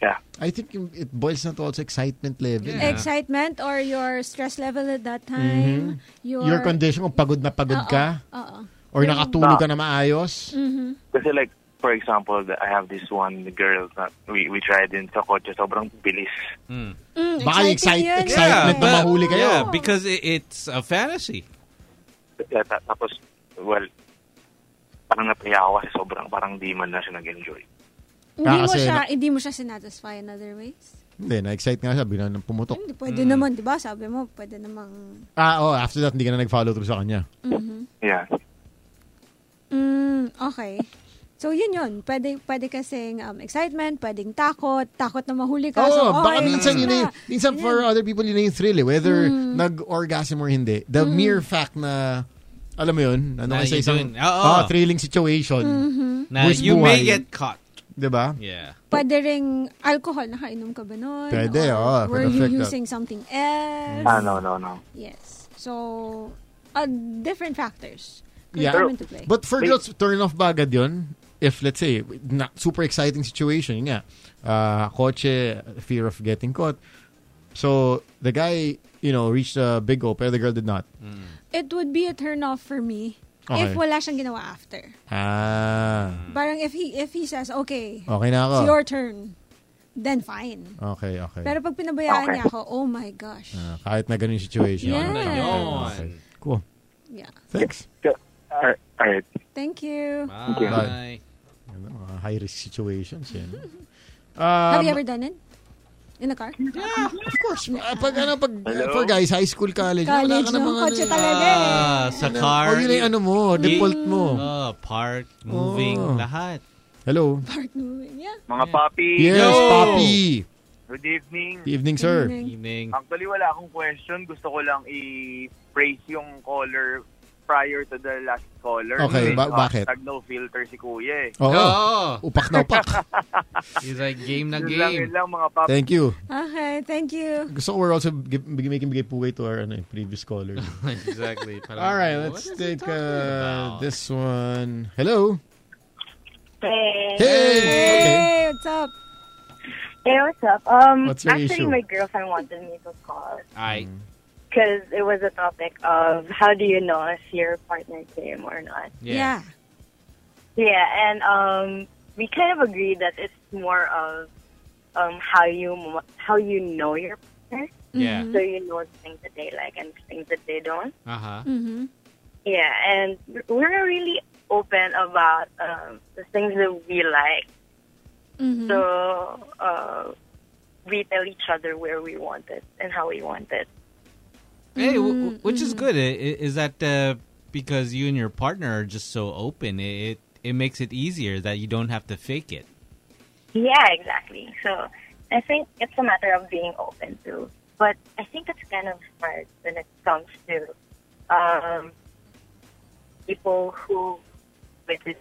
S8: Yeah.
S4: I think yung- it boils down to also excitement level.
S5: Excitement or your stress level at that time?
S4: Mhm. Your condition, kung pagod na pagod
S5: Oo, Mm-hmm.
S4: ka,
S5: Oo.
S4: or nakatulog
S8: Ah.
S4: ka na maayos.
S5: Mhm.
S8: Kasi like, for example, the- I have this one girl na we, we tried in sa kotse, sobrang bilis.
S5: Mm,
S4: Baka yung excite-
S5: yun.
S4: excitement na
S3: but-
S4: mahuli kayo.
S3: Yeah, because it, it's a fantasy.
S8: Ta- ta- Tapos, well, parang napahiya ako kasi sobrang parang di man na siya nag-enjoy.
S5: Hindi
S4: Ah,
S5: mo
S4: kasi
S5: siya,
S4: na-
S5: hindi mo siya sinatisfy in other ways?
S4: Hindi, na-excite nga siya, bigla nang pumutok.
S5: Hindi, pwede naman, di ba? Sabi mo, pwede namang...
S4: Ah, oh, after that, hindi ka na nag-follow through sa kanya.
S5: Mhm.
S8: Yeah.
S5: Mm, okay. So, yun yun. Pwede, pwede kasing um, excitement, pwedeng takot, takot na mahuli ka.
S4: Oo,
S5: so,
S4: Oh, baka
S5: okay,
S4: minsan
S5: tapos
S4: yun na yun. Minsan for other people, yun na yung thrill eh. Whether nag-orgasm or hindi. The mere fact na, alam mo yun, ano
S3: Na
S4: kasi
S3: you're
S4: isang
S3: doing- oo.
S4: ah, thrilling situation.
S5: Mhm.
S3: Now,
S4: Buwis
S3: you may
S4: buhay.
S3: get caught.
S4: Diba?
S3: Yeah.
S5: Pwede ring alcohol, nakainom ka ba nun?
S4: Pwede,
S5: Or
S4: oh, oo,
S5: Were
S4: pwede
S5: you
S4: affect that.
S5: using something else?
S8: Ah, no, no, no.
S5: Yes. So, uh, different factors could
S4: Yeah.
S5: come into play.
S4: But for girls, turn off ba agad yun? if let's say not super exciting situation yun nga uh, kotse fear of getting caught so the guy you know reached a big goal pero the girl did not
S3: Mm.
S5: It would be a turn off for me if
S4: Okay.
S5: wala siyang ginawa after.
S4: ah
S5: Parang if he if he says, okay,
S4: Okay na ako.
S5: it's your turn, then fine.
S4: okay okay
S5: Pero pag pinabayaan
S4: Okay.
S5: niya ako, oh my gosh.
S4: Ah, kahit na ganun yung situation
S5: Yes.
S4: Okay, okay. cool
S5: Yeah.
S4: thanks
S18: Alright. alright.
S5: Thank you.
S4: Bye. Yan ang mga high risk situations yan
S5: Have you
S4: Um,
S5: ever done it? In the car? Yeah,
S4: of course. Pag ano, pag
S5: Hello?
S4: for guys, high school, college,
S5: College,
S4: wala ka na
S5: no?
S4: mga
S5: Kotse talaga eh.
S3: Ah, sa
S4: Ano,
S3: car.
S4: huwag yun na yung ano mo, default mo. Oh.
S3: Ah, park, moving,
S4: Oo.
S3: lahat.
S4: Hello.
S8: Mga papi.
S4: Yes, Papi.
S8: Good evening.
S4: Good evening, sir. Good
S3: Evening.
S8: Actually, wala akong question. Gusto ko lang i-praise yung caller prior to the last caller.
S4: Okay, ba- bakit?
S8: Hashtag no filter si kuya eh.
S4: Oo. Upak na upak.
S3: He's like, game na
S8: Yun
S3: game.
S8: lang, yun lang, mga papi.
S4: Thank you.
S5: Okay, thank you.
S4: So we're also gi- gi- making bigay puway to our ano, previous caller.
S3: exactly.
S4: All right, let's take uh, this one. Hello.
S13: Hey.
S4: Hey. Hey,
S5: what's up?
S13: Hey, what's up? Um,
S4: What's your
S13: actually,
S4: issue?
S13: my girlfriend wanted me to call
S3: I.
S4: Mm.
S13: because it was a topic of how do you know if your partner came or not?
S5: Yeah.
S13: Yeah, and um, we kind of agreed that it's more of um how you mo- how you know your partner.
S3: Yeah.
S13: So you know things that they like and things that they don't.
S3: Uh huh.
S5: Mm-hmm.
S13: Yeah, and we're really open about um, the things that we like. Mm-hmm.
S5: Mhm.
S13: So uh, we tell each other where we want it and how we want it.
S3: Hey, w- w- which is good. I- i- Is that uh, because you and your partner are just so open? It, it it makes it easier that you don't have to fake it.
S13: Yeah, exactly. So I think it's a matter of being open to. But I think it's kind of hard when it comes to um, people who with this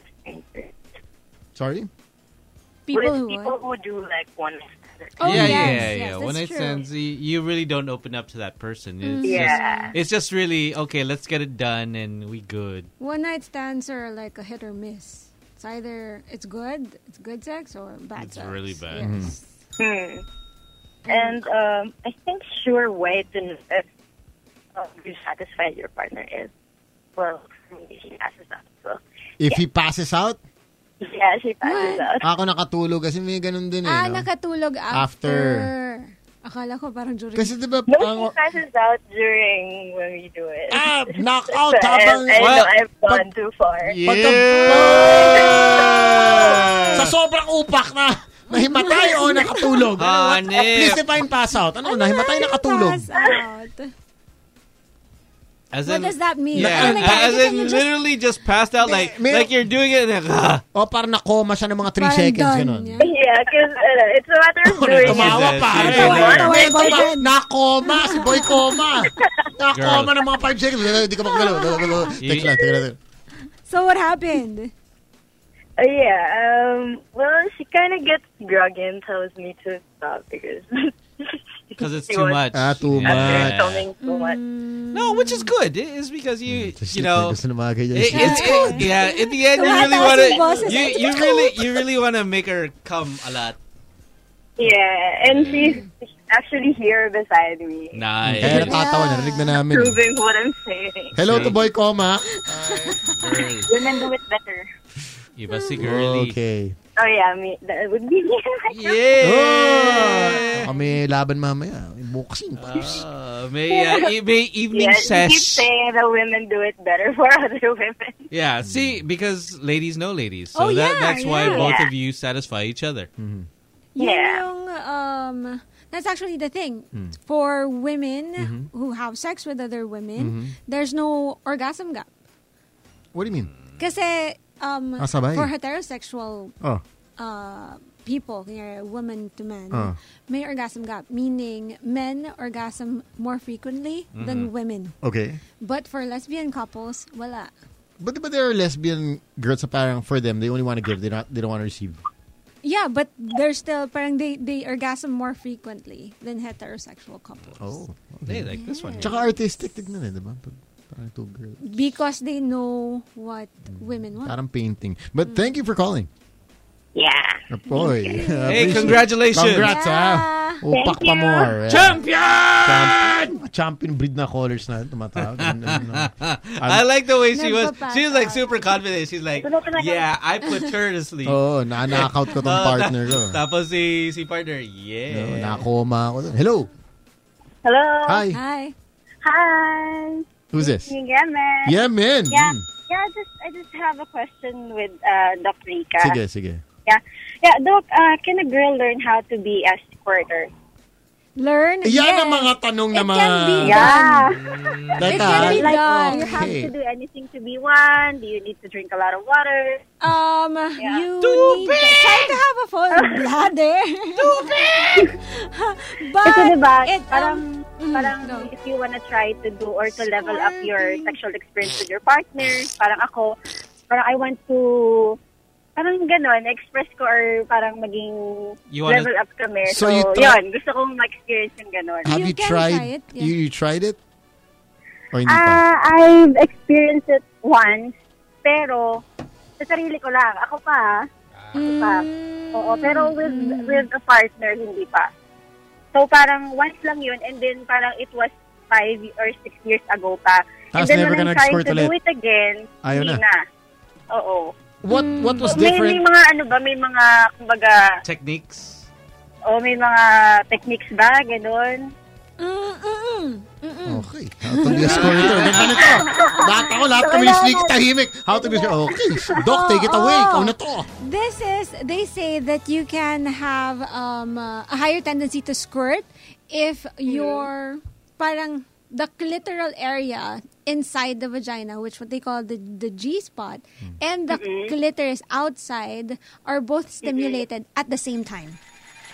S4: Sorry.
S13: people, who, Oh, people who do like one another.
S3: yeah, yeah, yeah. When it sends, you, you really don't open up to that person.
S5: Mm.
S3: It's
S13: Yeah.
S3: Just, it's just really okay. Let's get it done, and we good.
S5: One night stands are like a hit or miss. It's either it's good, it's good sex, or bad
S3: It's
S5: sex. Mm-hmm.
S3: really bad.
S4: Mm-hmm.
S13: Hmm. And um, I think sure way to know if uh, you satisfy your partner is well, maybe she passes out. So
S4: If he passes out,
S13: yeah, she passes out.
S4: ako nakatulog kasi may ganun din
S5: Ah,
S4: Ah, eh. no?
S5: nakatulog after. Akala ko parang during.
S4: Kasi diba,
S13: No,
S4: ang,
S13: she passes out during when we do it.
S4: Ah, knock
S13: So
S4: out
S13: I,
S4: habang-
S13: I know
S4: Well,
S13: I've gone too far.
S4: sa sobrang upak na nahimatay o nakatulog.
S3: Ah,
S4: Ano, what-
S3: nip.
S4: please define pass out. Ano, nahimatay nakatulog.
S5: Pass out.
S3: As
S5: What
S3: in,
S5: does that mean? Oh
S3: Yeah,
S5: my God, every time
S3: as in
S5: you just-
S3: literally just, passed out like like ah. you're doing it. And,
S4: O Oh, parang nakoma siya ng mga 3
S3: Parang
S4: seconds.
S3: done,
S4: Ganun.
S13: Yeah, because uh, it's a matter of doing it.
S4: Tumawa pa.
S3: Jesus, Jesus.
S4: May tuma- Nakoma. Si boy koma. Nakoma
S3: Girl.
S4: ng mga 5 seconds. Hindi ka makagalaw. Teka lang, teka lang. teka lang.
S5: So what happened?
S13: Uh, yeah, um, well, she kind of gets groggy and tells me to stop because
S3: Because it's
S13: She
S3: too
S13: was-
S3: much.
S4: Ah, too
S13: after
S4: much.
S13: filming too
S5: Mm.
S13: much.
S3: No, which is good. It is because
S4: Mm,
S3: you you know
S4: Gusto ng mga ganyan.
S3: It- it's cool. Yeah, at the end you
S13: Lahat
S3: really
S13: ng ating
S3: want
S13: boses
S3: to you,
S13: ay
S3: you
S13: cool.
S3: really you really want to make her come a lot.
S13: Yeah, and she's actually here beside me,
S3: Nice.
S4: Kaya natatawa. Narinig na namin.
S13: proving what I'm saying.
S4: Hello to boy koma.
S13: Women do it better.
S3: Iba si girly.
S4: Okay.
S13: Oh yeah, me. That would be me.
S4: Oh, kami laban mamaya. Boxing.
S3: Uh, may uh, e- may evening
S13: yeah, she keeps
S3: sesh.
S13: saying that women do it better for other women.
S3: Yeah, see, because ladies know ladies, so
S5: Oh,
S3: that
S5: yeah,
S3: that's why
S5: yeah.
S3: both
S5: Yeah.
S3: of you satisfy each other. Mm-hmm.
S5: Yun
S13: Yeah.
S5: yung, um, that's actually the thing.
S3: Hmm.
S5: For women
S4: Mhm.
S5: who have sex with other women,
S4: Mhm.
S5: there's no orgasm gap.
S4: What do you mean?
S5: Kasi, um,
S4: Ah, sabay.
S5: for heterosexual
S4: Oh.
S5: uh, people, kaya woman to man,
S4: Ah.
S5: may orgasm gap. Meaning, men orgasm more frequently
S4: Mhm.
S5: than women.
S4: Okay.
S5: But for lesbian couples, wala.
S4: But but there are lesbian girls na parang for them they only want to give they not they don't want to receive.
S5: Yeah, but they're still, parang they, they orgasm more frequently than heterosexual couples.
S4: Oh.
S3: They like this one.
S4: Tsaka artistic tignan eh, di ba? Pag, Parang two girls.
S5: Because they know what women want.
S4: Parang painting. But thank you for calling.
S19: Yeah.
S4: Boy.
S3: Hey, congratulations.
S4: Congrats,
S5: Yeah.
S4: ha. Upak
S5: Thank
S4: pa
S5: you.
S4: more. Yeah.
S3: Champion!
S4: Champ- champion breed na callers na tumatawag. Ano, ano.
S3: I like the way she was.
S4: Nagpapasa.
S3: She was like super confident. She's like, yeah, I put her to sleep.
S4: Oo, Oh, na-knockout ko tong
S3: Oo, ta-
S4: partner ko.
S3: Tapos si, si partner,
S4: Ano,
S3: yeah.
S4: Nakoma ako. dun. Hello.
S13: Hello.
S4: Hi.
S5: Hi.
S13: Hi.
S4: Who's this?
S13: Yemen.
S4: Yemen.
S13: Yeah.
S4: Mm.
S13: Yeah, I just I just have a question with uh, Doc Rica.
S4: Sige, sige.
S13: Yeah. Yeah, Doc, uh, can a girl learn how to be a squirter?
S5: Learn?
S4: Yan ang mga tanong na mga...
S13: Yeah.
S4: Teka, It can be
S13: like,
S5: done.
S13: do you have
S4: Okay.
S13: to do anything to be one? Do you need to drink a lot of water?
S5: Um, you need to try to have a full bladder. but
S13: Kasi diba,
S5: it,
S13: parang,
S5: um,
S13: parang
S5: go.
S13: if you wanna try to do or to level up your sexual experience with your partner, parang ako, parang I want to, parang gano'n, express ko or parang maging
S4: You wanna-
S13: level up kami.
S4: So
S13: So,
S4: you try-
S13: yun, gusto kong ma-experience yung gano'n.
S4: Have you, tried... You, you tried it? Or Oh, hindi pa?
S13: Ah, I've experienced it once, pero sa sarili ko lang. Ako pa.
S4: Ah.
S13: Ako pa. Oo, pero with with a partner, hindi pa. So parang once lang yun and then parang it was five or six years ago pa.
S4: Tapos
S13: and then
S4: never ka
S13: when I'm trying
S4: nag-squirt
S13: to do
S4: ulit.
S13: it again,
S4: Ayaw
S13: hindi
S4: na.
S13: na. Oo.
S4: What what was
S13: So, may, may
S4: different?
S13: mga ano ba, may mga, kumbaga,
S3: Techniques.
S13: o may mga techniques ba, ganun?
S4: Okay. How to be a squirter. Ganda nito. Lahat ako, lahat kami yung sneaks tahimik. How to be a squirter. Okay. Doc, take it away. Ikaw na to.
S5: Oh, This is, they say that you can have um, uh, a higher tendency to squirt if
S4: Mm-hmm.
S5: your, parang, the clitoral area inside the vagina, which what they call the, the G-spot,
S4: Mm-hmm.
S5: and the
S13: Mm-hmm.
S5: clitoris outside are both stimulated at the same time.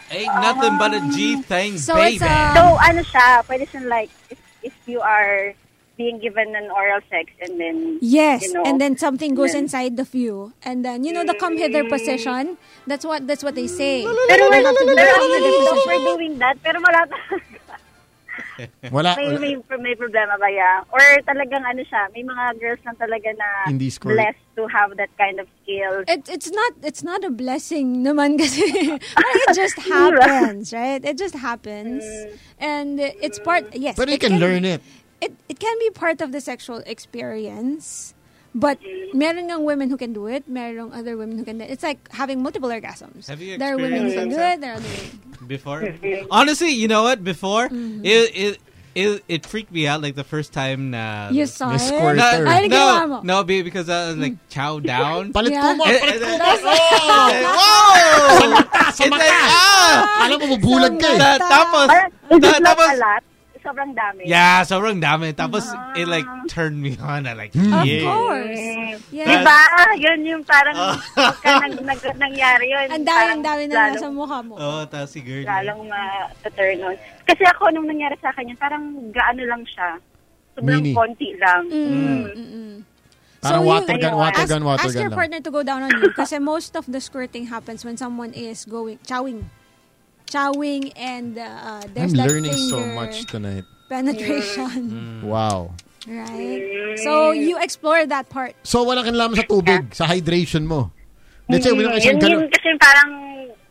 S3: Ain't nothing but a G thing,
S5: So
S3: baby.
S5: it's uh, a-
S13: So, ano siya, pwede siyang like, if, if you are being given an oral sex and then,
S5: Yes,
S13: you know,
S5: and then something goes
S13: then-
S5: inside the few, and then you know the come hither position. That's what that's what they say.
S13: Mm-hmm. Pero,
S5: You have
S13: pero,
S5: to do the
S13: pero,
S5: come hither
S13: so
S5: position.
S13: we're doing that, pero wala ta-
S4: Wala.
S13: may,
S4: wala.
S13: may, may problema ba ya? Or talagang ano siya, may mga girls lang talaga na
S4: Hindi squirt.
S13: blessed to have that kind of skill.
S5: It, it's not it's not a blessing naman kasi Parang it just happens, right? Mm. It just happens, and it's part. Yes,
S4: But you can learn it.
S5: It it can be part of the sexual experience. But meron ngang women who can do it, merong other women who can do it. It's like having multiple orgasms.
S3: Have you
S5: there are women who can do it,
S3: experienced
S5: there are other women.
S3: before. Honestly, you know what? Before
S5: Mhm.
S3: it it. It, it freaked me out like the first time na
S5: You saw Miss it?
S3: No,
S5: Squirter. Ay, ginawa mo.
S3: no, no, be- because I was like chow down.
S4: Palit ko mo,
S3: Eh,
S4: palit
S3: eh,
S4: ko mo.
S3: eh, eh,
S4: Sa
S3: Whoa!
S4: mata, sa
S3: It's
S4: mata.
S3: like, ah!
S4: Alam mo, mabulag ka eh.
S3: Ta- tapos,
S13: Parang, is
S3: ta-
S13: it not
S3: tapos,
S13: a lot? Sobrang dami.
S3: yeah, sobrang dami. Tapos, it like turned me on. I like,
S5: Ah.
S3: yeah.
S5: course. Yeah.
S13: Diba? Yun yung parang
S3: Ah.
S13: pagka nang, nang, nangyari yun.
S5: Ang dami,
S13: parang
S5: ang dami na
S13: lalong-
S5: nasa mukha mo.
S3: Oh, tapos si Gurney.
S13: Lalong ma-turn on. Kasi ako, nung nangyari sa akin yun, parang gaano lang siya. Sobrang
S4: Mini. Mm.
S13: konti lang.
S5: Mm.
S13: Mm.
S4: Parang water gun, water
S5: ask,
S4: gun, water
S5: ask
S4: gun
S5: your
S4: lang.
S5: partner to go down on you kasi most of the squirting happens when someone is going chowing. Chowing and uh,
S4: I'm
S5: there's that
S4: learning
S5: finger
S4: so much Mm. tonight.
S5: penetration,
S4: Wow.
S13: Mm.
S5: right? So you explore that part.
S4: So, wala kang laman sa tubig, sa hydration mo. Let's say, uminom ka
S13: Mm. yun,
S4: isang
S13: yun
S4: galon.
S13: kasi parang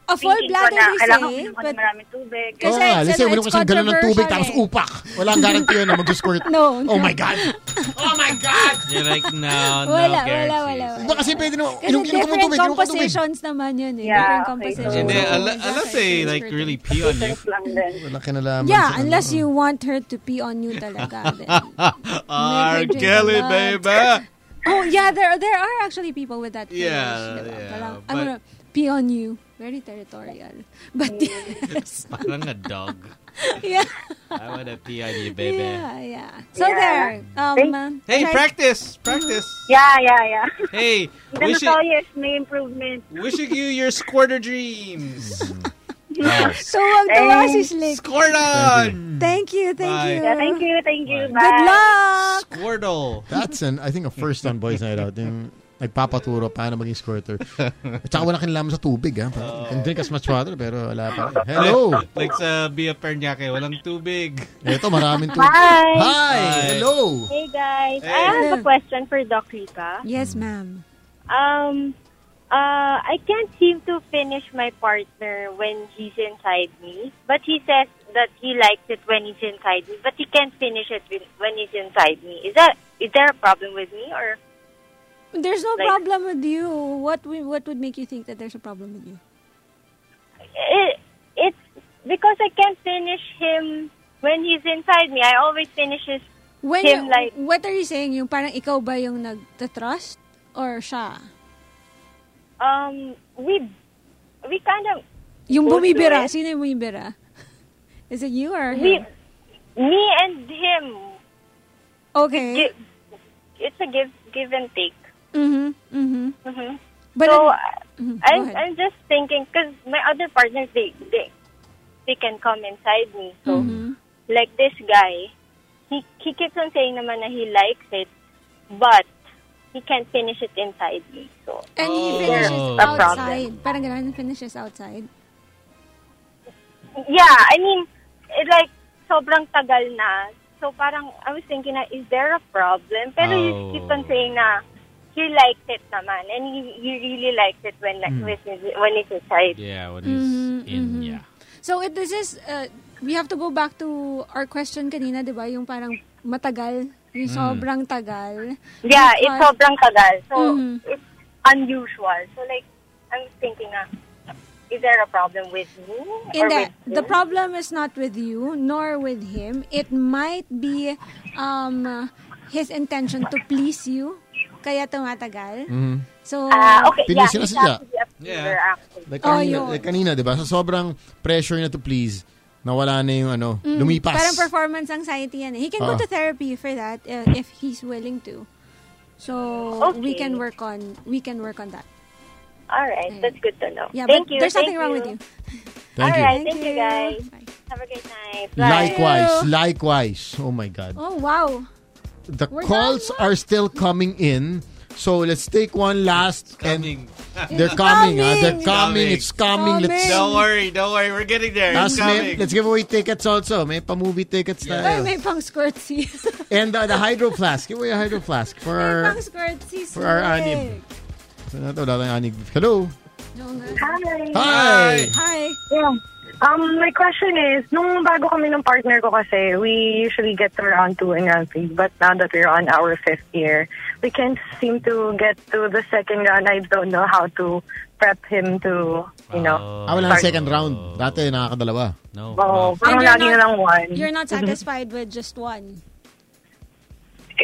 S5: A full
S13: thinking ko
S5: bladder,
S13: na
S5: they
S13: kailangan
S5: say,
S13: ko ano
S5: but-
S13: maraming tubig.
S4: Oo
S5: Kasi
S4: nga,
S5: it's-
S4: Oh, let's say,
S5: ano,
S4: uminom ka
S5: it's
S4: isang galon ng tubig,
S5: controversial
S4: tapos
S5: eh.
S4: upak. Wala ang guarantee yun na mag-squirt.
S5: No, no.
S4: Oh my God.
S5: eh.
S4: Oh my God!
S3: You're like, no, no
S5: Wala, wala,
S3: guarantees.
S5: wala, wala.
S4: Diba kasi pwede naman,
S5: Kasi
S4: inom inom ka
S5: different
S4: mong tubig, inom ka mong tubig.
S5: compositions naman yun eh.
S13: Yeah,
S5: different
S13: okay,
S5: compositions.
S3: And then,
S5: So,
S3: unle- unless they like really pee on you.
S13: lang din.
S4: Wala ka nalaman.
S5: Yeah,
S4: sa ano.
S5: unless you want her to pee on you talaga. then.
S3: R.
S5: Make her drink
S3: Kelly,
S5: a lot.
S3: baby.
S5: Oh yeah, there there are actually people with that. fetish,
S3: Yeah,
S5: diba?
S3: yeah,
S5: Parang, I'm
S3: but-
S5: gonna pee on you. Very territorial, but yes,
S3: Parang a dog.
S5: yeah,
S3: I want to pee on you, baby.
S5: yeah, yeah. So
S13: Yeah.
S5: there, um,
S13: Thank-
S5: uh,
S3: Hey,
S5: try-
S3: practice, practice.
S13: Yeah, yeah, yeah.
S3: Hey,
S13: Hindi
S3: wish
S13: na to, yes, may improvement.
S3: wishing you your squirter dreams.
S5: So wag daw si Slick.
S3: Squirt on.
S5: Thank you, thank
S3: Bye.
S5: you.
S13: Yeah, thank you, thank you. Bye.
S5: Good luck.
S3: Squirtle.
S4: That's an, I think, a first on Boys Night Out. Yung Nagpapaturo paano maging squirter. At saka wala kinalaman sa tubig, ah. ha?
S3: Oo.
S4: And drink as much water, pero wala pa. rin. Hello!
S3: Like, like sa Bia Pernyake, walang tubig.
S4: Ito, maraming tubig.
S13: Hi!
S4: Hi! Hello!
S13: Hey, guys.
S3: Hey.
S13: I have a question for Doc Rica.
S5: Yes, ma'am.
S13: Um, uh, I can't seem to finish my partner when he's inside me. But he says that he likes it when he's inside me, but he can't finish it with- when he's inside me. Is that is there a problem with me or
S5: There's no
S13: Like-
S5: problem with you. What we, what would make you think that there's a problem with you?
S13: it, eh, it's because I can't finish him when he's inside me. I always finish his,
S5: When
S13: him
S5: you-
S13: like
S5: what are you saying? Yung parang ikaw ba yung nagtatrust or siya?
S13: um we we kind of
S5: Yung
S13: Both
S5: bumibira,
S13: do it.
S5: sino yung bumibira? Is it you or
S13: We-
S5: him?
S13: me and him
S5: Okay.
S13: it's a give give and take.
S5: Mhm. Mhm.
S13: hmm
S5: But
S13: so
S5: Mhm, go
S13: I'm
S5: ahead.
S13: I'm just thinking because my other partners they they they can come inside me. So
S5: Mm-hmm.
S13: like this guy, he he keeps on saying naman na he likes it, but he can't finish it inside me. So
S5: And he
S13: there's
S5: finishes
S13: Oh, a
S5: outside. Parang ganun, finishes outside.
S13: Yeah, I mean, it, like sobrang tagal na. So parang I was thinking na is there a problem? Pero you
S20: Oh.
S13: keep on saying na he likes it naman and he, he really likes it when
S3: Hmm.
S13: when it's- when it's inside.
S3: Yeah, when
S5: he's
S3: in,
S5: Mm-hmm,
S3: yeah.
S5: So it, this is, uh, we have to go back to our question kanina, di ba? Yung parang matagal, yung
S13: Mm.
S5: sobrang tagal.
S13: Yeah,
S5: Because-
S13: it's sobrang tagal. So,
S5: Mhm.
S13: it's
S5: mm-hmm.
S13: unusual. So, like, I'm thinking, ah, is there a problem with me?
S5: in
S13: or
S5: that
S13: with
S5: the
S13: him?
S5: problem is not with you nor with him it might be um uh, his intention to please you kaya tumatagal
S4: Mhm.
S5: so
S13: Ah, okay,
S4: Pinis yeah, sila it has sadya. to
S13: Yeah.
S4: Like
S5: Oh,
S4: kanina,
S5: yun.
S4: like kanina, di ba? Sa sobrang pressure na to please, nawala na yung ano,
S5: Mm,
S4: lumipas.
S5: parang performance anxiety yan eh. he can go
S4: Ah.
S5: to therapy for that uh, if he's willing to so we
S13: Okay.
S5: can work on we can work on that
S13: All right, that's good to know.
S5: yeah
S13: thank
S5: but
S13: you.
S5: there's
S13: thank
S5: nothing wrong with you
S4: Thank
S13: All
S4: you.
S13: right,
S5: Thank
S13: thank you,
S5: you.
S13: guys. Have a great night. Bye.
S4: Likewise, likewise. Oh my God.
S5: oh wow
S4: The
S5: We're
S4: calls are still coming in. So let's take one last and they're
S3: It's
S4: coming, ah.
S3: coming.
S4: they're coming,
S3: It's coming.
S4: it's coming. Let's
S3: Don't worry, don't worry. We're getting there.
S4: Last
S3: It's
S4: minute,
S3: coming.
S4: let's give away tickets also. May pa-movie tickets
S5: Ay,
S4: tayo.
S5: may pang squirtsy
S4: And uh, the hydro flask. Give away a hydro flask for our,
S5: pang squirtsy
S4: for our
S5: sick.
S4: anib. Wala tayong anib. Hello.
S16: Hi!
S4: Hi!
S5: Hi!
S16: Yeah. Um, my question is, nung bago kami ng partner ko kasi, we usually get to round two and round three, but now that we're on our fifth year, we can't seem to get to the second round. I don't know how to prep him to, you know.
S4: Ah, wala na second round. Dati nakakadalawa.
S3: No.
S16: Oh, parang
S5: And you're
S16: lagi na
S5: not-
S16: lang one.
S5: You're not
S4: Mm-hmm.
S16: Mhm.
S5: satisfied with just one.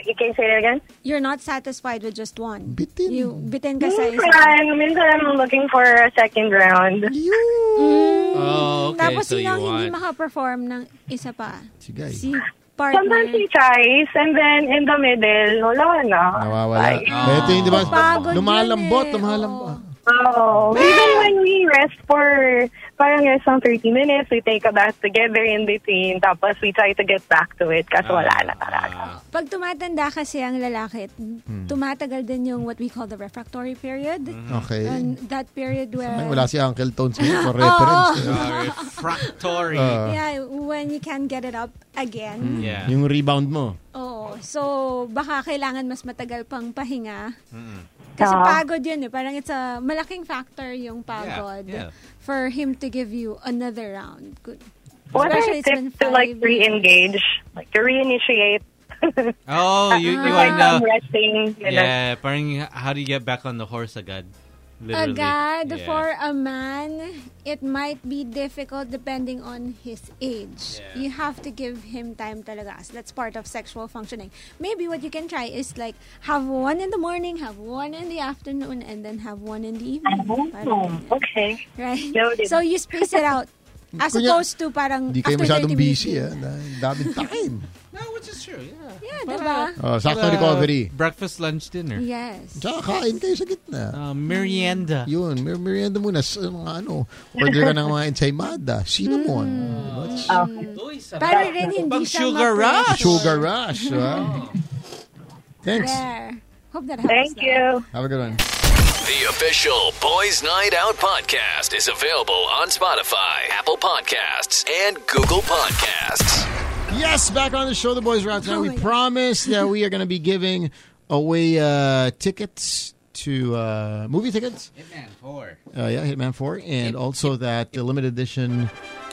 S16: You can say that again?
S5: You're not satisfied with just one. Bitin. You bitin ka
S16: Mm,
S5: sa isa.
S16: Minsan, Mm-hmm. minsan I'm looking for a second round. Mm.
S3: Oh, okay.
S5: Mm, Tapos
S3: so
S5: yun
S3: you
S5: ang hindi
S3: want.
S5: makaperform ng isa pa.
S4: Sige.
S5: Si partner.
S16: Sometimes he tries, and then in the middle, wala na.
S4: Nawawala.
S16: Bye.
S3: Ah.
S4: Ito yung, di ba?
S16: Pagod yun
S4: Lumalambot,
S16: eh,
S4: lumalambot.
S16: Oh,
S5: Ah.
S16: even when we rest for parang rest ng 30 minutes, we take a bath together in between, tapos we try to get back to it kasi wala na talaga.
S4: Ah.
S5: Pag tumatanda kasi ang lalaki,
S4: Hmm.
S5: tumatagal din yung what we call the refractory period.
S4: Okay.
S5: And that period where...
S4: Ay, wala si Uncle Tones ngayon for
S5: Oo.
S4: reference.
S3: refractory.
S4: Ah.
S5: yeah, when you can get it up again.
S3: Hmm.
S4: Yung rebound mo.
S5: Oo. So, baka kailangan mas matagal pang pahinga. Kasi
S4: Ah.
S5: pagod yun eh. Parang it's a malaking factor yung pagod
S16: yeah.
S5: for him to give you another round. Good.
S16: What are
S5: Especially it's been
S16: tips to like
S5: five
S16: re-engage, like to reinitiate?
S3: Oh, you,
S5: uh-huh.
S3: you
S16: Like,
S3: want uh,
S16: um, resting. you know?
S3: Yeah, parang how do you get back on the horse agad? Literally.
S5: Agad
S3: Yeah.
S5: for a man, it might be difficult depending on his age. You have to give him time talaga. So that's part of sexual functioning. Maybe what you can try is like have one in the morning, have one in the afternoon, and then have one in the evening. Parang ganyan.
S16: Okay.
S5: Right?
S16: Noted.
S5: So you space it out. As
S4: Kunya-
S5: opposed to parang
S4: Hindi kayo
S5: after 30
S4: masyadong
S5: minutes.
S4: busy, ah. Dahil Daming time.
S3: No, which is true, yeah.
S5: Yeah, diba?
S4: Oh, sakto
S3: Uh,
S4: recovery.
S3: Breakfast, lunch, dinner.
S5: Yes.
S4: Tsaka kain kayo sa gitna.
S3: merienda.
S4: Yun, mer- merienda muna. S- mga ano, order ka ng mga ensaymada, cinnamon.
S5: Hmm. Ah.
S4: diba?
S5: Oh. Para rin hindi
S3: Pag
S5: siya
S3: sugar Oh.
S5: ma-pressure.
S3: rush.
S4: Sugar rush. ah. Thanks.
S5: There. Hope that helps. Thank you.
S4: Have a good one.
S11: The official Boys Night Out podcast is available on Spotify, Apple Podcasts, and Google Podcasts.
S4: Yes, back on the show, the boys are out tonight. we promise that we are going to be giving away uh, tickets to uh, movie tickets.
S3: Hitman 4.
S4: Uh, yeah, Hitman Four, and also that uh, limited edition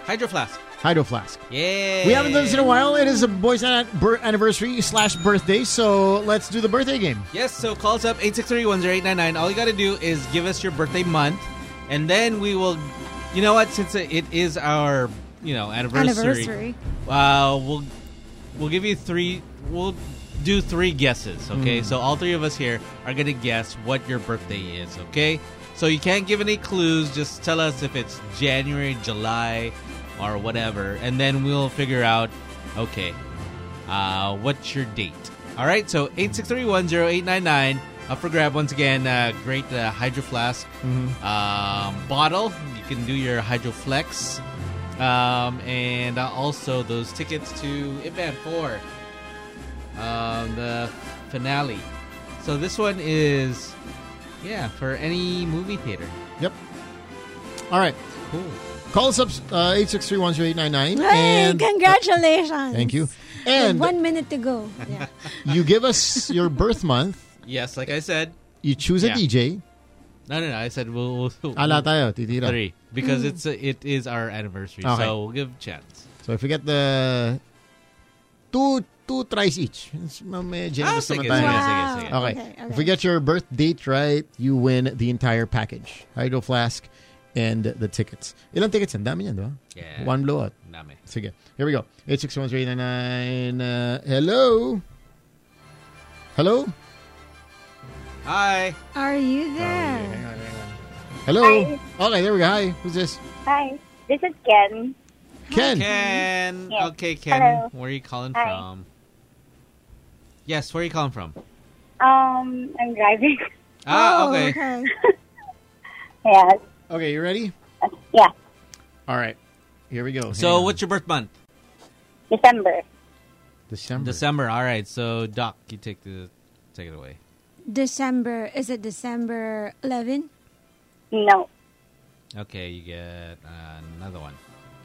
S3: Hydro Flask.
S4: Hydro Flask.
S3: Yeah.
S4: We haven't done this in a while. It is a boys' night out bir- anniversary slash birthday, so let's do the birthday game.
S3: Yes, so call us up 863-10899. All you got to do is give us your birthday month, and then we will. You know what? Since it it is our you know anniversary,
S5: Anniversary.
S3: uh, we'll we'll give you three. We'll do three guesses. Okay,
S4: Hmm.
S16: Mm.
S3: so all three of us here are gonna guess what your birthday is. Okay, so you can't give any clues. Just tell us if it's January, July, or whatever, and then we'll figure out. Okay, uh, what's your date? All right, so 863-10899. Up for grab once again. Uh, great uh, Hydro Flask um, bottle. You can do your Hydro Flex. Um, and uh, also those tickets to Event 4, um, the finale. So this one is, yeah, for any movie theater.
S4: Yep. All right.
S3: Cool.
S4: Call us up uh, eight six three one zero eight nine nine.
S5: Hey, congratulations.
S4: Thank you.
S5: With
S4: And
S5: one minute to go. Yeah.
S4: you give us your birth month.
S3: Yes, like I said.
S4: You choose a
S3: Yeah.
S4: DJ.
S3: No, no, no. I said we'll. we'll
S4: Ala Ah, tayo, titira.
S3: Three. Because
S4: Mm.
S3: it's a, it is our anniversary,
S4: Okay.
S3: so we'll give chance.
S4: So if we get the two two tries each. It's may generous
S3: Ah, sige,
S4: naman
S3: sige,
S4: tayo.
S3: sige, sige. Wow.
S4: Okay.
S3: Okay,
S4: If we get your birth date right, you win the entire package. Hydro flask and the tickets. Ilang tickets? Ang dami niyan, di ba?
S3: Yeah.
S4: One blowout.
S3: Dami.
S4: Sige. Here we go. 861-399. Uh, hello? Hello?
S3: Hi.
S5: Are you there?
S4: Hello?
S5: Hi.
S4: Okay, there we go. Hi. Who's this?
S13: Hi, this is Ken.
S4: Ken.
S3: Ken.
S13: Yes.
S3: Okay, Ken.
S13: Hello.
S3: Where are you calling
S13: Hi.
S3: from? Yes, where are you calling from?
S13: Um, I'm driving.
S3: Ah, Oh, okay.
S13: yes.
S4: Okay, you ready?
S13: Yeah,
S4: All right. Here we go.
S3: So, what's your birth month?
S13: December.
S4: December.
S3: December. All right. So, Doc, you take the take it away.
S5: December. Is it December 11?
S13: No.
S3: Okay, you get uh, another one.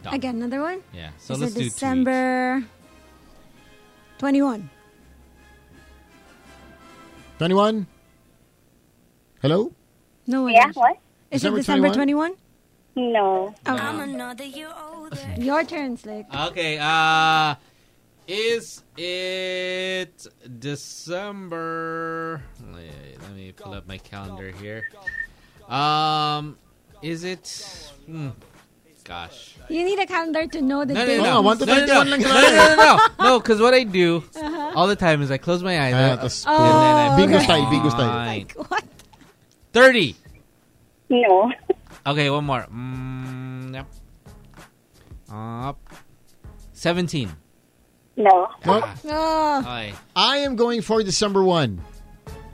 S3: Doc.
S5: I get another one?
S3: Yeah. So
S5: Is
S3: let's
S5: it
S3: do
S5: December 21?
S4: 21? Hello?
S5: No one.
S13: Yeah,
S5: knows.
S13: what?
S5: Is
S4: December
S5: it December
S4: 21?
S5: 21?
S13: No.
S5: I'm another year older. Your turn, Slick.
S3: two. Okay. Uh, is it December? Let let me pull up my calendar here. Um, is it? hmm, gosh.
S5: You need a calendar to know the
S3: No,
S5: date.
S3: no,
S4: Oh,
S3: no. no, no, no. no, no, no, no. No, because what I do all the time is I close my eyes. I,
S5: Uh-huh. Oh, okay.
S3: put
S5: Bingo
S3: it
S5: style,
S4: bingo style.
S3: on.
S5: what?
S3: 30.
S13: No.
S3: Okay, one more. Mm, yep. Uh, 17.
S13: No.
S4: Nope.
S5: Ah.
S3: Ay.
S4: I am going for December 1.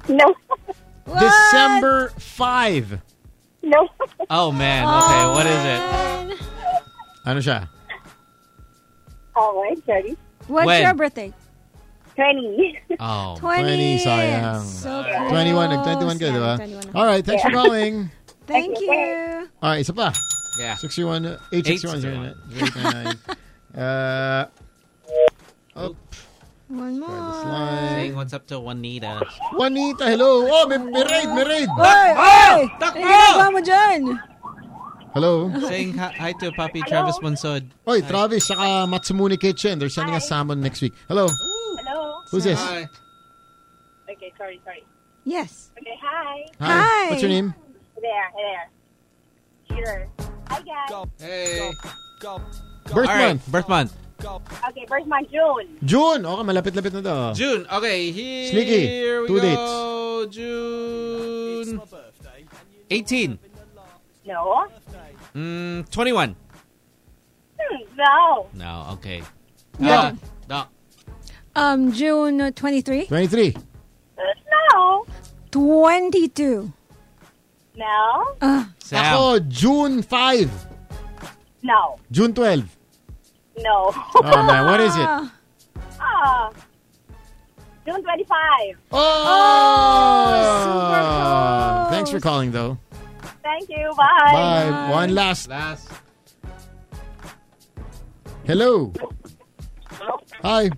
S13: No.
S4: December 5.
S13: No.
S3: Oh, man. Okay, what is it?
S4: Ano siya?
S13: All right, Jody.
S5: What's
S4: When?
S5: your birthday?
S13: 20.
S3: Oh,
S5: 20.
S4: 20, sayang.
S5: So close.
S4: 21, nag-21 ka,
S5: Yeah,
S4: diba?
S5: 21 ako.
S4: All right, thanks for
S5: Yeah.
S4: calling.
S5: Thank you.
S4: All right, Ah, isa pa.
S3: Yeah.
S4: 631, 861, 089. Uh, up.
S5: One more.
S3: Saying what's up to Juanita.
S4: Juanita, hello. Oh, may, may raid, may raid.
S5: Oy! Oy!
S3: Takbo!
S5: Ano ginagawa mo dyan?
S4: Hello.
S3: Saying hi, hi to Papi Travis Monsod.
S4: Oy, Travis, saka Matsumune Kitchen. They're sending us salmon next week. Hello.
S13: Hello.
S4: Who's this?
S3: Hi.
S13: Okay, sorry, sorry.
S5: Yes.
S13: Okay, hi.
S4: Hi. What's your name?
S13: There, there. Sure. Hi, guys.
S3: Hey.
S4: Birth
S3: All right,
S4: month.
S3: Birth month.
S13: Okay, first month, June.
S4: June. Okay, malapit-lapit na daw.
S3: June. Okay,
S4: Oh.
S3: here
S4: Sneaky.
S3: we
S4: Two
S3: go.
S4: dates.
S3: June 18.
S13: No.
S3: Mm, 21.
S13: Hmm, no.
S3: No, okay.
S5: Yeah.
S3: Doc.
S5: Um, June 23?
S4: 23.
S13: No.
S5: 22.
S13: No.
S5: Uh,
S4: Ako, June 5.
S13: No.
S4: June 12.
S13: No.
S4: Oh, man, what is it?
S13: Ah. June 25.
S4: Oh! Ah, Thanks for calling, though.
S13: Thank you.
S4: Bye.
S13: Bye.
S4: One last.
S3: Last.
S4: Hello. Hi.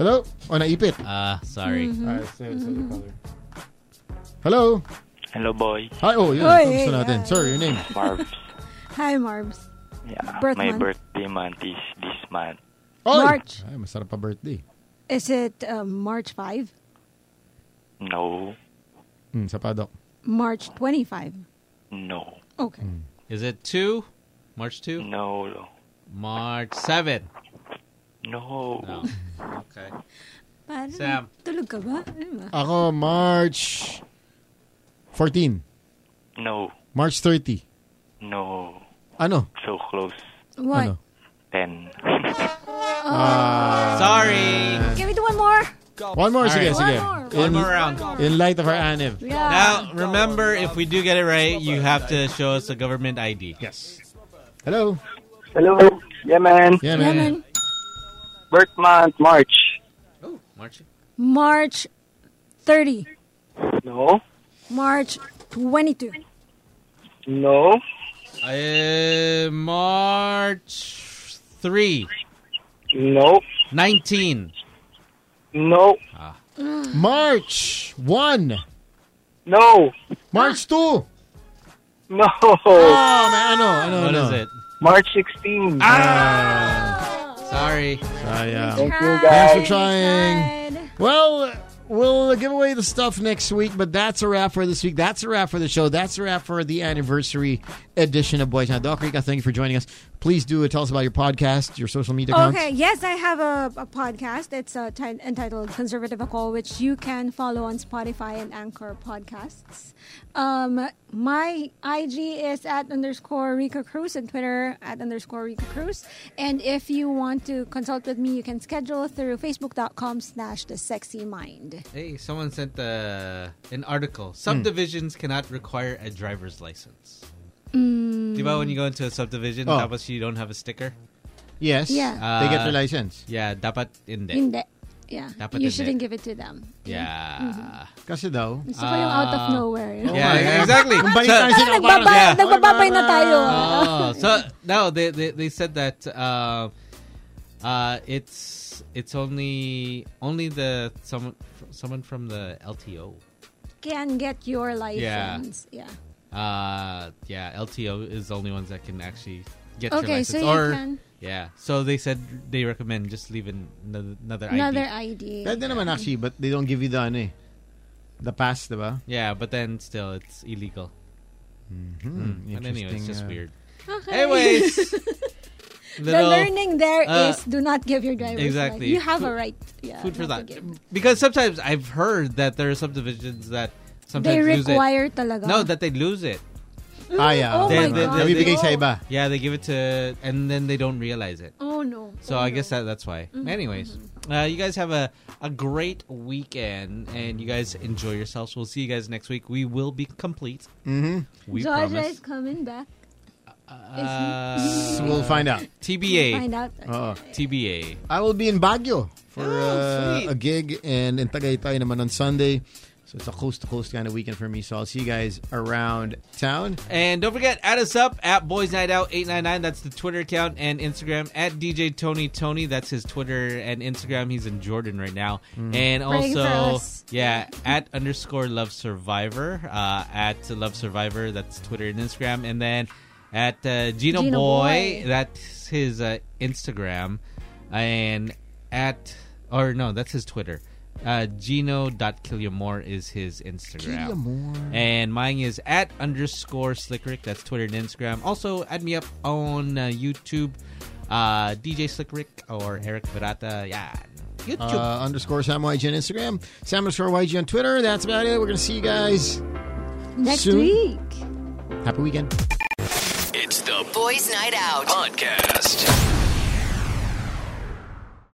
S4: Hello. Oh, naipit.
S3: Ah, sorry.
S4: Mhm.
S3: Alright,
S4: Hello.
S1: Hello, boy.
S4: Hi. Oh, yun.
S5: Oy,
S4: Kamusta
S5: yeah.
S4: natin? Sorry, your name.
S1: Marv.
S5: Hi, Marbs.
S1: Yeah,
S5: Birth
S1: my
S5: month.
S1: birthday month is this month.
S4: Oy!
S5: March.
S4: Ay, masarap pa birthday.
S5: Is it um, March 5?
S1: No,
S4: Hmm, sa padok.
S5: March 25.
S1: no,
S5: Okay.
S3: Is it two? March two?
S1: No.
S3: March seven.
S1: No.
S3: Okay.
S5: Parang
S3: Sam.
S5: tulog ka ba? Ano ba?
S4: Ako, March 14.
S1: no,
S4: March 30.
S1: no.
S4: Ano?
S1: So close.
S5: What?
S4: Ano?
S1: Ten.
S4: Ah.
S3: Sorry.
S5: Can we do one more?
S4: One more,
S3: All
S4: sige,
S3: right.
S4: sige.
S3: One more round.
S4: In light of our anime.
S3: Now, remember, if we do get it right, you have to show us a government ID.
S4: Yes. Hello.
S21: Hello. Yeah, man.
S4: Yeah,
S5: man. Yeah, man.
S21: Birth month, March.
S3: Oh, March.
S5: March 30.
S21: No.
S5: March 22.
S21: No.
S3: Uh, March 3.
S21: No.
S3: 19.
S21: No.
S3: Ah. Mm.
S4: March 1.
S21: No.
S4: March 2.
S21: No.
S4: Oh, man. Ano? Ano?
S3: Ah. What
S4: ano?
S3: is it? Ah.
S21: March 16.
S4: Ah.
S3: Sorry.
S4: Sayang.
S21: Thank you,
S4: uh, Thanks for
S21: guys.
S4: trying. Well, we'll give away the stuff next week, but that's a wrap for this week. That's a wrap for the show. That's a wrap for the anniversary edition of Boys Now. Doc Rica, thank you for joining us. Please do tell us about your podcast, your social media accounts.
S5: Okay, yes, I have a, a podcast. It's uh, ti- entitled Conservative A Call, which you can follow on Spotify and Anchor Podcasts. Um, my IG is at underscore Rika Cruz and Twitter at underscore Rika Cruz. And if you want to consult with me, you can schedule through facebook.com slash the sexy mind.
S3: Hey, someone sent uh, an article. Subdivisions cannot require a driver's license.
S5: Mm.
S3: Diba when you go into a subdivision,
S4: Oh.
S3: tapos you don't have a sticker? Uh,
S4: Yes.
S5: Yeah.
S4: They get their license.
S3: Yeah, dapat hindi.
S5: Hindi. Yeah.
S3: Dapat
S5: you
S3: hindi.
S5: shouldn't give it to them.
S3: Yeah.
S4: Kasi daw. Oh
S5: Gusto ko yung out of
S3: Ah.
S5: nowhere.
S3: Yeah, exactly.
S4: Kung balik tayo sila,
S5: Nagbaba-
S4: parang- Yeah.
S5: nagbababay na tayo.
S3: Oh, so no, they they, they said that uh, uh, it's it's only only the someone someone from the LTO.
S5: can get your license. Yeah.
S3: Uh, yeah, LTO is the only ones that can actually get your
S5: Okay,
S3: license.
S5: so you
S3: or,
S5: can-
S3: Yeah, so they said they recommend just leaving another, another ID.
S5: Another ID.
S4: Pwede naman actually, but they don't give you the ano eh. The pass, diba?
S3: Yeah, but then still it's illegal. Mm. But anyway,
S4: Mm-hmm. Interesting,
S3: it's just
S4: uh,
S3: weird.
S5: Okay.
S3: Anyways,
S5: the
S3: little,
S5: learning there is
S3: uh,
S5: do not give your driver's
S3: exactly.
S5: license. You have a
S3: Food-
S5: right. Yeah,
S3: food for
S5: not
S3: thought.
S5: to give.
S3: Because sometimes I've heard that there are subdivisions that sometimes
S5: They
S3: lose it.
S5: require talaga.
S3: No, that they lose it.
S5: Mm, Ah, yeah. oh my God. Nabibigay sa iba.
S3: Yeah, they give it to, and then they don't realize it.
S5: Oh no.
S3: So I guess that that's why.
S5: Mhm,
S3: Anyways, uh, you guys have a, a great weekend, and you guys enjoy yourselves. We'll see you guys next week. We will be complete.
S4: Mhm.
S3: We
S5: Georgia
S3: promise.
S5: is coming back.
S3: Uh,
S4: We'll find out.
S3: TBA.
S5: We'll find out.
S4: Oo.
S3: TBA.
S4: Uh-huh. I will be in Baguio for
S3: Oh,
S4: uh,
S3: sweet.
S4: a gig and in Tagaytay naman on Sunday. So it's a coast to coast kind of weekend for me. So I'll see you guys around town.
S3: And don't forget, add us up at Boys Night Out 899. That's the Twitter account and Instagram at DJ Tony Tony. That's his Twitter and Instagram. He's in Jordan right now.
S11: Mm.
S3: And
S11: Praying for
S3: also,
S11: us.
S3: yeah, at underscore Love Survivor. Uh, at Love Survivor. That's Twitter and Instagram. And then at uh, Gino,
S11: Gino
S3: Boy.
S11: Boy.
S3: That's his uh, Instagram. And at, or no, that's his Twitter. Uh, Gino.Killiamore is his Instagram.
S4: Killiamore.
S3: And mine is at underscore slickrick. That's Twitter and Instagram. Also, add me up on uh, YouTube, uh, DJ Slickrick or Eric Verata. Yeah, YouTube.
S4: Uh, underscore Sam YG on Instagram. Sam underscore YG on Twitter. That's about it. We're going to see you guys
S5: Next
S4: soon.
S5: week.
S4: Happy weekend.
S11: It's the
S10: Boys Night Out.
S11: podcast.